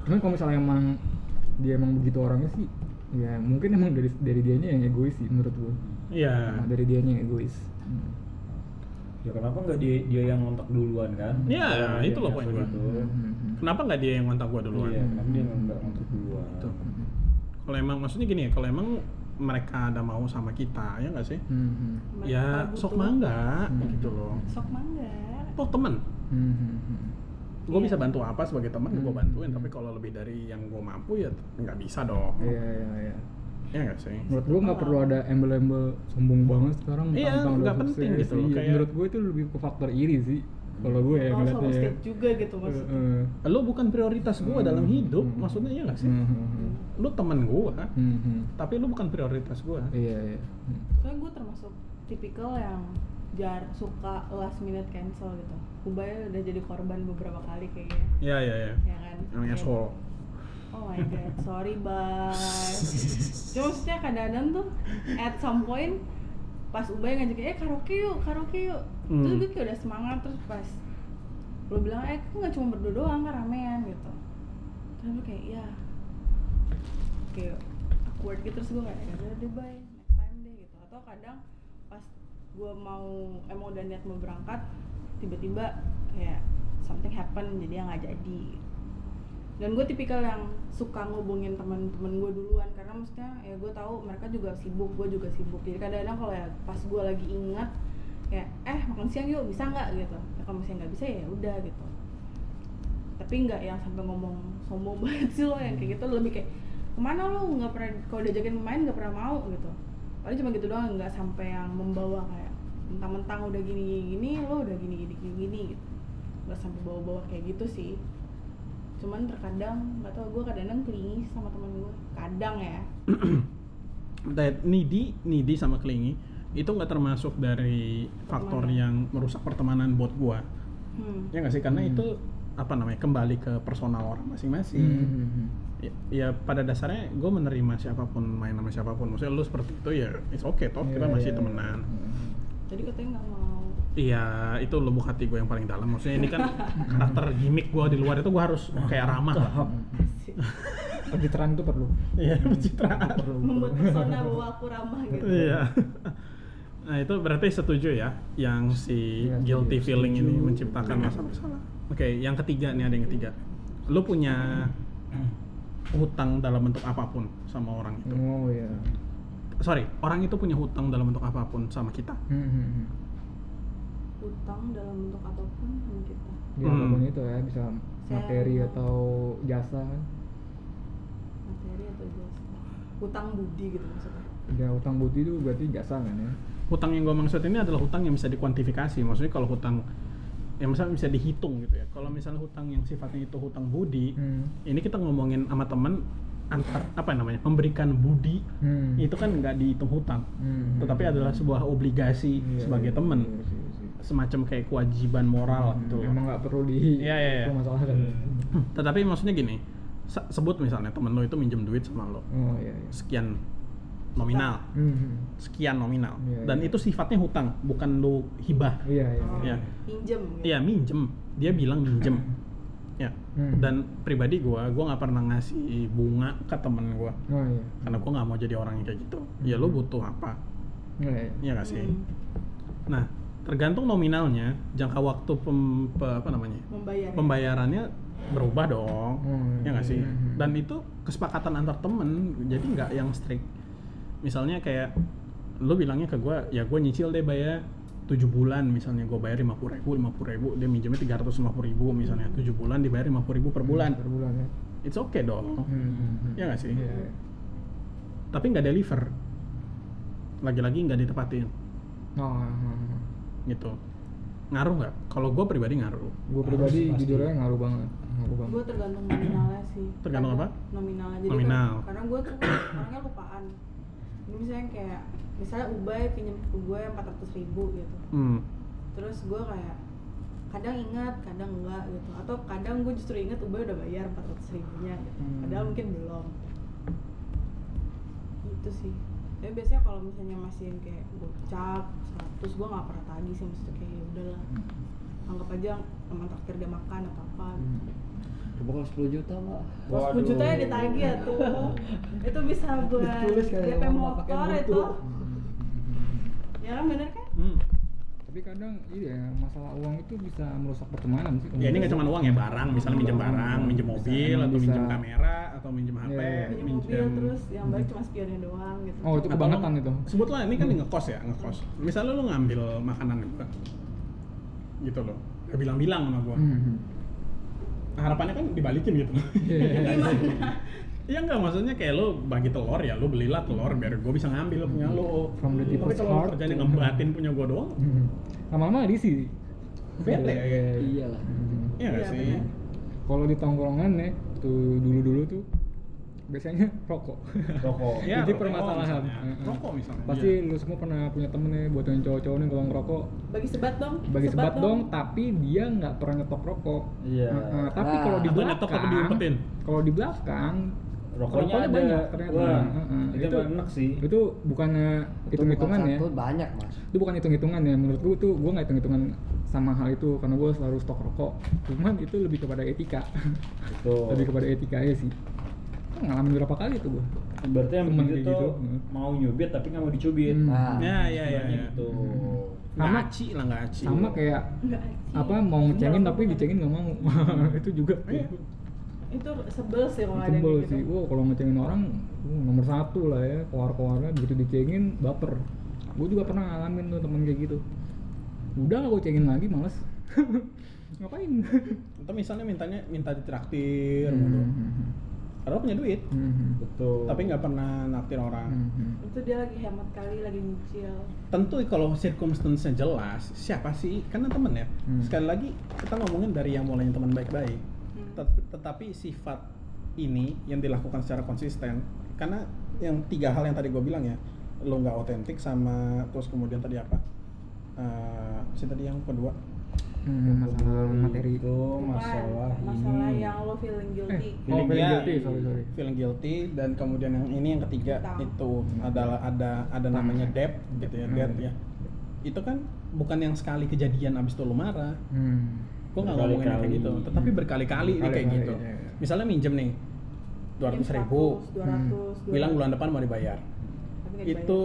[SPEAKER 3] Cuman kalau misalnya emang dia emang begitu orangnya sih ya mungkin emang dari dari dianya yang egois sih menurut gua.
[SPEAKER 4] Iya.
[SPEAKER 3] Emang dari dianya yang egois. Hmm.
[SPEAKER 2] Ya kenapa nggak dia dia yang ngontak duluan kan?
[SPEAKER 4] Iya,
[SPEAKER 2] Kalau dia
[SPEAKER 4] itu loh
[SPEAKER 2] biasa
[SPEAKER 4] poin gua.
[SPEAKER 2] gitu.
[SPEAKER 3] Hmm, hmm.
[SPEAKER 4] Kenapa nggak dia yang kontak gue duluan?
[SPEAKER 2] Iya, kenapa dia nggak ngontak duluan?
[SPEAKER 4] Gitu.
[SPEAKER 3] Hmm,
[SPEAKER 4] Kalau emang maksudnya gini ya, kalau emang mereka ada mau sama kita, ya nggak sih?
[SPEAKER 3] Hmm, hmm.
[SPEAKER 5] Mereka
[SPEAKER 4] Ya
[SPEAKER 5] butuh.
[SPEAKER 4] sok mangga
[SPEAKER 3] Hmm.
[SPEAKER 4] gitu loh.
[SPEAKER 5] sok mangga
[SPEAKER 4] Toh temen,
[SPEAKER 3] Hmm, hmm, hmm.
[SPEAKER 4] gue bisa bantu apa sebagai teman gue
[SPEAKER 3] Hmm.
[SPEAKER 4] bantuin, tapi kalau lebih dari yang gue mampu ya nggak bisa dong.
[SPEAKER 3] Iya iya iya.
[SPEAKER 4] Ya nggak sih?
[SPEAKER 3] Menurut gua nggak perlu ada embel-embel sombong banget sekarang.
[SPEAKER 4] Iya,
[SPEAKER 3] mentang-mentang udah
[SPEAKER 4] nggak penting
[SPEAKER 3] sukses.
[SPEAKER 4] gitu loh,
[SPEAKER 3] Iya,
[SPEAKER 4] kayak-
[SPEAKER 3] Menurut gua itu lebih ke faktor iri sih. Kalau gua
[SPEAKER 4] Iya,
[SPEAKER 3] ya
[SPEAKER 5] oh sama
[SPEAKER 3] ngeliatnya. ya.
[SPEAKER 5] state juga gitu maksudnya
[SPEAKER 3] Heeh.
[SPEAKER 4] Lo bukan prioritas gue
[SPEAKER 3] Hmm.
[SPEAKER 4] dalam hidup,
[SPEAKER 3] Hmm.
[SPEAKER 4] maksudnya ya nggak sih?
[SPEAKER 3] Hmm, hmm, hmm.
[SPEAKER 4] Lu temen gue,
[SPEAKER 3] Hmm, hmm.
[SPEAKER 4] tapi lu bukan prioritas gue.
[SPEAKER 3] Iya iya. Hmm.
[SPEAKER 5] soalnya gue termasuk tipikal yang jar suka last minute cancel gitu Ubay udah jadi korban beberapa kali kayaknya
[SPEAKER 4] Iya iya iya.
[SPEAKER 5] ya kan
[SPEAKER 4] Yang
[SPEAKER 5] Kayak,
[SPEAKER 4] asshole.
[SPEAKER 5] oh my god sorry bye cuma maksudnya kadang-kadang tuh at some point pas Ubay ngajakin eh karaoke yuk karaoke yuk terus
[SPEAKER 4] Hmm.
[SPEAKER 5] gue kayak udah semangat terus pas lo bilang eh aku nggak cuma berdua doang kan ramean gitu terus gue kayak ya kayak awkward gitu terus gue kayak ya udah deh bye next time deh gitu atau kadang pas gue mau emang udah niat mau berangkat tiba-tiba kayak something happen jadi yang nggak jadi dan gue tipikal yang suka ngubungin teman-teman gue duluan karena maksudnya ya gue tahu mereka juga sibuk gue juga sibuk jadi kadang-kadang kalau ya pas gue lagi ingat kayak eh makan siang yuk bisa nggak gitu ya, kalau misalnya nggak bisa ya udah gitu tapi nggak yang sampai ngomong sombong banget sih lo yang kayak gitu lebih kayak kemana lo nggak pernah kalau diajakin main nggak pernah mau gitu paling cuma gitu doang nggak sampai yang membawa kayak mentang-mentang udah gini gini, gini lo udah gini gini gini gini gitu nggak sampai bawa-bawa kayak gitu sih cuman terkadang nggak tau gue kadang-kadang kelingi sama temen gue kadang ya
[SPEAKER 4] That ya, needy, needy sama clingy itu nggak termasuk dari faktor
[SPEAKER 5] Pertemanan.
[SPEAKER 4] yang merusak pertemanan buat gua.
[SPEAKER 5] hmm.
[SPEAKER 4] Ya nggak sih karena itu apa namanya kembali ke personal orang
[SPEAKER 3] Hmm.
[SPEAKER 4] masing-masing. Ya, ya pada dasarnya gue menerima siapapun main sama siapapun. Maksudnya lu seperti itu ya, it's okay toh
[SPEAKER 3] Iya,
[SPEAKER 4] kita masih temenan.
[SPEAKER 5] jadi katanya nggak mau
[SPEAKER 4] Iya, itu lubuk hati gue yang paling dalam. Maksudnya ini kan karakter gimmick gue di luar itu gue harus kayak ramah lah.
[SPEAKER 3] pencitraan itu perlu
[SPEAKER 4] Iya, pencitraan.
[SPEAKER 5] membuat persona bahwa aku ramah gitu
[SPEAKER 4] Iya. Nah itu berarti setuju ya, yang si
[SPEAKER 3] Iya,
[SPEAKER 4] guilty
[SPEAKER 3] setuju.
[SPEAKER 4] feeling ini
[SPEAKER 3] Setuju.
[SPEAKER 4] menciptakan masa bersalah. Oke, yang ketiga nih ada yang ketiga. Lu punya hutang dalam bentuk apapun sama orang itu.
[SPEAKER 3] oh ya
[SPEAKER 4] Sorry, orang itu punya hutang dalam bentuk apapun sama kita.
[SPEAKER 5] utang dalam bentuk apapun sama kita
[SPEAKER 3] dia
[SPEAKER 4] Hmm.
[SPEAKER 3] apapun itu ya bisa materi
[SPEAKER 5] Iya.
[SPEAKER 3] atau jasa
[SPEAKER 5] materi atau jasa utang budi gitu maksudnya
[SPEAKER 3] ya utang budi itu berarti jasa kan ya
[SPEAKER 4] Hutang yang gue maksud ini adalah hutang yang bisa dikuantifikasi. Maksudnya kalau hutang yang misalnya bisa dihitung gitu ya. Kalau misalnya hutang yang sifatnya itu hutang budi,
[SPEAKER 3] hmm.
[SPEAKER 4] ini kita ngomongin sama temen antar apa namanya memberikan budi
[SPEAKER 3] Hmm.
[SPEAKER 4] itu kan nggak dihitung hutang
[SPEAKER 3] Hmm.
[SPEAKER 4] tetapi adalah sebuah obligasi
[SPEAKER 3] Iya,
[SPEAKER 4] sebagai
[SPEAKER 3] iya,
[SPEAKER 4] temen
[SPEAKER 3] iya, iya, iya.
[SPEAKER 4] semacam kayak kewajiban moral gitu
[SPEAKER 3] Hmm, emang nggak perlu di
[SPEAKER 4] Iya, iya, iya.
[SPEAKER 3] masalah kan?
[SPEAKER 4] tetapi maksudnya gini se- sebut misalnya temen lo itu minjem duit sama lo
[SPEAKER 3] oh iya iya
[SPEAKER 4] sekian nominal
[SPEAKER 3] Hmm.
[SPEAKER 4] sekian nominal
[SPEAKER 3] Iya,
[SPEAKER 4] dan
[SPEAKER 3] iya.
[SPEAKER 4] itu sifatnya hutang bukan lo hibah
[SPEAKER 3] iya iya
[SPEAKER 5] Oh,
[SPEAKER 4] Iya.
[SPEAKER 5] pinjem gitu
[SPEAKER 4] ya minjem dia bilang minjem ya
[SPEAKER 3] Hmm.
[SPEAKER 4] dan pribadi gua gua nggak pernah ngasih bunga ke temen gua
[SPEAKER 3] oh iya
[SPEAKER 4] karena gue nggak mau jadi orang yang kayak gitu ya lo butuh apa
[SPEAKER 3] Iya, iya.
[SPEAKER 4] ya nggak sih
[SPEAKER 5] Hmm,
[SPEAKER 4] nah tergantung nominalnya jangka waktu pem- pe- apa namanya
[SPEAKER 5] membayar
[SPEAKER 4] pembayarannya berubah dong
[SPEAKER 3] Hmm,
[SPEAKER 4] ya nggak sih
[SPEAKER 3] iya.
[SPEAKER 4] dan itu kesepakatan antar temen jadi nggak yang strict misalnya kayak lo bilangnya ke gue ya gue nyicil deh bayar 7 bulan misalnya gue bayar 50.000 ribu dia minjemnya 350.000 ribu misalnya
[SPEAKER 3] Hmm.
[SPEAKER 4] 7 bulan dibayar 50.000 ribu per bulan
[SPEAKER 3] per bulan ya
[SPEAKER 4] it's okay dong
[SPEAKER 3] Hmm.
[SPEAKER 4] ya nggak sih
[SPEAKER 3] Iya, iya.
[SPEAKER 4] tapi nggak deliver lagi-lagi nggak ditepatin
[SPEAKER 3] Oh,
[SPEAKER 4] gitu ngaruh nggak kalau gue pribadi ngaruh
[SPEAKER 3] gue pribadi jujurnya ngaruh banget, ngaruh banget.
[SPEAKER 5] gue tergantung nominalnya sih
[SPEAKER 4] Tergantung apa?
[SPEAKER 5] nominalnya jadi
[SPEAKER 4] Nominal.
[SPEAKER 5] karena- karena gue tuh orangnya lupaan jadi misalnya kayak misalnya Ubay pinjam ke gue empat ratus ribu gitu
[SPEAKER 4] hmm.
[SPEAKER 5] terus gue kayak kadang ingat kadang enggak gitu atau kadang gue justru ingat Ubay udah bayar empat ratus ribunya gitu
[SPEAKER 3] Hmm.
[SPEAKER 5] padahal mungkin belum gitu sih tapi biasanya kalau misalnya masih yang kayak gocap 100 gue nggak pernah tagih sih maksudnya kayak ya udahlah anggap aja emang terakhir dia makan atau apa gitu.
[SPEAKER 6] Coba kalau 10 juta pak
[SPEAKER 5] Terus
[SPEAKER 7] Waduh.
[SPEAKER 5] wujudnya ditagih ya tuh Itu bisa buat
[SPEAKER 6] Ditulis kali
[SPEAKER 5] DP
[SPEAKER 6] sama bapak pakai
[SPEAKER 5] motor
[SPEAKER 6] buku.
[SPEAKER 5] itu Ya kan bener kan?
[SPEAKER 4] Hmm.
[SPEAKER 3] Tapi kadang iya masalah uang itu bisa merusak pertemanan sih.
[SPEAKER 4] ya ini nggak cuma uang ya barang misalnya minjem barang minjem mobil
[SPEAKER 3] Bisa,
[SPEAKER 4] atau
[SPEAKER 3] bisa.
[SPEAKER 4] minjem kamera atau minjem hp
[SPEAKER 3] Iya, iya.
[SPEAKER 5] Punya mobil
[SPEAKER 4] minjem
[SPEAKER 5] terus yang baik cuma spionnya doang gitu
[SPEAKER 3] Oh, itu
[SPEAKER 4] Atau
[SPEAKER 3] kebangetan
[SPEAKER 4] lo-
[SPEAKER 3] itu. Hmm.
[SPEAKER 4] sebutlah ini kan ngekos ya ngekos misalnya lu ngambil makanan gua gitu loh Nggak bilang-bilang sama gua
[SPEAKER 3] Hmm.
[SPEAKER 4] harapannya kan dibalikin gitu
[SPEAKER 3] iya,
[SPEAKER 5] Gimana?
[SPEAKER 4] Iya nggak maksudnya kayak lo bagi telur ya lo belilah telur biar gue bisa ngambil punya lo.
[SPEAKER 3] From the
[SPEAKER 4] Tapi
[SPEAKER 3] deepest
[SPEAKER 4] kalau
[SPEAKER 3] heart.
[SPEAKER 4] kerjanya ngembatin punya gue doang,
[SPEAKER 3] Hmm. Lama-lama Hmm, risih.
[SPEAKER 4] bete ya.
[SPEAKER 6] Iyalah
[SPEAKER 4] Iya nggak
[SPEAKER 5] Iya,
[SPEAKER 4] sih?
[SPEAKER 5] benar.
[SPEAKER 3] Kalau di tongkrongan ya, tuh dulu-dulu tuh biasanya rokok
[SPEAKER 2] rokok
[SPEAKER 4] Ya,
[SPEAKER 3] jadi
[SPEAKER 4] rokok
[SPEAKER 3] permasalahan Hmm,
[SPEAKER 4] misalnya.
[SPEAKER 3] Heeh.
[SPEAKER 4] Rokok misalnya.
[SPEAKER 3] pasti
[SPEAKER 2] Iya.
[SPEAKER 3] lu semua pernah punya temen nih buat yang cowok-cowok nih kalau ngerokok
[SPEAKER 5] Bagi sebat dong.
[SPEAKER 3] bagi sebat dong tapi dia nggak pernah ngetok rokok
[SPEAKER 2] Iya.
[SPEAKER 3] Heeh, tapi
[SPEAKER 6] Nah.
[SPEAKER 3] kalau di
[SPEAKER 4] Atau nyetok
[SPEAKER 3] belakang
[SPEAKER 4] apa diumpetin?
[SPEAKER 3] kalau di belakang
[SPEAKER 2] rokoknya, ada
[SPEAKER 3] banyak ternyata
[SPEAKER 2] Wah,
[SPEAKER 3] Heeh,
[SPEAKER 2] itu, enak sih
[SPEAKER 3] itu bukannya hitung hitungan ya
[SPEAKER 6] satu, banyak mas
[SPEAKER 3] itu bukan hitung hitungan ya menurut gue tuh gue nggak hitung hitungan sama hal itu karena gue selalu stok rokok cuman itu lebih kepada etika
[SPEAKER 2] itu
[SPEAKER 3] lebih kepada etika ya sih Gua ngalamin berapa kali tuh gue
[SPEAKER 2] berarti yang
[SPEAKER 3] temen
[SPEAKER 2] begitu
[SPEAKER 3] kayak
[SPEAKER 2] tuh
[SPEAKER 3] gitu, heeh.
[SPEAKER 2] mau nyubit tapi nggak mau dicubit
[SPEAKER 3] Hmm.
[SPEAKER 6] nah
[SPEAKER 4] Hmm. Ya, ya, ya.
[SPEAKER 2] Istilahnya
[SPEAKER 4] ya.
[SPEAKER 2] gitu
[SPEAKER 4] Nggak
[SPEAKER 3] Sama-
[SPEAKER 4] aci lah, nggak aci.
[SPEAKER 2] Iya.
[SPEAKER 3] sama kayak
[SPEAKER 5] Enggak.
[SPEAKER 3] apa
[SPEAKER 5] Iya.
[SPEAKER 3] mau ngecengin tapi dicengin nggak mau itu juga
[SPEAKER 5] Itu sebel sih kalau ada yang
[SPEAKER 3] sebel
[SPEAKER 5] gitu.
[SPEAKER 3] sih wow kalau ngecengin orang uh, nomor satu lah ya koar koarnya begitu dicengin baper gue juga pernah ngalamin tuh temen kayak gitu udah gak gue cengin lagi males ngapain
[SPEAKER 4] Atau misalnya mintanya minta ditraktir mulu.
[SPEAKER 3] Hmm,
[SPEAKER 4] Padahal punya duit,
[SPEAKER 3] hmm, hmm,
[SPEAKER 2] betul
[SPEAKER 4] tapi nggak pernah naktir orang.
[SPEAKER 3] hmm, hmm.
[SPEAKER 5] Itu dia lagi hemat kali, lagi nyicil.
[SPEAKER 4] Tentu kalau circumstance-nya jelas, siapa sih? Karena temen ya.
[SPEAKER 3] Hmm.
[SPEAKER 4] Sekali lagi kita ngomongin dari yang mulanya teman baik-baik.
[SPEAKER 5] Hmm.
[SPEAKER 4] Tet- Tetapi sifat ini yang dilakukan secara konsisten, karena yang tiga hal yang tadi gue bilang ya, lo nggak otentik sama terus kemudian tadi apa? Eh, si tadi yang kedua.
[SPEAKER 3] Hmm, masalah materi ya.
[SPEAKER 2] itu masalah
[SPEAKER 5] Bukan, masalah
[SPEAKER 2] ini
[SPEAKER 5] yang lo feeling guilty.
[SPEAKER 3] Oh,
[SPEAKER 4] Feeling
[SPEAKER 3] feeling
[SPEAKER 4] guilty.
[SPEAKER 3] guilty, sorry, sorry.
[SPEAKER 4] feeling guilty dan kemudian yang ini yang ketiga
[SPEAKER 5] Utang.
[SPEAKER 4] itu adalah ada ada namanya debt gitu ya debt ya itu kan bukan yang sekali kejadian abis itu lo marah
[SPEAKER 3] Hmm.
[SPEAKER 4] gue nggak ngomongin yang kayak
[SPEAKER 2] Berkali-kali.
[SPEAKER 4] gitu tetapi berkali-kali ini kayak
[SPEAKER 3] Berkali-kali,
[SPEAKER 4] gitu
[SPEAKER 3] iya, iya.
[SPEAKER 4] misalnya minjem nih dua ratus ribu
[SPEAKER 5] 200,
[SPEAKER 3] Hmm.
[SPEAKER 5] 200,
[SPEAKER 4] bilang bulan depan mau dibayar
[SPEAKER 5] Tapi nggak dibayar.
[SPEAKER 4] itu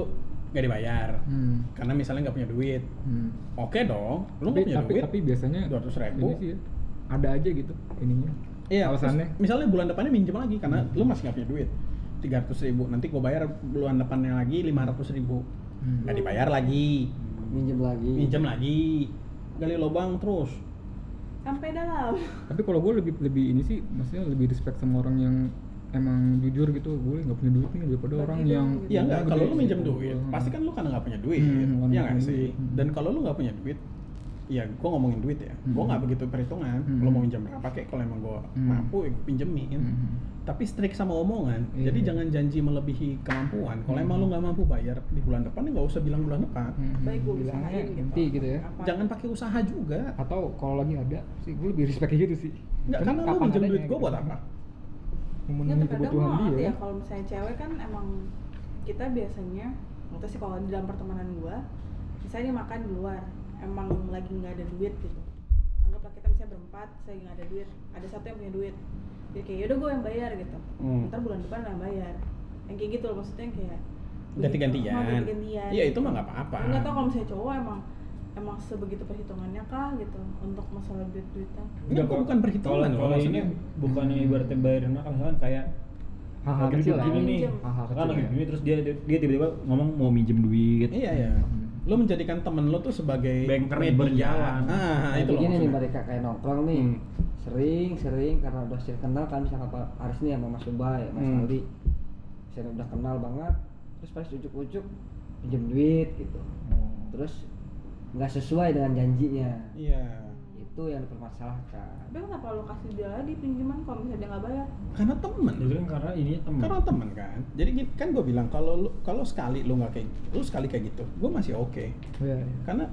[SPEAKER 4] nggak dibayar
[SPEAKER 3] Hmm.
[SPEAKER 4] karena misalnya nggak punya duit
[SPEAKER 3] Hmm.
[SPEAKER 4] oke dong lo
[SPEAKER 3] Tapi,
[SPEAKER 4] nggak punya
[SPEAKER 3] tapi,
[SPEAKER 4] duit
[SPEAKER 3] tapi biasanya
[SPEAKER 4] 200.000.
[SPEAKER 3] ini sih ya, ada aja gitu ininya
[SPEAKER 4] Iya,
[SPEAKER 3] alasannya Hmm.
[SPEAKER 4] terus misalnya bulan depannya minjem lagi karena lu masih nggak punya duit. 300.000 ribu, nanti gue bayar bulan depannya lagi 500.000 ribu.
[SPEAKER 3] Hmm.
[SPEAKER 4] Nggak dibayar lagi,
[SPEAKER 6] minjem lagi
[SPEAKER 4] minjem lagi, gali lubang terus.
[SPEAKER 5] sampai dalam.
[SPEAKER 3] tapi kalau gue lebih lebih ini sih maksudnya lebih respect sama orang yang emang jujur gitu gue nggak punya duit nih daripada
[SPEAKER 5] Berarti
[SPEAKER 3] orang
[SPEAKER 5] dia
[SPEAKER 3] yang
[SPEAKER 5] gitu.
[SPEAKER 4] Iya nggak,
[SPEAKER 3] gede
[SPEAKER 4] kalau lu
[SPEAKER 3] gitu.
[SPEAKER 4] minjem duit,
[SPEAKER 3] Hmm.
[SPEAKER 4] pasti kan lu karena nggak punya duit,
[SPEAKER 3] Hmm,
[SPEAKER 4] Iya
[SPEAKER 3] nggak
[SPEAKER 4] nggak
[SPEAKER 3] punya
[SPEAKER 4] sih?
[SPEAKER 3] duit. Hmm.
[SPEAKER 4] Dan kalau lu nggak punya duit, ya gue ngomongin duit ya, gue
[SPEAKER 3] Hmm.
[SPEAKER 4] nggak begitu perhitungan.
[SPEAKER 3] Hmm.
[SPEAKER 4] Lu mau minjem berapa kek, kalau emang gue
[SPEAKER 3] Hmm.
[SPEAKER 4] mampu, ya gua pinjemin.
[SPEAKER 3] Hmm.
[SPEAKER 4] Tapi strict sama omongan,
[SPEAKER 3] Iya.
[SPEAKER 4] jadi jangan janji melebihi kemampuan. Kalau emang lu nggak mampu bayar di bulan depan, ya nggak usah bilang bulan depan.
[SPEAKER 3] Hmm.
[SPEAKER 5] Baik gue
[SPEAKER 3] Bilangnya
[SPEAKER 5] usahain gitu.
[SPEAKER 3] nanti gitu ya
[SPEAKER 5] Apa?
[SPEAKER 4] jangan pakai usaha juga
[SPEAKER 3] atau kalau lagi ada sih gue lebih respect kayak gitu sih
[SPEAKER 4] Enggak, karena lu
[SPEAKER 3] kapan
[SPEAKER 4] minjem
[SPEAKER 3] adanya
[SPEAKER 4] duit gue
[SPEAKER 3] gitu.
[SPEAKER 4] buat apa?
[SPEAKER 5] Ya,
[SPEAKER 3] memenuhi
[SPEAKER 5] terkadang
[SPEAKER 3] kebutuhan
[SPEAKER 5] mau
[SPEAKER 3] dia
[SPEAKER 5] ya kalau misalnya cewek kan emang kita biasanya maksudnya sih kalau di dalam pertemanan gua misalnya dia makan di luar emang lagi nggak ada duit gitu anggaplah kita misalnya berempat saya nggak ada duit ada satu yang punya duit jadi kayak yaudah gue yang bayar gitu
[SPEAKER 4] Hmm.
[SPEAKER 5] ntar bulan depan lo yang bayar yang kayak gitu loh maksudnya yang kayak
[SPEAKER 4] Ganti-gantian.
[SPEAKER 5] Oh, ganti-gantian
[SPEAKER 4] Iya, itu mah nggak apa-apa.
[SPEAKER 5] Gua nggak tahu kalau misalnya cowok emang emang sebegitu perhitungannya kah gitu untuk masalah duit-duitan
[SPEAKER 4] Ini
[SPEAKER 2] Enggak,
[SPEAKER 4] gua
[SPEAKER 2] kalau-
[SPEAKER 4] bukan perhitungan
[SPEAKER 2] kalau-
[SPEAKER 4] loh,
[SPEAKER 2] kalau ini
[SPEAKER 4] maksudnya.
[SPEAKER 2] bukannya ibaratnya bayarin makan misalkan kayak
[SPEAKER 3] Hmm. hal-hal
[SPEAKER 2] lagi
[SPEAKER 3] kecil
[SPEAKER 2] duit
[SPEAKER 3] lah
[SPEAKER 2] gini
[SPEAKER 5] ya.
[SPEAKER 2] nih
[SPEAKER 5] Minjem.
[SPEAKER 3] Hal-hal
[SPEAKER 2] kan
[SPEAKER 3] kecil
[SPEAKER 2] lagi
[SPEAKER 3] ya.
[SPEAKER 2] gini terus dia dia dia tiba-tiba ngomong mau minjem duit
[SPEAKER 4] Iya, iya. Lu menjadikan temen lu tuh sebagai
[SPEAKER 2] Banker
[SPEAKER 4] media.
[SPEAKER 2] berjalan.
[SPEAKER 4] Ah, itu loh
[SPEAKER 6] Kayak begini nih
[SPEAKER 4] maksudnya. Hmm.
[SPEAKER 6] mereka kayak nongkrong nih sering-sering karena udah sering kenal kan misalnya Pak Aris nih sama Mas Ubay, Mas
[SPEAKER 4] Hmm.
[SPEAKER 6] Aldi misalnya udah kenal banget terus pas ujuk-ujuk pinjam duit gitu terus nggak sesuai dengan janjinya
[SPEAKER 4] Iya.
[SPEAKER 6] itu yang dipermasalahkan
[SPEAKER 5] tapi kenapa lo kasih dia lagi pinjaman kalau misalnya dia nggak bayar
[SPEAKER 4] Karena temen.
[SPEAKER 2] itu kan karena ini teman
[SPEAKER 4] Karena temen kan. Jadi gini, kan gue bilang kalau lu kalau sekali lu nggak kayak lu sekali kayak gitu, gue masih oke.
[SPEAKER 3] Iya, iya.
[SPEAKER 4] Karena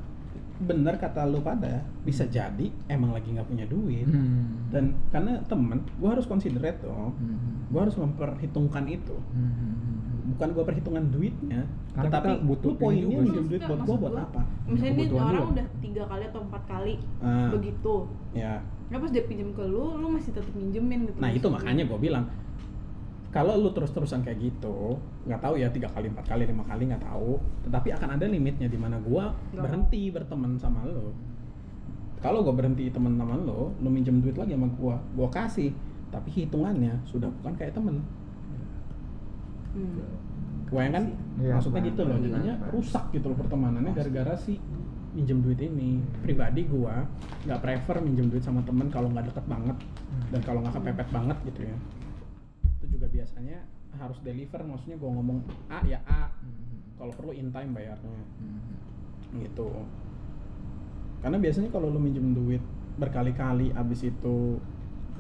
[SPEAKER 4] bener kata lu pada bisa jadi emang lagi nggak punya duit
[SPEAKER 3] Hmm.
[SPEAKER 4] dan karena temen gue harus considerate dong
[SPEAKER 3] Hmm.
[SPEAKER 4] gue harus memperhitungkan itu
[SPEAKER 3] Hmm. Hmm.
[SPEAKER 4] bukan gua perhitungan duitnya
[SPEAKER 3] Karena
[SPEAKER 4] tetapi
[SPEAKER 3] kita butuh
[SPEAKER 4] lu poinnya
[SPEAKER 3] ini juga
[SPEAKER 4] lu
[SPEAKER 3] sih.
[SPEAKER 4] minjem duit buat gua buat apa
[SPEAKER 5] Misalnya ini
[SPEAKER 3] Kebutuhan
[SPEAKER 5] orang
[SPEAKER 3] juga.
[SPEAKER 5] udah tiga kali atau empat kali
[SPEAKER 4] Ah.
[SPEAKER 5] begitu.
[SPEAKER 4] ya
[SPEAKER 5] Nah, pas dia pinjem ke lu, lu masih tetap minjemin gitu.
[SPEAKER 4] nah itu makanya gua bilang kalau lu terus-terusan kayak gitu nggak tahu ya tiga kali empat kali lima kali nggak tahu tetapi akan ada limitnya di mana gua
[SPEAKER 5] Nggak
[SPEAKER 4] berhenti berteman sama lu kalau gua berhenti teman sama lu lu minjem duit lagi sama gua gua kasih tapi hitungannya sudah bukan kayak temen
[SPEAKER 5] Hmm.
[SPEAKER 4] Kebayang kan?
[SPEAKER 3] Iya,
[SPEAKER 4] Maksudnya
[SPEAKER 3] paham,
[SPEAKER 4] gitu loh,
[SPEAKER 3] paham,
[SPEAKER 4] jadinya
[SPEAKER 3] paham.
[SPEAKER 4] rusak gitu loh pertemanannya gara-gara si minjem duit ini. Pribadi gua nggak prefer minjem duit sama temen kalau nggak deket banget dan kalau nggak kepepet banget gitu ya. Itu juga biasanya harus deliver, maksudnya gua ngomong A ya A, kalau perlu in time bayarnya gitu. Karena biasanya kalau lu minjem duit berkali-kali abis itu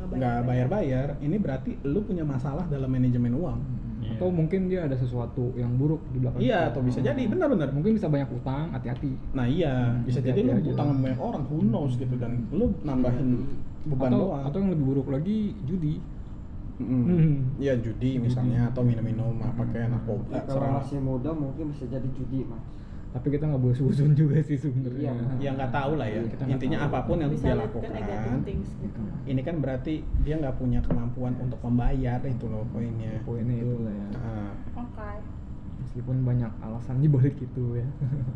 [SPEAKER 4] nggak bayar-bayar, ini berarti lu punya masalah dalam manajemen uang.
[SPEAKER 2] Iya.
[SPEAKER 3] atau mungkin dia ada sesuatu yang buruk di belakang
[SPEAKER 4] Iya,
[SPEAKER 3] itu.
[SPEAKER 4] atau bisa jadi benar-benar.
[SPEAKER 3] mungkin bisa banyak utang hati-hati
[SPEAKER 4] Nah iya,
[SPEAKER 3] Hmm,
[SPEAKER 4] bisa jadi
[SPEAKER 3] hati-hati
[SPEAKER 4] lu
[SPEAKER 3] aja. Iya.
[SPEAKER 4] utang sama banyak orang, who knows gitu dan lu nambahin beban
[SPEAKER 3] atau
[SPEAKER 4] doang.
[SPEAKER 3] atau yang lebih buruk lagi judi Hmm.
[SPEAKER 4] Mm. Iya judi misalnya atau minum-minum apa kayak narkoba.
[SPEAKER 6] Ya, kalau
[SPEAKER 4] serang-
[SPEAKER 6] masih muda mungkin bisa jadi judi mas
[SPEAKER 3] tapi kita nggak boleh suzon juga sih sebenarnya
[SPEAKER 6] Iya.
[SPEAKER 4] Ya nggak tahu lah ya.
[SPEAKER 3] Kita nggak
[SPEAKER 4] Intinya
[SPEAKER 3] tahu.
[SPEAKER 4] apapun yang
[SPEAKER 5] bisa
[SPEAKER 4] dia
[SPEAKER 5] lihat kan negative
[SPEAKER 4] lakukan,
[SPEAKER 5] things gitu
[SPEAKER 4] ini kan berarti dia nggak punya kemampuan untuk membayar itu loh poinnya.
[SPEAKER 3] poinnya itu lah ya
[SPEAKER 4] Nah,
[SPEAKER 5] oke
[SPEAKER 3] meskipun banyak alasan di balik itu ya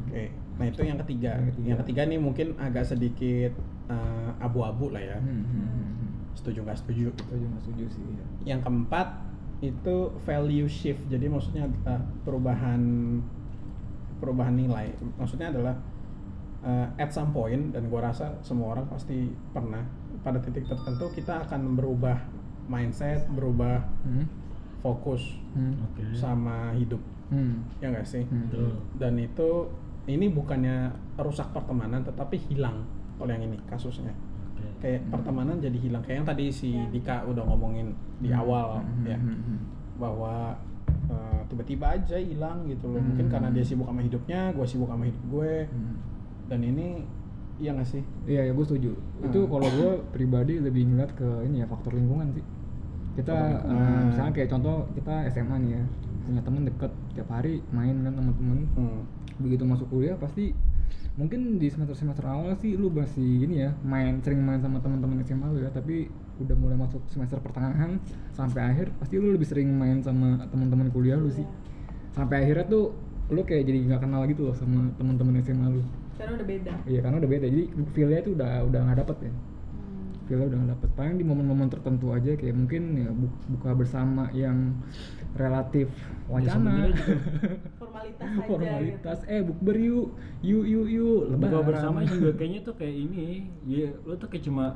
[SPEAKER 4] Oke, nah itu yang ketiga.
[SPEAKER 3] Yang ketiga.
[SPEAKER 4] Yang ketiga nih mungkin agak sedikit eh, abu-abu lah ya.
[SPEAKER 3] Hmm, hmm, hmm, hmm.
[SPEAKER 4] Setuju nggak setuju?
[SPEAKER 3] Itu juga nggak setuju sih ya.
[SPEAKER 4] Yang keempat itu value shift. Jadi maksudnya eh, perubahan perubahan nilai. Maksudnya adalah eh, at some point dan gua rasa semua orang pasti pernah pada titik tertentu kita akan berubah mindset, berubah
[SPEAKER 3] Hmm,
[SPEAKER 4] fokus
[SPEAKER 3] hmm,
[SPEAKER 2] Oke.
[SPEAKER 4] sama hidup.
[SPEAKER 3] hmm,
[SPEAKER 4] Ya nggak sih?
[SPEAKER 3] hmm.
[SPEAKER 4] dan itu ini bukannya rusak pertemanan tetapi hilang kalau yang ini kasusnya kayak pertemanan jadi hilang kayak yang tadi si Dika udah ngomongin di awal
[SPEAKER 3] Hmm,
[SPEAKER 4] ya
[SPEAKER 3] hmm, hmm.
[SPEAKER 4] bahwa eh, tiba-tiba aja hilang gitu loh mungkin karena dia sibuk sama hidupnya gue sibuk sama hidup gue
[SPEAKER 3] Hmm.
[SPEAKER 4] dan ini iya nggak sih
[SPEAKER 3] Iya ya gue setuju. Itu
[SPEAKER 4] Hmm.
[SPEAKER 3] kalau gue pribadi lebih ngeliat ke ini ya faktor lingkungan sih. Kita eh,
[SPEAKER 4] Faktor lingkungan.
[SPEAKER 3] misalnya kayak contoh kita SMA nih ya punya temen deket tiap hari main kan sama temen.
[SPEAKER 4] hmm.
[SPEAKER 3] Begitu masuk kuliah pasti mungkin di semester semester awal sih lu masih ini ya main sering main sama teman-teman SMA lu ya tapi udah mulai masuk semester pertengahan sampai akhir pasti lu lebih sering main sama teman-teman kuliah lu sih sampai akhirnya tuh lu kayak jadi nggak kenal gitu loh sama teman-teman SMA lu
[SPEAKER 5] karena udah beda
[SPEAKER 3] Iya karena udah beda jadi feel-nya itu udah udah nggak dapet ya feel-nya udah nggak dapet paling di momen-momen tertentu aja kayak mungkin ya bu- buka bersama yang relatif
[SPEAKER 2] Ya,
[SPEAKER 3] wacana
[SPEAKER 5] formalitas aja
[SPEAKER 3] formalitas eh bukber yuk yuk yuk yuk lebaran
[SPEAKER 2] Buka bersama juga kayaknya tuh kayak ini,
[SPEAKER 4] Iya,
[SPEAKER 2] ya lu tuh kayak cuma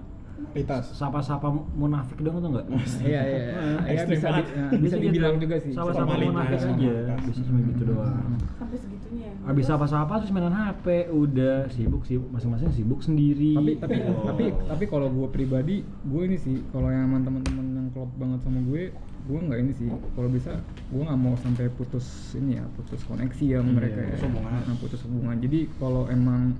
[SPEAKER 4] Litas
[SPEAKER 2] sapa-sapa munafik dong tuh enggak?
[SPEAKER 3] iya iya iya. ya
[SPEAKER 4] ekstrim
[SPEAKER 3] bisa di-
[SPEAKER 4] banget.
[SPEAKER 3] ya, bisa dibilang juga sih
[SPEAKER 2] Nah, Sama-sama
[SPEAKER 4] Formalitas,
[SPEAKER 2] munafik aja,
[SPEAKER 4] formalitas.
[SPEAKER 2] bisa cuma gitu doang.
[SPEAKER 5] gitu. sampai segitunya ya
[SPEAKER 4] Ah,
[SPEAKER 2] Abis sapa-sapa terus mainan HP, udah sibuk sibuk masing-masing sibuk sendiri.
[SPEAKER 3] tapi tapi
[SPEAKER 2] Oh.
[SPEAKER 3] tapi tapi kalau gue pribadi gue ini sih kalau yang sama teman-teman yang klop banget sama gue gue nggak ini sih kalau bisa gue nggak mau sampai putus ini ya putus koneksi ya sama mereka ya
[SPEAKER 4] Iya, putus hubungan.
[SPEAKER 3] Nah, putus hubungan jadi kalau emang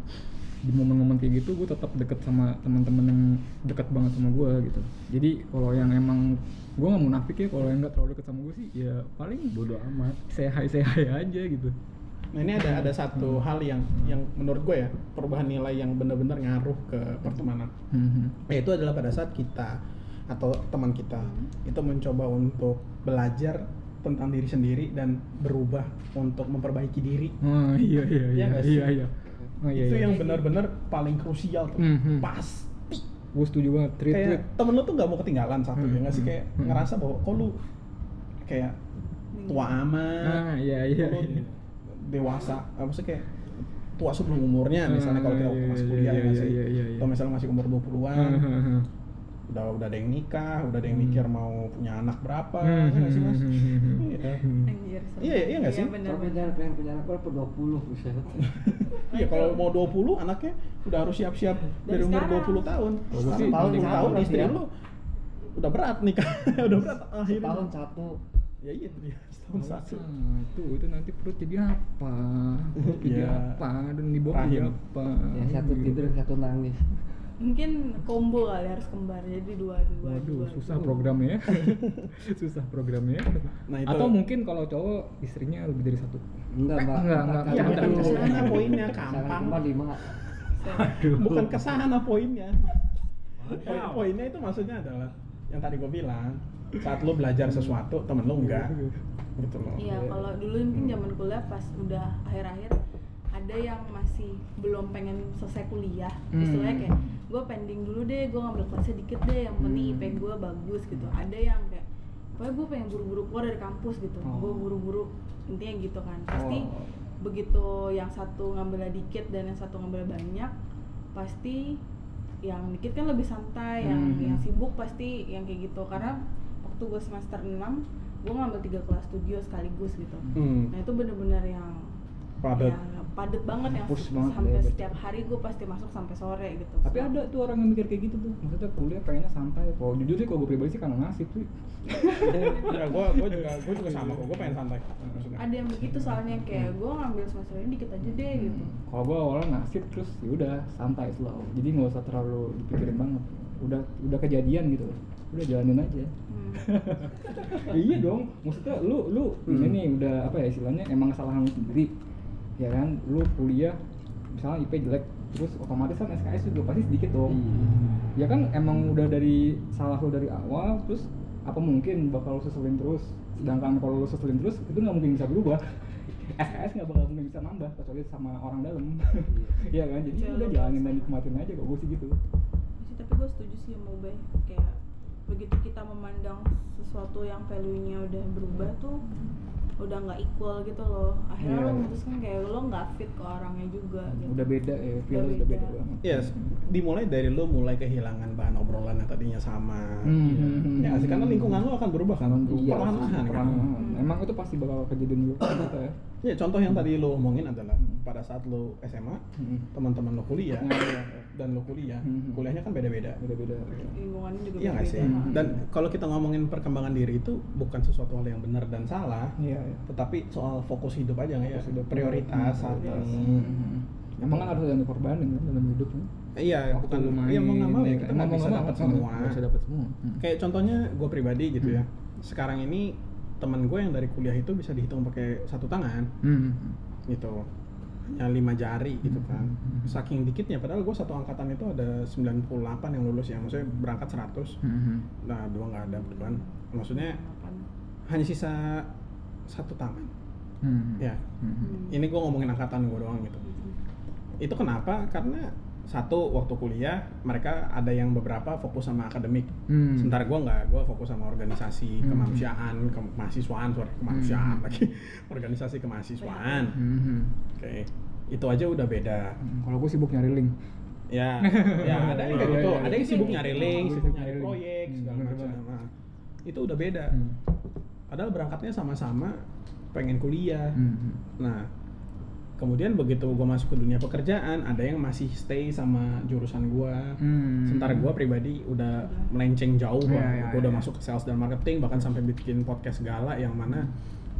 [SPEAKER 3] di momen-momen kayak gitu gue tetap deket sama teman-teman yang deket banget sama gue gitu jadi kalau yang emang gue nggak munafik ya kalau yang nggak terlalu deket sama gue sih ya paling
[SPEAKER 2] bodo amat.
[SPEAKER 3] say hi say hi aja gitu
[SPEAKER 4] nah ini ada ada satu hal yang yang menurut gue ya perubahan nilai yang benar-benar ngaruh ke pertemanan
[SPEAKER 3] Hmm,
[SPEAKER 4] yaitu Ya, adalah pada saat kita atau teman kita itu mencoba untuk belajar tentang diri sendiri dan berubah untuk memperbaiki diri
[SPEAKER 3] hmm. oh iya iya
[SPEAKER 4] Iya
[SPEAKER 3] iya
[SPEAKER 4] nggak sih?
[SPEAKER 3] iya iya Oh, iya,
[SPEAKER 4] itu
[SPEAKER 3] iya.
[SPEAKER 4] yang benar-benar paling krusial tuh
[SPEAKER 3] Mhm.
[SPEAKER 4] pas
[SPEAKER 3] gue setuju banget treat
[SPEAKER 4] kayak
[SPEAKER 3] treat
[SPEAKER 4] temen lu tuh nggak mau ketinggalan satu
[SPEAKER 3] Hmm.
[SPEAKER 4] ya nggak sih kayak
[SPEAKER 3] Hmm.
[SPEAKER 4] ngerasa bahwa kok lu kayak tua amat
[SPEAKER 3] ah iya iya
[SPEAKER 4] kok lu dewasa Ah, maksudnya kayak tua sebelum umurnya misalnya kalau kita
[SPEAKER 3] Ah, iya,
[SPEAKER 4] masih
[SPEAKER 3] iya,
[SPEAKER 4] kuliah ya
[SPEAKER 3] iya,
[SPEAKER 4] nggak sih?
[SPEAKER 3] iya, iya, iya. Hmm.
[SPEAKER 4] atau misalnya masih umur
[SPEAKER 3] Ah,
[SPEAKER 4] 20-an
[SPEAKER 3] Hahaha.
[SPEAKER 4] udah udah ada yang nikah udah ada yang mikir mau punya anak berapa
[SPEAKER 3] Hmm,
[SPEAKER 4] ya nggak sih mas
[SPEAKER 3] hmm, hmm, hmm.
[SPEAKER 4] Iya.
[SPEAKER 5] Anjir, serem.
[SPEAKER 4] Iya, iya nggak sih?
[SPEAKER 5] bener,
[SPEAKER 6] Kalau
[SPEAKER 5] bener.
[SPEAKER 6] pengen pengen punya anak berapa? 20 bisa.
[SPEAKER 4] Iya kalau mau 20 anaknya udah harus siap-siap dari,
[SPEAKER 5] Dari
[SPEAKER 4] umur
[SPEAKER 5] sekarang.
[SPEAKER 4] 20 tahun.
[SPEAKER 6] Oh,
[SPEAKER 4] Setahun,
[SPEAKER 6] berarti
[SPEAKER 4] tahun,
[SPEAKER 6] mending
[SPEAKER 4] tahun
[SPEAKER 6] satu
[SPEAKER 4] istri
[SPEAKER 6] berarti ya?
[SPEAKER 4] lu udah berat nikah, udah berat akhirnya.
[SPEAKER 6] Tahun satu.
[SPEAKER 4] Ya iya itu dia
[SPEAKER 3] Oh,
[SPEAKER 4] setahun satu.
[SPEAKER 3] satu Ah, itu nanti perut jadi apa perut jadi
[SPEAKER 4] Iya.
[SPEAKER 3] apa dan di bawah jadi
[SPEAKER 4] Rahim.
[SPEAKER 3] apa
[SPEAKER 6] Ya satu
[SPEAKER 3] Gitu.
[SPEAKER 6] tidur satu nangis.
[SPEAKER 5] mungkin combo kali harus kembar jadi dua dua
[SPEAKER 3] waduh
[SPEAKER 5] dua
[SPEAKER 3] susah programnya ya susah programnya ya.
[SPEAKER 4] Nah, itu-
[SPEAKER 3] atau mungkin kalau cowok istrinya lebih dari satu Ah,
[SPEAKER 6] Enggak, Mbak.
[SPEAKER 3] Enggak, enggak,
[SPEAKER 4] Ya
[SPEAKER 3] Jangan,
[SPEAKER 4] bukan
[SPEAKER 3] jangan,
[SPEAKER 4] kesana poinnya
[SPEAKER 6] Sangat
[SPEAKER 4] kampang,
[SPEAKER 6] cuma lima.
[SPEAKER 4] bukan kesana poinnya. Poin- Poinnya itu maksudnya adalah yang tadi gue bilang saat lo belajar sesuatu temen lo enggak gitu loh.
[SPEAKER 5] Iya, kalau dulu mungkin zaman kuliah pas udah akhir-akhir ada yang masih belum pengen selesai kuliah,
[SPEAKER 3] Hmm.
[SPEAKER 5] istilahnya kayak gue pending dulu deh, gue ngambil kelasnya dikit deh, yang penting
[SPEAKER 3] Hmm.
[SPEAKER 5] IP gue bagus gitu. Ada yang kayak pokoknya gue pengen buru-buru keluar dari kampus gitu,
[SPEAKER 3] Oh.
[SPEAKER 5] gue buru-buru intinya gitu kan. Pasti begitu yang satu ngambilnya dikit dan yang satu ngambilnya banyak, pasti yang dikit kan lebih santai, yang
[SPEAKER 3] Hmm.
[SPEAKER 5] yang sibuk pasti yang kayak gitu karena waktu gue semester 6 gue ngambil tiga kelas studio sekaligus gitu
[SPEAKER 4] Hmm,
[SPEAKER 5] nah itu bener-bener yang
[SPEAKER 4] padat.
[SPEAKER 5] yang padet banget yang
[SPEAKER 3] Push
[SPEAKER 5] se-
[SPEAKER 3] banget
[SPEAKER 5] sampai
[SPEAKER 3] ya, Bet.
[SPEAKER 5] setiap hari gue pasti masuk sampai sore gitu.
[SPEAKER 3] tapi ada tuh orang yang mikir kayak gitu tuh maksudnya kuliah pengennya santai kalau jujur sih kalau gue pribadi sih kangen nasib sih
[SPEAKER 4] ya gue gue juga gue juga sama kok gue pengen santai maksudnya
[SPEAKER 5] Ada yang
[SPEAKER 3] Iya.
[SPEAKER 5] begitu soalnya kayak gue ngambil semester ini dikit aja deh
[SPEAKER 3] Hmm.
[SPEAKER 5] gitu.
[SPEAKER 3] kalau gue awalnya nasib terus ya udah santai slow jadi nggak usah terlalu dipikirin banget udah udah kejadian gitu udah jalanin aja
[SPEAKER 5] Hmm.
[SPEAKER 3] Ya iya dong maksudnya lu lu ini nih udah apa ya istilahnya emang kesalahan lu sendiri ya kan lu kuliah misalnya IP jelek terus otomatis kan SKS juga pasti sedikit dong ya kan emang udah dari salah lu dari awal terus apa mungkin bakal lu seselin terus sedangkan kalau lu seselin terus itu nggak mungkin bisa berubah SKS nggak bakal mungkin bisa nambah kecuali sama orang dalam ya kan jadi
[SPEAKER 5] Kecuali
[SPEAKER 3] udah
[SPEAKER 5] lu
[SPEAKER 3] jalanin
[SPEAKER 5] paksa.
[SPEAKER 3] dan nikmatin aja kok gue sih gitu
[SPEAKER 5] Sih, tapi gue setuju sih sama Ubay kayak begitu kita memandang sesuatu yang value-nya udah berubah tuh udah nggak equal gitu loh akhirnya
[SPEAKER 3] Iya.
[SPEAKER 5] lo memutuskan kayak lo nggak fit ke orangnya juga gitu.
[SPEAKER 3] udah beda ya feel lu udah beda
[SPEAKER 5] beda.
[SPEAKER 3] banget
[SPEAKER 4] Yes, dimulai dari lo mulai kehilangan bahan obrolan yang tadinya sama.
[SPEAKER 3] Hmm,
[SPEAKER 4] Iya.
[SPEAKER 3] hmm, hmm,
[SPEAKER 4] Ya, nggak sih? karena
[SPEAKER 3] hmm.
[SPEAKER 4] lingkungan lo akan berubah kan,
[SPEAKER 3] Iya,
[SPEAKER 4] perlahan-lahan kan.
[SPEAKER 3] perlahan-lahan. Hmm. Emang itu pasti bakal kejadian juga sama kita ya.
[SPEAKER 4] Ya, contoh yang tadi lo omongin adalah pada saat lo SMA,
[SPEAKER 3] Hmm.
[SPEAKER 4] teman-teman lo kuliah
[SPEAKER 3] Nah, iya, iya.
[SPEAKER 4] dan lo kuliah,
[SPEAKER 3] Hmm.
[SPEAKER 4] kuliahnya kan beda-beda.
[SPEAKER 3] Beda-beda.
[SPEAKER 5] lingkungannya juga
[SPEAKER 4] Iya nggak sih?
[SPEAKER 3] Hmm.
[SPEAKER 4] Dan kalau kita ngomongin perkembangan diri itu bukan sesuatu hal yang benar dan salah,
[SPEAKER 3] Iya, iya.
[SPEAKER 4] tetapi soal fokus hidup aja nggak ya?
[SPEAKER 3] Fokus hidup.
[SPEAKER 4] Prioritas
[SPEAKER 3] Hmm,
[SPEAKER 4] atau
[SPEAKER 3] Hmm. Emang kan harus ada yang dikorbanin kan dalam hidup kan?
[SPEAKER 4] Iya, bukan Iya mau nggak mau ya kita nggak bisa dapat semua.
[SPEAKER 3] Nggak bisa Hmm. dapat semua. Hmm.
[SPEAKER 4] Kayak contohnya gue pribadi gitu ya. Sekarang ini teman gue yang dari kuliah itu bisa dihitung pakai satu tangan
[SPEAKER 3] Hmm.
[SPEAKER 4] gitu. Hanya lima jari gitu kan. Saking dikitnya padahal gue satu angkatan itu ada 98 yang lulus ya. Maksudnya berangkat 100.
[SPEAKER 3] Hmm.
[SPEAKER 4] Nah, dua nggak ada beban. Maksudnya hanya sisa satu tangan.
[SPEAKER 3] Hmm.
[SPEAKER 4] Ya.
[SPEAKER 3] Hmm.
[SPEAKER 4] Ini gue ngomongin angkatan gue doang gitu. Itu kenapa? Karena satu waktu kuliah mereka ada yang beberapa fokus sama akademik.
[SPEAKER 3] Hmm.
[SPEAKER 4] Sementara gue nggak, gue fokus sama organisasi kemanusiaan, kemahasiswaan, sorry, kemanusiaan lagi, organisasi kemahasiswaan.
[SPEAKER 3] Hmm.
[SPEAKER 4] Oke, itu aja udah beda.
[SPEAKER 3] Hmm. Kalau gue sibuk nyari link.
[SPEAKER 4] Ya, ya ada yang kayak
[SPEAKER 3] Iya,
[SPEAKER 4] gitu,
[SPEAKER 3] iya, iya.
[SPEAKER 4] ada yang gitu, sibuk nyari link, sibuk
[SPEAKER 3] Sibuk
[SPEAKER 4] nyari
[SPEAKER 3] nyari link.
[SPEAKER 4] proyek,
[SPEAKER 3] Hmm,
[SPEAKER 4] segala
[SPEAKER 3] bener
[SPEAKER 4] macam.
[SPEAKER 3] banget.
[SPEAKER 4] Nah, Itu udah beda.
[SPEAKER 3] Hmm.
[SPEAKER 4] Padahal berangkatnya sama-sama pengen kuliah.
[SPEAKER 3] Hmm.
[SPEAKER 4] Nah, kemudian begitu gue masuk ke dunia pekerjaan, ada yang masih stay sama jurusan gue.
[SPEAKER 3] Hmm.
[SPEAKER 4] Sementara gue pribadi udah melenceng jauh,
[SPEAKER 3] Iya,
[SPEAKER 4] gua
[SPEAKER 3] iya,
[SPEAKER 4] Gua udah
[SPEAKER 3] iya.
[SPEAKER 4] masuk ke sales dan marketing, bahkan sampai bikin podcast gala yang mana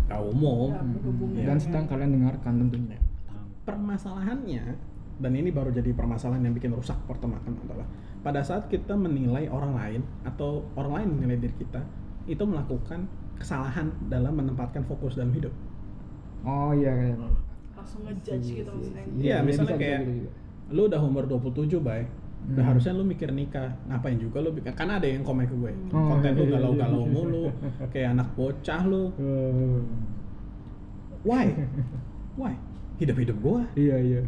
[SPEAKER 4] gak umum.
[SPEAKER 5] Nggak berhubungan.
[SPEAKER 4] Iya.
[SPEAKER 3] Dan sedang kalian dengarkan tentunya.
[SPEAKER 4] Permasalahannya, dan ini baru jadi permasalahan yang bikin rusak pertemanan adalah pada saat kita menilai orang lain atau orang lain menilai diri kita, itu melakukan kesalahan dalam menempatkan fokus dalam hidup.
[SPEAKER 3] Oh iya iya.
[SPEAKER 5] langsung ngejudge gitu maksudnya
[SPEAKER 4] Iya, misalnya
[SPEAKER 3] bisa, bisa
[SPEAKER 4] kayak-
[SPEAKER 3] gitu juga.
[SPEAKER 4] lu udah umur 27 bay udah
[SPEAKER 3] Hmm.
[SPEAKER 4] harusnya lu mikir nikah ngapain juga lu mikir karena ada yang komen ke gue
[SPEAKER 3] Oh,
[SPEAKER 4] konten lu
[SPEAKER 3] iya, iya,
[SPEAKER 4] galau-galau
[SPEAKER 3] iya.
[SPEAKER 4] mulu kayak anak bocah lu
[SPEAKER 3] Eh,
[SPEAKER 4] why why hidup-hidup gua
[SPEAKER 3] Iya iya.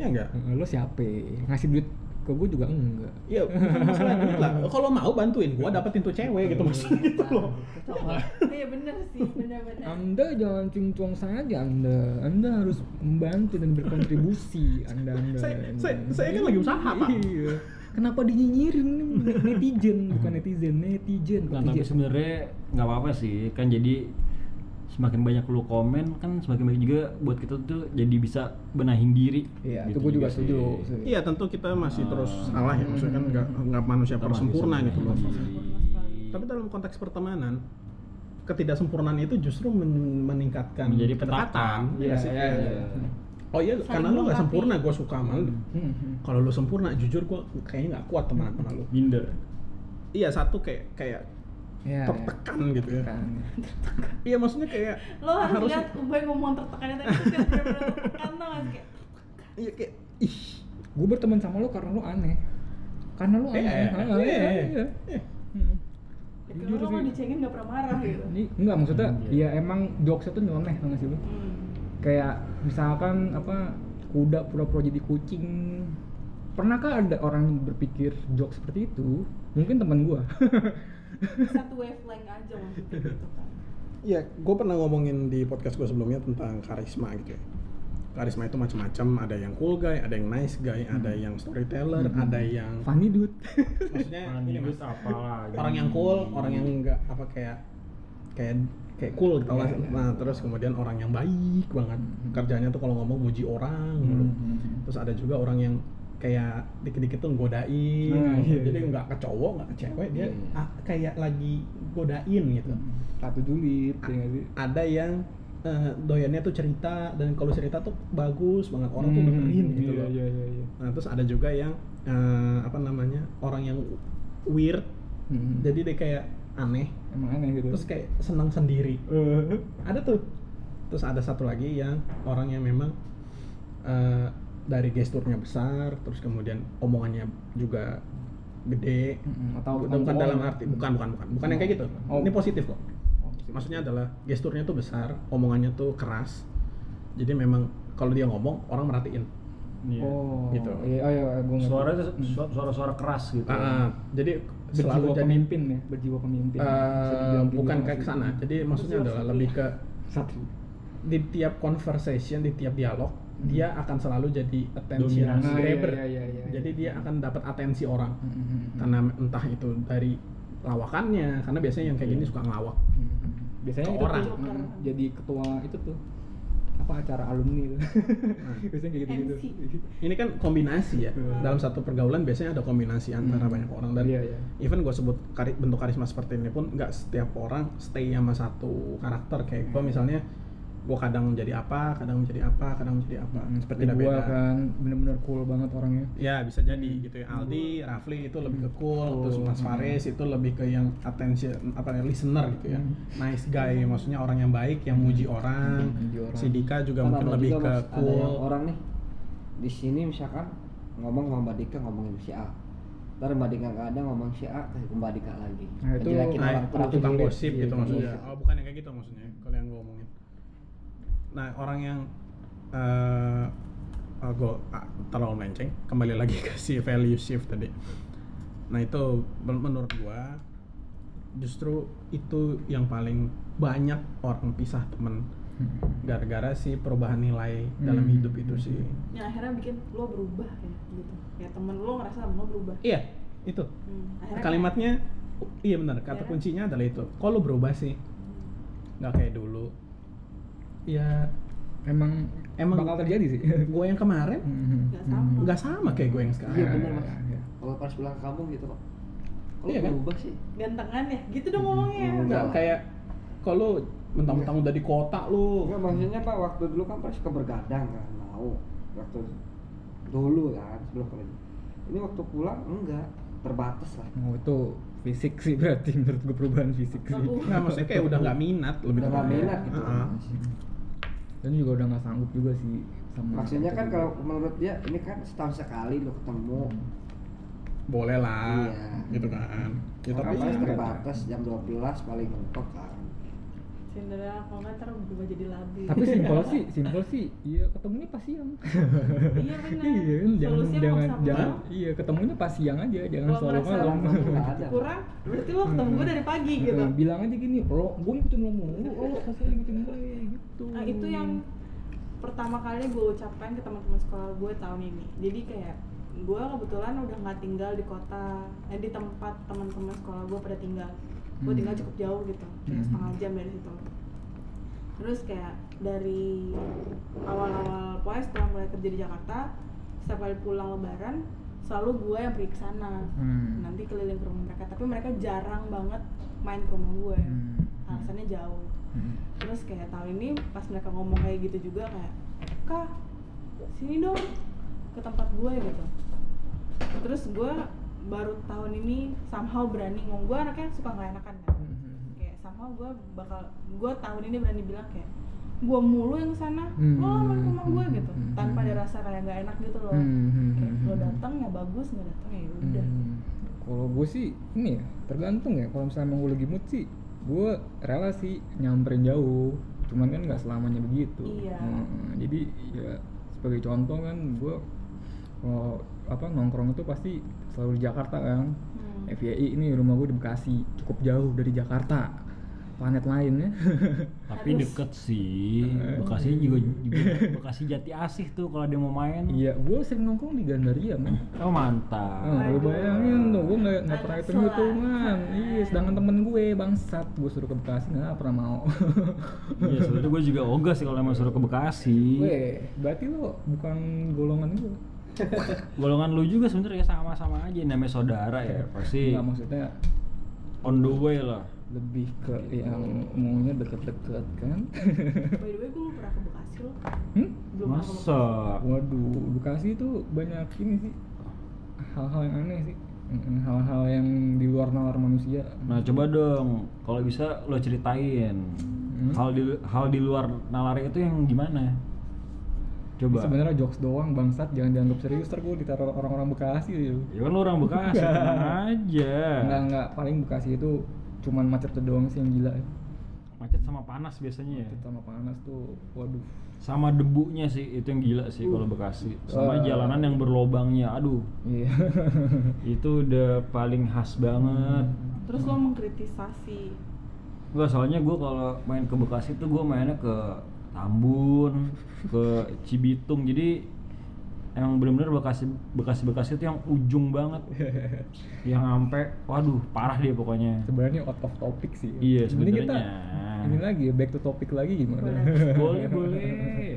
[SPEAKER 4] ya enggak
[SPEAKER 3] Eh, Lo siapa? Ngasih duit ke gue juga enggak.
[SPEAKER 4] ya bukan masalah duit lah kalau mau bantuin gua dapetin tuh cewek gitu maksudnya gitu loh
[SPEAKER 5] iya bener sih bener-bener
[SPEAKER 3] Anda jangan cincong saja Anda. Anda harus membantu dan berkontribusi Anda Anda.
[SPEAKER 4] Saya-
[SPEAKER 3] Anda.
[SPEAKER 4] saya- saya kan lagi usaha, Pak.
[SPEAKER 3] Iya. Kenapa dinyinyirin nih? netizen bukan netizen, netizen.
[SPEAKER 2] Nah, tapi
[SPEAKER 3] netizen.
[SPEAKER 2] sebenarnya nggak apa-apa sih, kan jadi semakin banyak lu komen kan semakin banyak juga buat kita tuh jadi bisa benahin diri.
[SPEAKER 3] Iya, itu
[SPEAKER 2] Gitu
[SPEAKER 3] gue juga
[SPEAKER 2] sih.
[SPEAKER 3] setuju.
[SPEAKER 4] iya tentu kita masih terus salah ya maksudnya kan enggak enggak manusia
[SPEAKER 2] Kita masih
[SPEAKER 4] sempurna
[SPEAKER 2] bisa
[SPEAKER 4] gitu loh
[SPEAKER 2] benahin diri.
[SPEAKER 4] tapi dalam konteks pertemanan ketidaksempurnaan itu justru men- meningkatkan
[SPEAKER 2] Menjadi
[SPEAKER 4] kedekatan,
[SPEAKER 2] petaka.
[SPEAKER 4] ya
[SPEAKER 3] Iya,
[SPEAKER 4] sih?
[SPEAKER 3] iya, iya.
[SPEAKER 4] Oh iya,
[SPEAKER 5] Saling
[SPEAKER 4] karena lu gak
[SPEAKER 5] melengkapi.
[SPEAKER 4] sempurna, gue suka sama lu.
[SPEAKER 3] Hmm, hmm.
[SPEAKER 4] Kalau lu sempurna, jujur gue kayaknya gak kuat temenan sama lu.
[SPEAKER 2] minder.
[SPEAKER 4] Iya, satu kayak kayak
[SPEAKER 3] Iya.
[SPEAKER 4] tertekan gitu ya.
[SPEAKER 3] Kan.
[SPEAKER 4] Iya, maksudnya kayak
[SPEAKER 5] lo harus,
[SPEAKER 4] harus-
[SPEAKER 5] lihat Ubay ngomong tertekannya tadi tuh kayak bener-bener tertekan tau gak sih kayak
[SPEAKER 4] iya kayak ih.
[SPEAKER 3] Gue berteman sama lo karena lo aneh. Karena lo aneh.
[SPEAKER 4] Iya,
[SPEAKER 3] Ah,
[SPEAKER 4] iya,
[SPEAKER 3] iya,
[SPEAKER 4] iya.
[SPEAKER 3] iya. Hmm.
[SPEAKER 5] Ya,
[SPEAKER 3] Jujur
[SPEAKER 5] kalau lo mau
[SPEAKER 3] sih.
[SPEAKER 5] dicengin gak pernah marah gitu
[SPEAKER 4] Iya.
[SPEAKER 3] Ini enggak maksudnya ya emang jokesnya tuh nyeleneh tau gak sih lo?
[SPEAKER 5] Hmm.
[SPEAKER 3] kayak misalkan apa kuda pura-pura jadi kucing pernahkah ada orang yang berpikir joke seperti itu mungkin teman gua
[SPEAKER 5] satu wavelength aja maksudnya gitu kan
[SPEAKER 4] Iya, gue pernah ngomongin di podcast gue sebelumnya tentang karisma gitu ya. Karisma itu macam-macam, ada yang cool guy, ada yang nice guy,
[SPEAKER 3] Hmm.
[SPEAKER 4] ada yang storyteller, ada yang
[SPEAKER 3] funny dude
[SPEAKER 4] maksudnya ini Mas.
[SPEAKER 2] apa lagi?
[SPEAKER 3] gitu.
[SPEAKER 4] orang yang cool, orang yang enggak apa kayak kayak kayak cool gitu
[SPEAKER 3] Iya,
[SPEAKER 4] lah. Nah, terus kemudian orang yang baik banget.
[SPEAKER 3] Hmm.
[SPEAKER 4] Kerjanya tuh kalau ngomong muji orang mulu. Terus ada juga orang yang kayak dikit-dikit tuh godain.
[SPEAKER 3] Nah, iya, iya.
[SPEAKER 4] Jadi
[SPEAKER 3] Hmm.
[SPEAKER 4] nggak ke cowok, nggak ke cewek, dia ah, kayak lagi godain gitu.
[SPEAKER 3] Satu julid, ya nggak sih?
[SPEAKER 4] Ada yang eh, doyannya tuh cerita dan kalau cerita tuh bagus banget orang tuh
[SPEAKER 3] Hmm,
[SPEAKER 4] dengerin gitu
[SPEAKER 3] iya,
[SPEAKER 4] loh.
[SPEAKER 3] Iya, iya, iya.
[SPEAKER 4] Nah, terus ada juga yang eh, apa namanya? orang yang weird.
[SPEAKER 3] Hmm.
[SPEAKER 4] Jadi dia kayak aneh,
[SPEAKER 3] emang aneh gitu.
[SPEAKER 4] terus kayak senang sendiri
[SPEAKER 3] Eh,
[SPEAKER 4] ada tuh terus ada satu lagi yang orang yang memang eh, dari gesturnya besar terus kemudian omongannya juga gede
[SPEAKER 3] mm, atau
[SPEAKER 4] bukan,
[SPEAKER 3] atau
[SPEAKER 4] bukan
[SPEAKER 3] cowok
[SPEAKER 4] dalam
[SPEAKER 3] ya?
[SPEAKER 4] arti bukan bukan bukan bukan yang kayak gitu
[SPEAKER 3] Oh.
[SPEAKER 4] ini positif kok
[SPEAKER 3] Oh, positif.
[SPEAKER 4] maksudnya adalah gesturnya tuh besar omongannya tuh keras jadi memang kalau dia ngomong orang merhatiin
[SPEAKER 2] Iya.
[SPEAKER 3] Oh,
[SPEAKER 4] Gitu.
[SPEAKER 3] Iya, oh, iya, gue ngerti.
[SPEAKER 2] Suara itu su- suara-suara keras gitu.
[SPEAKER 4] Ah, jadi selalu
[SPEAKER 3] berjiwa
[SPEAKER 4] jadi
[SPEAKER 3] pemimpin ya, berjiwa pemimpin. Bisa
[SPEAKER 4] eh
[SPEAKER 3] dibilang gitu,
[SPEAKER 4] bukan
[SPEAKER 3] Mas.
[SPEAKER 4] ke sana jadi maksudnya adalah lebih ke
[SPEAKER 3] Satu.
[SPEAKER 4] di tiap conversation, di tiap dialog, dia akan selalu jadi attention
[SPEAKER 2] Dominan.
[SPEAKER 3] Nah, iya,
[SPEAKER 4] grabber.
[SPEAKER 3] Hmm. iya, iya, iya,
[SPEAKER 4] Jadi dia akan dapat atensi orang.
[SPEAKER 3] Mm, mm, mm, mm.
[SPEAKER 4] Karena entah itu dari lawakannya, karena biasanya yang kayak gini
[SPEAKER 3] Iya.
[SPEAKER 4] suka ngelawak.
[SPEAKER 3] biasanya
[SPEAKER 4] Ke
[SPEAKER 3] itu
[SPEAKER 4] orang.
[SPEAKER 3] tuh, mm, jadi ketua itu tuh apa acara alumni itu biasanya kayak gitu
[SPEAKER 5] MC.
[SPEAKER 3] gitu
[SPEAKER 4] Ini kan kombinasi ya. Dalam satu pergaulan biasanya ada kombinasi antara
[SPEAKER 3] Hmm.
[SPEAKER 4] banyak orang dan
[SPEAKER 3] Iya, iya.
[SPEAKER 4] even gue sebut kari- bentuk karisma seperti ini pun nggak setiap orang stay sama satu karakter kayak
[SPEAKER 3] Hmm.
[SPEAKER 4] gue misalnya gue kadang menjadi apa, kadang menjadi apa, kadang menjadi apa.
[SPEAKER 3] Hmm, seperti
[SPEAKER 4] Beda-beda.
[SPEAKER 3] gua kan bener-bener cool banget orangnya
[SPEAKER 4] Ya bisa jadi
[SPEAKER 6] Hmm.
[SPEAKER 4] gitu ya. Aldi, Rafli itu lebih ke
[SPEAKER 6] Oh,
[SPEAKER 4] cool, terus Mas Faris itu lebih ke yang attention apa ya listener gitu
[SPEAKER 6] Hmm.
[SPEAKER 4] ya. Nice guy maksudnya orang yang baik yang muji orang.
[SPEAKER 3] muji orang.
[SPEAKER 4] Si Dika juga
[SPEAKER 6] Kan
[SPEAKER 4] mungkin
[SPEAKER 6] ada
[SPEAKER 4] lebih ke
[SPEAKER 6] juga, Mas, ada yang
[SPEAKER 4] cool.
[SPEAKER 6] orang nih di sini misalkan ngomong sama Mbak Dika ngomongin si A ntar Mbak Dika nggak ada ngomong si A ke Mbak Dika lagi
[SPEAKER 3] Nah, itu-
[SPEAKER 6] Ngejelekin
[SPEAKER 4] Nah,
[SPEAKER 6] orang
[SPEAKER 4] itu
[SPEAKER 6] terus.
[SPEAKER 4] tukang
[SPEAKER 3] juga.
[SPEAKER 4] gosip
[SPEAKER 3] Iya,
[SPEAKER 4] gitu
[SPEAKER 3] tukang
[SPEAKER 4] maksudnya.
[SPEAKER 6] gosip.
[SPEAKER 4] Oh, bukan yang kayak gitu maksudnya. Kalau yang gue omongin. Nah, orang yang eh oh, gue ah, terlalu melenceng. Kembali lagi ke si value shift tadi. Nah, itu men- menurut gua justru itu yang paling banyak orang pisah temen gara-gara si perubahan nilai dalam
[SPEAKER 3] Hmm.
[SPEAKER 4] hidup itu sih.
[SPEAKER 5] yang akhirnya bikin lo berubah ya gitu ya temen lo ngerasa lo berubah
[SPEAKER 4] Iya, itu.
[SPEAKER 5] hmm. akhirnya
[SPEAKER 4] Kalimatnya iya benar, kata
[SPEAKER 5] Akhirnya-
[SPEAKER 4] kuncinya adalah itu. Kok lu berubah sih? nggak kayak dulu ya
[SPEAKER 3] emang
[SPEAKER 4] Emang-
[SPEAKER 3] bakal terjadi sih
[SPEAKER 4] gue yang kemarin
[SPEAKER 5] nggak sama
[SPEAKER 4] nggak sama kayak gue yang sekarang
[SPEAKER 6] Hmm. iya bener mas
[SPEAKER 3] Iya, iya.
[SPEAKER 6] kalau pas pulang ke kampung gitu kok kalau
[SPEAKER 4] Iya, kan?
[SPEAKER 6] berubah sih
[SPEAKER 5] gantengan ya gitu dong ngomongnya
[SPEAKER 6] Hmm.
[SPEAKER 4] nggak kayak kalau mentang-mentang udah di kota lu
[SPEAKER 6] Enggak maksudnya Pak waktu dulu kan pernah suka bergadang kan mau waktu dulu kan sebelum kerja. Ini waktu pulang enggak terbatas lah.
[SPEAKER 3] oh itu fisik sih berarti menurut gue perubahan fisik sih
[SPEAKER 5] Tahu.
[SPEAKER 4] nggak maksudnya kayak udah nggak minat lebih
[SPEAKER 6] Udah nggak
[SPEAKER 4] tepatnya.
[SPEAKER 6] minat gitu.
[SPEAKER 4] ya. Heeh.
[SPEAKER 3] dan juga udah nggak sanggup juga sih sama
[SPEAKER 6] Maksudnya kan kalau menurut dia ini kan setahun sekali lo ketemu.
[SPEAKER 4] boleh lah
[SPEAKER 6] Iya.
[SPEAKER 4] gitu kan ya, tapi
[SPEAKER 6] Orang
[SPEAKER 4] ya,
[SPEAKER 6] paling terbatas jam 12 paling mentok kan.
[SPEAKER 5] Cinderella kalau nggak ntar berubah jadi labi
[SPEAKER 3] tapi simpel sih simpel sih iya ketemunya pas siang
[SPEAKER 5] iya benar
[SPEAKER 3] iya kan jangan
[SPEAKER 5] Solusinya
[SPEAKER 3] jangan
[SPEAKER 5] kalau sama
[SPEAKER 3] jangan
[SPEAKER 5] lo,
[SPEAKER 3] iya ketemunya pas siang aja jangan
[SPEAKER 5] Kalau
[SPEAKER 3] selalu
[SPEAKER 5] merasa
[SPEAKER 3] malam
[SPEAKER 6] Orang enggak ada.
[SPEAKER 5] kurang berarti lo ketemu gue dari pagi gitu
[SPEAKER 3] Heeh, bilang aja gini lo gue ngikutin lo mulu lo pasti ngikutin gue gitu
[SPEAKER 5] Nah, itu yang pertama kali gue ucapkan ke teman-teman sekolah gue tahun ini. Jadi kayak gue kebetulan udah nggak tinggal di kota, eh, di tempat teman-teman sekolah gue pada tinggal. Gue
[SPEAKER 3] Hmm.
[SPEAKER 5] tinggal cukup jauh gitu, kayak
[SPEAKER 3] Hmm.
[SPEAKER 5] setengah jam dari situ. Terus kayak dari awal-awal pokoknya setelah mulai kerja di Jakarta, setiap kali pulang Lebaran selalu gue yang pergi ke sana.
[SPEAKER 3] Hmm.
[SPEAKER 5] Nanti keliling ke rumah mereka, tapi mereka jarang banget main ke rumah gue.
[SPEAKER 3] Hmm.
[SPEAKER 5] Alasannya jauh
[SPEAKER 3] Hmm.
[SPEAKER 5] terus kayak tahun ini pas mereka ngomong kayak gitu juga kayak kak sini dong ke tempat gue gitu terus gue baru tahun ini somehow berani ngomong gue anaknya suka nggak enakan kan
[SPEAKER 3] Hmm,
[SPEAKER 5] kayak somehow gue bakal gue tahun ini berani bilang kayak gue mulu yang kesana lo
[SPEAKER 3] Hmm.
[SPEAKER 5] lama rumah gue gitu
[SPEAKER 3] Hmm.
[SPEAKER 5] tanpa ada rasa kayak nggak enak gitu loh
[SPEAKER 3] Hmm.
[SPEAKER 5] kayak lo datang ya bagus nggak datang ya udah
[SPEAKER 3] Hmm. kalau gue sih ini ya tergantung ya kalau misalnya emang gue lagi mood sih gue rela sih nyamperin jauh cuman kan nggak selamanya begitu
[SPEAKER 5] Iya.
[SPEAKER 3] Heeh, jadi ya sebagai contoh kan gue kalau apa nongkrong itu pasti selalu di Jakarta kan
[SPEAKER 5] Hmm.
[SPEAKER 3] FYI ini rumah gue di Bekasi cukup jauh dari Jakarta planet lain ya
[SPEAKER 5] Hmm.
[SPEAKER 2] Tapi
[SPEAKER 5] Harus.
[SPEAKER 2] deket sih. Bekasi juga, juga Bekasi Jati Asih tuh kalau dia mau main.
[SPEAKER 3] iya gue sering nongkrong di Gandaria man
[SPEAKER 2] Oh mantap.
[SPEAKER 3] Ah, lu
[SPEAKER 5] Waduh.
[SPEAKER 3] bayangin tuh, gue nggak nggak pernah
[SPEAKER 5] Anak
[SPEAKER 3] ketemu
[SPEAKER 5] selat.
[SPEAKER 3] tuh man. Iya, sedangkan temen gue bangsat, gue suruh ke Bekasi nggak pernah mau.
[SPEAKER 2] Iya sebenarnya gue juga ogah sih kalau emang suruh ke Bekasi.
[SPEAKER 3] Weh, berarti lo bukan golongan gue.
[SPEAKER 2] Golongan lu juga sebenarnya sama-sama aja namanya saudara ya pasti
[SPEAKER 3] Nggak maksudnya
[SPEAKER 2] on the way lah.
[SPEAKER 3] lebih ke yang umumnya deket-deket kan.
[SPEAKER 5] By the way, gue belum pernah ke Bekasi loh.
[SPEAKER 3] hmm?
[SPEAKER 5] Belum pernah ke Bekasi.
[SPEAKER 2] Masa
[SPEAKER 3] Waduh, Bekasi tuh banyak ini sih hal-hal yang aneh sih, Mm, hal-hal yang di luar nalar manusia.
[SPEAKER 2] Nah coba dong, kalau bisa lo ceritain
[SPEAKER 3] Hmm.
[SPEAKER 2] hal di hal di luar nalar itu yang gimana?
[SPEAKER 3] Ini
[SPEAKER 2] Coba.
[SPEAKER 3] Sebenarnya jokes doang bangsat, jangan dianggap serius ter gue ditaruh orang-orang Bekasi. Ya.
[SPEAKER 2] Ya kan lo orang Bekasi tenang aja.
[SPEAKER 3] Enggak enggak paling Bekasi itu cuman macetnya doang sih yang gila ya.
[SPEAKER 2] Macet sama panas biasanya ya.
[SPEAKER 3] Macet sama panas tuh waduh.
[SPEAKER 2] Sama debunya sih itu yang gila sih kalau Bekasi.
[SPEAKER 3] Eh.
[SPEAKER 2] Sama jalanan yang berlobangnya, aduh
[SPEAKER 3] Iya.
[SPEAKER 2] itu udah paling khas banget.
[SPEAKER 3] Hmm.
[SPEAKER 5] Terus lo mengkritisasi.
[SPEAKER 2] Enggak soalnya gue kalau main ke Bekasi tuh gue mainnya ke Tambun, ke Cibitung. Jadi emang bener-bener Bekasi Bekasi Bekasi itu yang ujung banget. yang sampai waduh parah dia pokoknya.
[SPEAKER 3] Sebenarnya out of topic sih.
[SPEAKER 2] Iya,
[SPEAKER 3] Mending kita
[SPEAKER 2] sebenarnya.
[SPEAKER 3] ini lagi ya, back to topic lagi gimana?
[SPEAKER 5] Boleh.
[SPEAKER 2] Boleh boleh.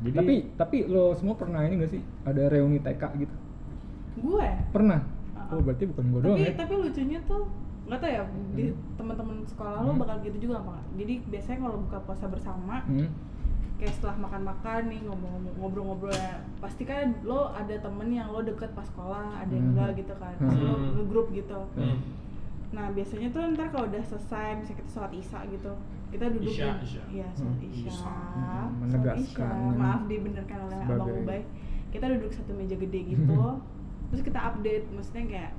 [SPEAKER 2] Jadi
[SPEAKER 3] tapi tapi lo semua pernah ini gak sih ada reuni TK gitu?
[SPEAKER 5] Gue.
[SPEAKER 3] Pernah.
[SPEAKER 5] Uh-uh.
[SPEAKER 3] Oh, berarti bukan gua doang
[SPEAKER 5] Tapi
[SPEAKER 3] ya. Hmm.
[SPEAKER 5] tapi lucunya tuh nggak tau ya di teman-teman sekolah lo bakal gitu juga apa nggak? Jadi biasanya kalau buka puasa bersama,
[SPEAKER 3] Hmm.
[SPEAKER 5] kayak setelah makan-makan nih ngomong- ngobrol-ngobrol ya pasti kan lo ada temen yang lo deket pas sekolah ada
[SPEAKER 3] Hmm.
[SPEAKER 5] yang enggak gitu kan terus lo
[SPEAKER 4] Hmm.
[SPEAKER 5] ngegrup gitu
[SPEAKER 4] Hmm.
[SPEAKER 5] nah biasanya tuh ntar kalau udah selesai misalnya kita sholat isya gitu kita duduk
[SPEAKER 4] Isya,
[SPEAKER 5] di-
[SPEAKER 4] isya.
[SPEAKER 5] iya sholat isya
[SPEAKER 4] Isya.
[SPEAKER 5] sholat
[SPEAKER 3] Hmm. Menegaskan.
[SPEAKER 5] isya. maaf dibenarkan oleh abang
[SPEAKER 3] Sebagai- Hmm.
[SPEAKER 5] ubay kita duduk satu meja gede gitu terus kita update maksudnya kayak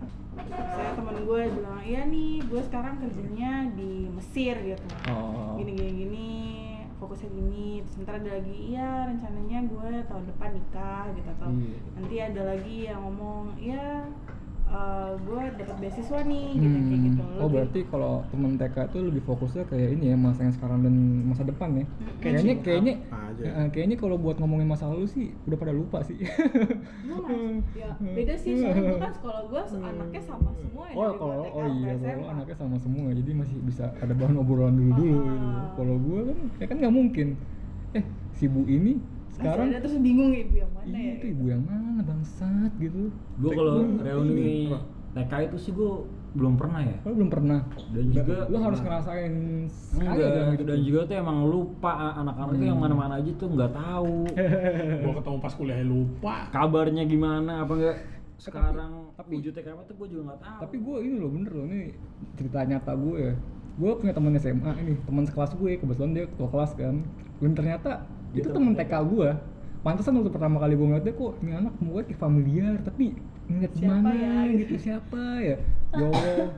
[SPEAKER 5] saya teman gue bilang iya nih gue sekarang kerjanya di Mesir gitu
[SPEAKER 3] Oh.
[SPEAKER 5] gini gini gini fokusnya gini terus ntar ada lagi iya rencananya gue tahun depan nikah gitu atau
[SPEAKER 3] Iya.
[SPEAKER 5] nanti ada lagi yang ngomong iya eh, gue dapat beasiswa nih gitu kayak
[SPEAKER 3] Hmm.
[SPEAKER 5] gitu
[SPEAKER 3] Oh
[SPEAKER 5] Lebih-
[SPEAKER 3] berarti kalau temen TK itu lebih fokusnya kayak ini ya masa yang sekarang dan masa depan
[SPEAKER 5] Hmm.
[SPEAKER 3] ya. Kayaknya
[SPEAKER 4] Catching
[SPEAKER 3] kayaknya
[SPEAKER 4] up aja.
[SPEAKER 3] eh, kayaknya kalau buat ngomongin masa lalu sih udah pada lupa sih.
[SPEAKER 5] Gua mas- ya beda sih soalnya gue kan sekolah gue anaknya sama semua ya
[SPEAKER 3] oh
[SPEAKER 5] dari
[SPEAKER 3] kalau
[SPEAKER 5] gua TK
[SPEAKER 3] oh iya
[SPEAKER 5] sampai
[SPEAKER 3] kalau
[SPEAKER 5] SMA.
[SPEAKER 3] anaknya sama semua jadi masih bisa ada bahan obrolan dulu dulu gitu.
[SPEAKER 5] Ah.
[SPEAKER 3] Kalau gua kan ya kan nggak mungkin. Eh si bu ini
[SPEAKER 5] Masih
[SPEAKER 3] sekarang
[SPEAKER 5] ada terus bingung ibu yang mana
[SPEAKER 3] iya
[SPEAKER 5] ya
[SPEAKER 3] itu ibu yang mana bangsat gitu.
[SPEAKER 2] gue kalau
[SPEAKER 3] Ini,
[SPEAKER 2] reuni
[SPEAKER 3] apa?
[SPEAKER 2] TK itu sih gue belum pernah ya.
[SPEAKER 3] Lo belum pernah.
[SPEAKER 2] Dan juga-
[SPEAKER 3] lo harus ngerasain sekali gitu. dalam
[SPEAKER 2] Enggak,
[SPEAKER 3] hidup
[SPEAKER 2] dan
[SPEAKER 3] lo.
[SPEAKER 2] juga tuh emang lupa anak-anak tuh yang
[SPEAKER 3] Hmm.
[SPEAKER 2] mana-mana aja tuh nggak tahu
[SPEAKER 4] Gua ketemu pas kuliah lupa.
[SPEAKER 2] kabarnya gimana apa enggak sekarang tapi, wujudnya kayak apa tuh gue juga nggak tahu.
[SPEAKER 3] tapi gue ini loh bener loh ini cerita nyata gue ya gue punya teman SMA ini teman sekelas gue kebetulan dia ketua kelas kan dan ternyata itu teman TK gue pantesan waktu pertama kali gue ngeliat dia kok ini anak mukanya kayak familiar tapi ngeliat
[SPEAKER 5] Siapa
[SPEAKER 3] gimana
[SPEAKER 5] ya?
[SPEAKER 3] gitu siapa ya ya Allah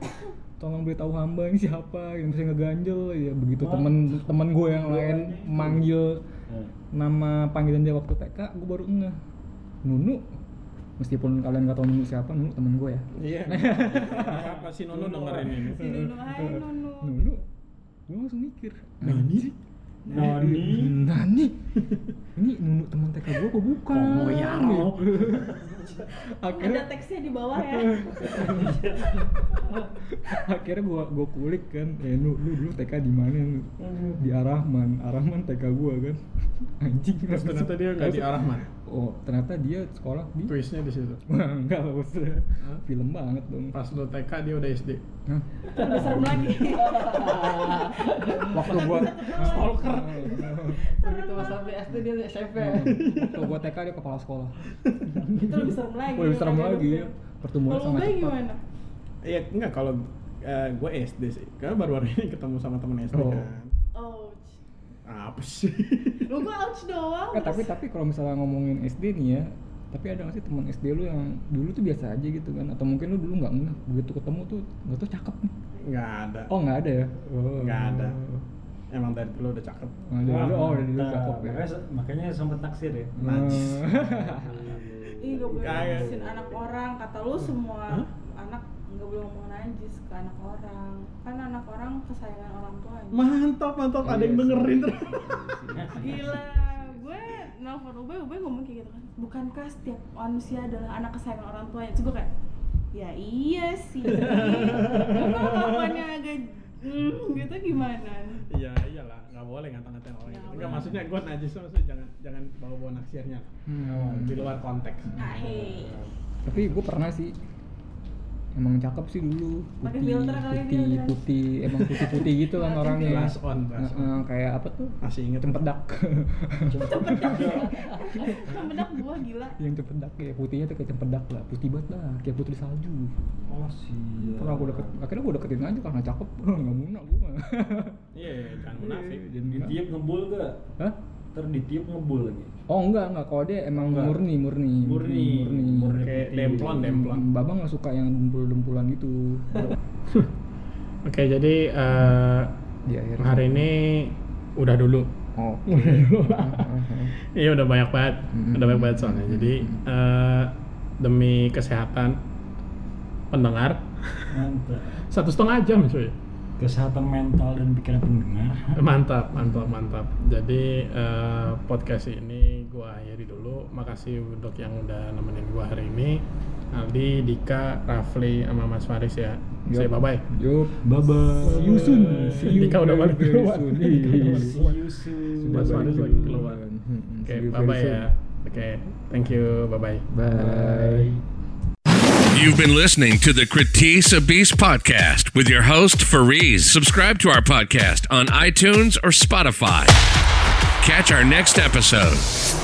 [SPEAKER 3] tolong beritahu hamba ini siapa yang saya ngeganjel ya begitu temen temen gue yang
[SPEAKER 5] Iya,
[SPEAKER 3] lain manggil
[SPEAKER 2] Eh,
[SPEAKER 3] nama panggilan dia waktu TK gue baru ngeh Nunu meskipun kalian gak tau Nunu siapa Nunu temen gue ya
[SPEAKER 4] Iya. Apa sih Nono dengerin ini?
[SPEAKER 5] si Nunu hai Nunu
[SPEAKER 3] Nunu gue Nah, langsung mikir
[SPEAKER 4] Nani? Nani?
[SPEAKER 3] Nani ini Nunu teman TK gue apa bukan Gitu.
[SPEAKER 4] Oh, ya.
[SPEAKER 5] ada
[SPEAKER 3] akhirnya
[SPEAKER 5] teksnya di bawah ya
[SPEAKER 3] akhirnya gue gue kulik kan eh nu lu dulu TK di mana Nu? di Arahman Arahman TK gue kan anjing
[SPEAKER 4] Terus ternyata dia nggak di arah mana?
[SPEAKER 3] oh ternyata dia sekolah di
[SPEAKER 4] Twistnya di situ.
[SPEAKER 3] Wah, enggak lah bos film banget dong
[SPEAKER 4] Pas lu TK dia udah SD.
[SPEAKER 3] Hah?
[SPEAKER 5] lebih serem lagi
[SPEAKER 3] waktu gua Nah,
[SPEAKER 7] Stalker.
[SPEAKER 5] serem
[SPEAKER 7] Begitu
[SPEAKER 5] banget.
[SPEAKER 7] sampai SD dia SMP.
[SPEAKER 3] waktu gua TK dia kepala sekolah
[SPEAKER 5] itu lebih serem lagi
[SPEAKER 3] Wah, Hmm. lebih serem
[SPEAKER 5] makanya
[SPEAKER 3] lagi ya.
[SPEAKER 5] dokter.
[SPEAKER 3] Pertumbuhan
[SPEAKER 5] Kalau
[SPEAKER 3] sangat
[SPEAKER 5] Ubay
[SPEAKER 3] cepat.
[SPEAKER 5] gimana?
[SPEAKER 4] Iya, enggak kalau eh, gue SD sih. Karena baru-baru ini ketemu sama temen SD
[SPEAKER 3] Oh.
[SPEAKER 4] kan.
[SPEAKER 5] Ouch.
[SPEAKER 4] Apa sih?
[SPEAKER 5] Lu gua ouch doang.
[SPEAKER 3] eh, tapi
[SPEAKER 5] terus-
[SPEAKER 3] tapi kalau misalnya ngomongin SD nih ya tapi ada nggak sih teman SD lu yang dulu tuh biasa aja gitu kan atau mungkin lu dulu nggak ngeh begitu ketemu tuh nggak tuh cakep nih
[SPEAKER 4] Nggak ada.
[SPEAKER 3] oh nggak ada ya oh.
[SPEAKER 4] Nggak ada. Emang dari dulu udah cakep.
[SPEAKER 3] Nah, dari dulu, oh dari dulu
[SPEAKER 2] Nah,
[SPEAKER 3] cakep ya Hmm,
[SPEAKER 2] makanya, makanya sempet naksir ya.
[SPEAKER 4] Najis.
[SPEAKER 5] Ih, gak boleh
[SPEAKER 4] Kayak-
[SPEAKER 5] ngurusin anak orang. Kata lu semua anak nggak boleh ngomong najis ke anak orang kan anak orang kesayangan orang tua
[SPEAKER 4] Mantap, mantap. Ada yang dengerin
[SPEAKER 5] gila gue nelfon Ube Ube ngomong kayak gitu kan bukankah setiap manusia adalah anak kesayangan orang tuanya terus gue kayak ya iya sih Gue kalau kelakuannya agak hmm, gitu gimana
[SPEAKER 4] Iya, iyalah. Nggak boleh ngata-ngatain orang
[SPEAKER 5] Nggak
[SPEAKER 4] gitu.
[SPEAKER 5] boleh.
[SPEAKER 4] Enggak, maksudnya gue najis maksudnya jangan jangan bawa-bawa naksirnya.
[SPEAKER 3] Hmm.
[SPEAKER 4] Di luar konteks.
[SPEAKER 5] nah hei
[SPEAKER 3] tapi gue pernah sih emang cakep sih dulu
[SPEAKER 5] Pakai
[SPEAKER 3] putih
[SPEAKER 5] filter kali ya,
[SPEAKER 3] putih
[SPEAKER 5] filter.
[SPEAKER 3] putih emang putih putih gitu kan orangnya
[SPEAKER 4] Last on, last
[SPEAKER 3] Heeh, kayak apa tuh
[SPEAKER 4] Masih inget
[SPEAKER 3] cempedak
[SPEAKER 5] kemenak gue Kan gila
[SPEAKER 3] yang cempedak ya putihnya tuh kayak cempedak lah putih banget lah kayak putri salju
[SPEAKER 2] Oh sih.
[SPEAKER 3] pernah gue deket akhirnya gue deketin aja karena cakep nggak muna gue mah
[SPEAKER 4] Iya, iya, jangan munafik.
[SPEAKER 3] Iya, jangan munafik.
[SPEAKER 2] Ditiup ngebul gak?
[SPEAKER 3] Hah?
[SPEAKER 2] Ntar ditiup ngebul lagi.
[SPEAKER 3] oh enggak enggak kalau dia emang
[SPEAKER 2] Enggak.
[SPEAKER 3] murni murni
[SPEAKER 2] Murni.
[SPEAKER 3] murni,
[SPEAKER 2] Murni.
[SPEAKER 4] Kayak demplon, demplon.
[SPEAKER 3] Hmm, Babang nggak suka yang dempul-dempulan gitu
[SPEAKER 4] Oke, jadi eh,
[SPEAKER 3] di akhir
[SPEAKER 4] hari ini udah dulu.
[SPEAKER 3] oh
[SPEAKER 4] Iya, udah banyak banget.
[SPEAKER 3] Mm-mm.
[SPEAKER 4] Udah banyak banget soalnya. Jadi eh, demi kesehatan pendengar
[SPEAKER 2] Mantap.
[SPEAKER 4] satu setengah jam cuy.
[SPEAKER 2] Kesehatan mental dan pikiran pendengar.
[SPEAKER 4] Mantap, mantap, mantap. Jadi eh, podcast ini gua akhiri dulu. Makasih untuk yang udah nemenin gua hari ini. Aldi, Dika, Rafli, sama Mas Faris ya. Saya bye bye.
[SPEAKER 3] yup
[SPEAKER 2] Bye bye.
[SPEAKER 3] See you soon. See you
[SPEAKER 4] Dika Eh, udah
[SPEAKER 3] very,
[SPEAKER 4] balik
[SPEAKER 3] very
[SPEAKER 4] duluan.
[SPEAKER 3] soon.
[SPEAKER 4] Dika udah balik
[SPEAKER 3] Iya.
[SPEAKER 2] See you soon.
[SPEAKER 3] Sudah
[SPEAKER 4] Mas
[SPEAKER 3] balik
[SPEAKER 4] Faris lagi
[SPEAKER 3] duluan.
[SPEAKER 4] keluar.
[SPEAKER 3] Hmm, hmm.
[SPEAKER 4] Oke,
[SPEAKER 3] See you
[SPEAKER 4] bye
[SPEAKER 3] very
[SPEAKER 4] bye
[SPEAKER 3] soon.
[SPEAKER 4] ya. Oke, thank you. Bye bye.
[SPEAKER 3] bye
[SPEAKER 1] You've been listening to the Critique Beast podcast with your host, Fariz. Subscribe to our podcast on iTunes or Spotify. Catch our next episode.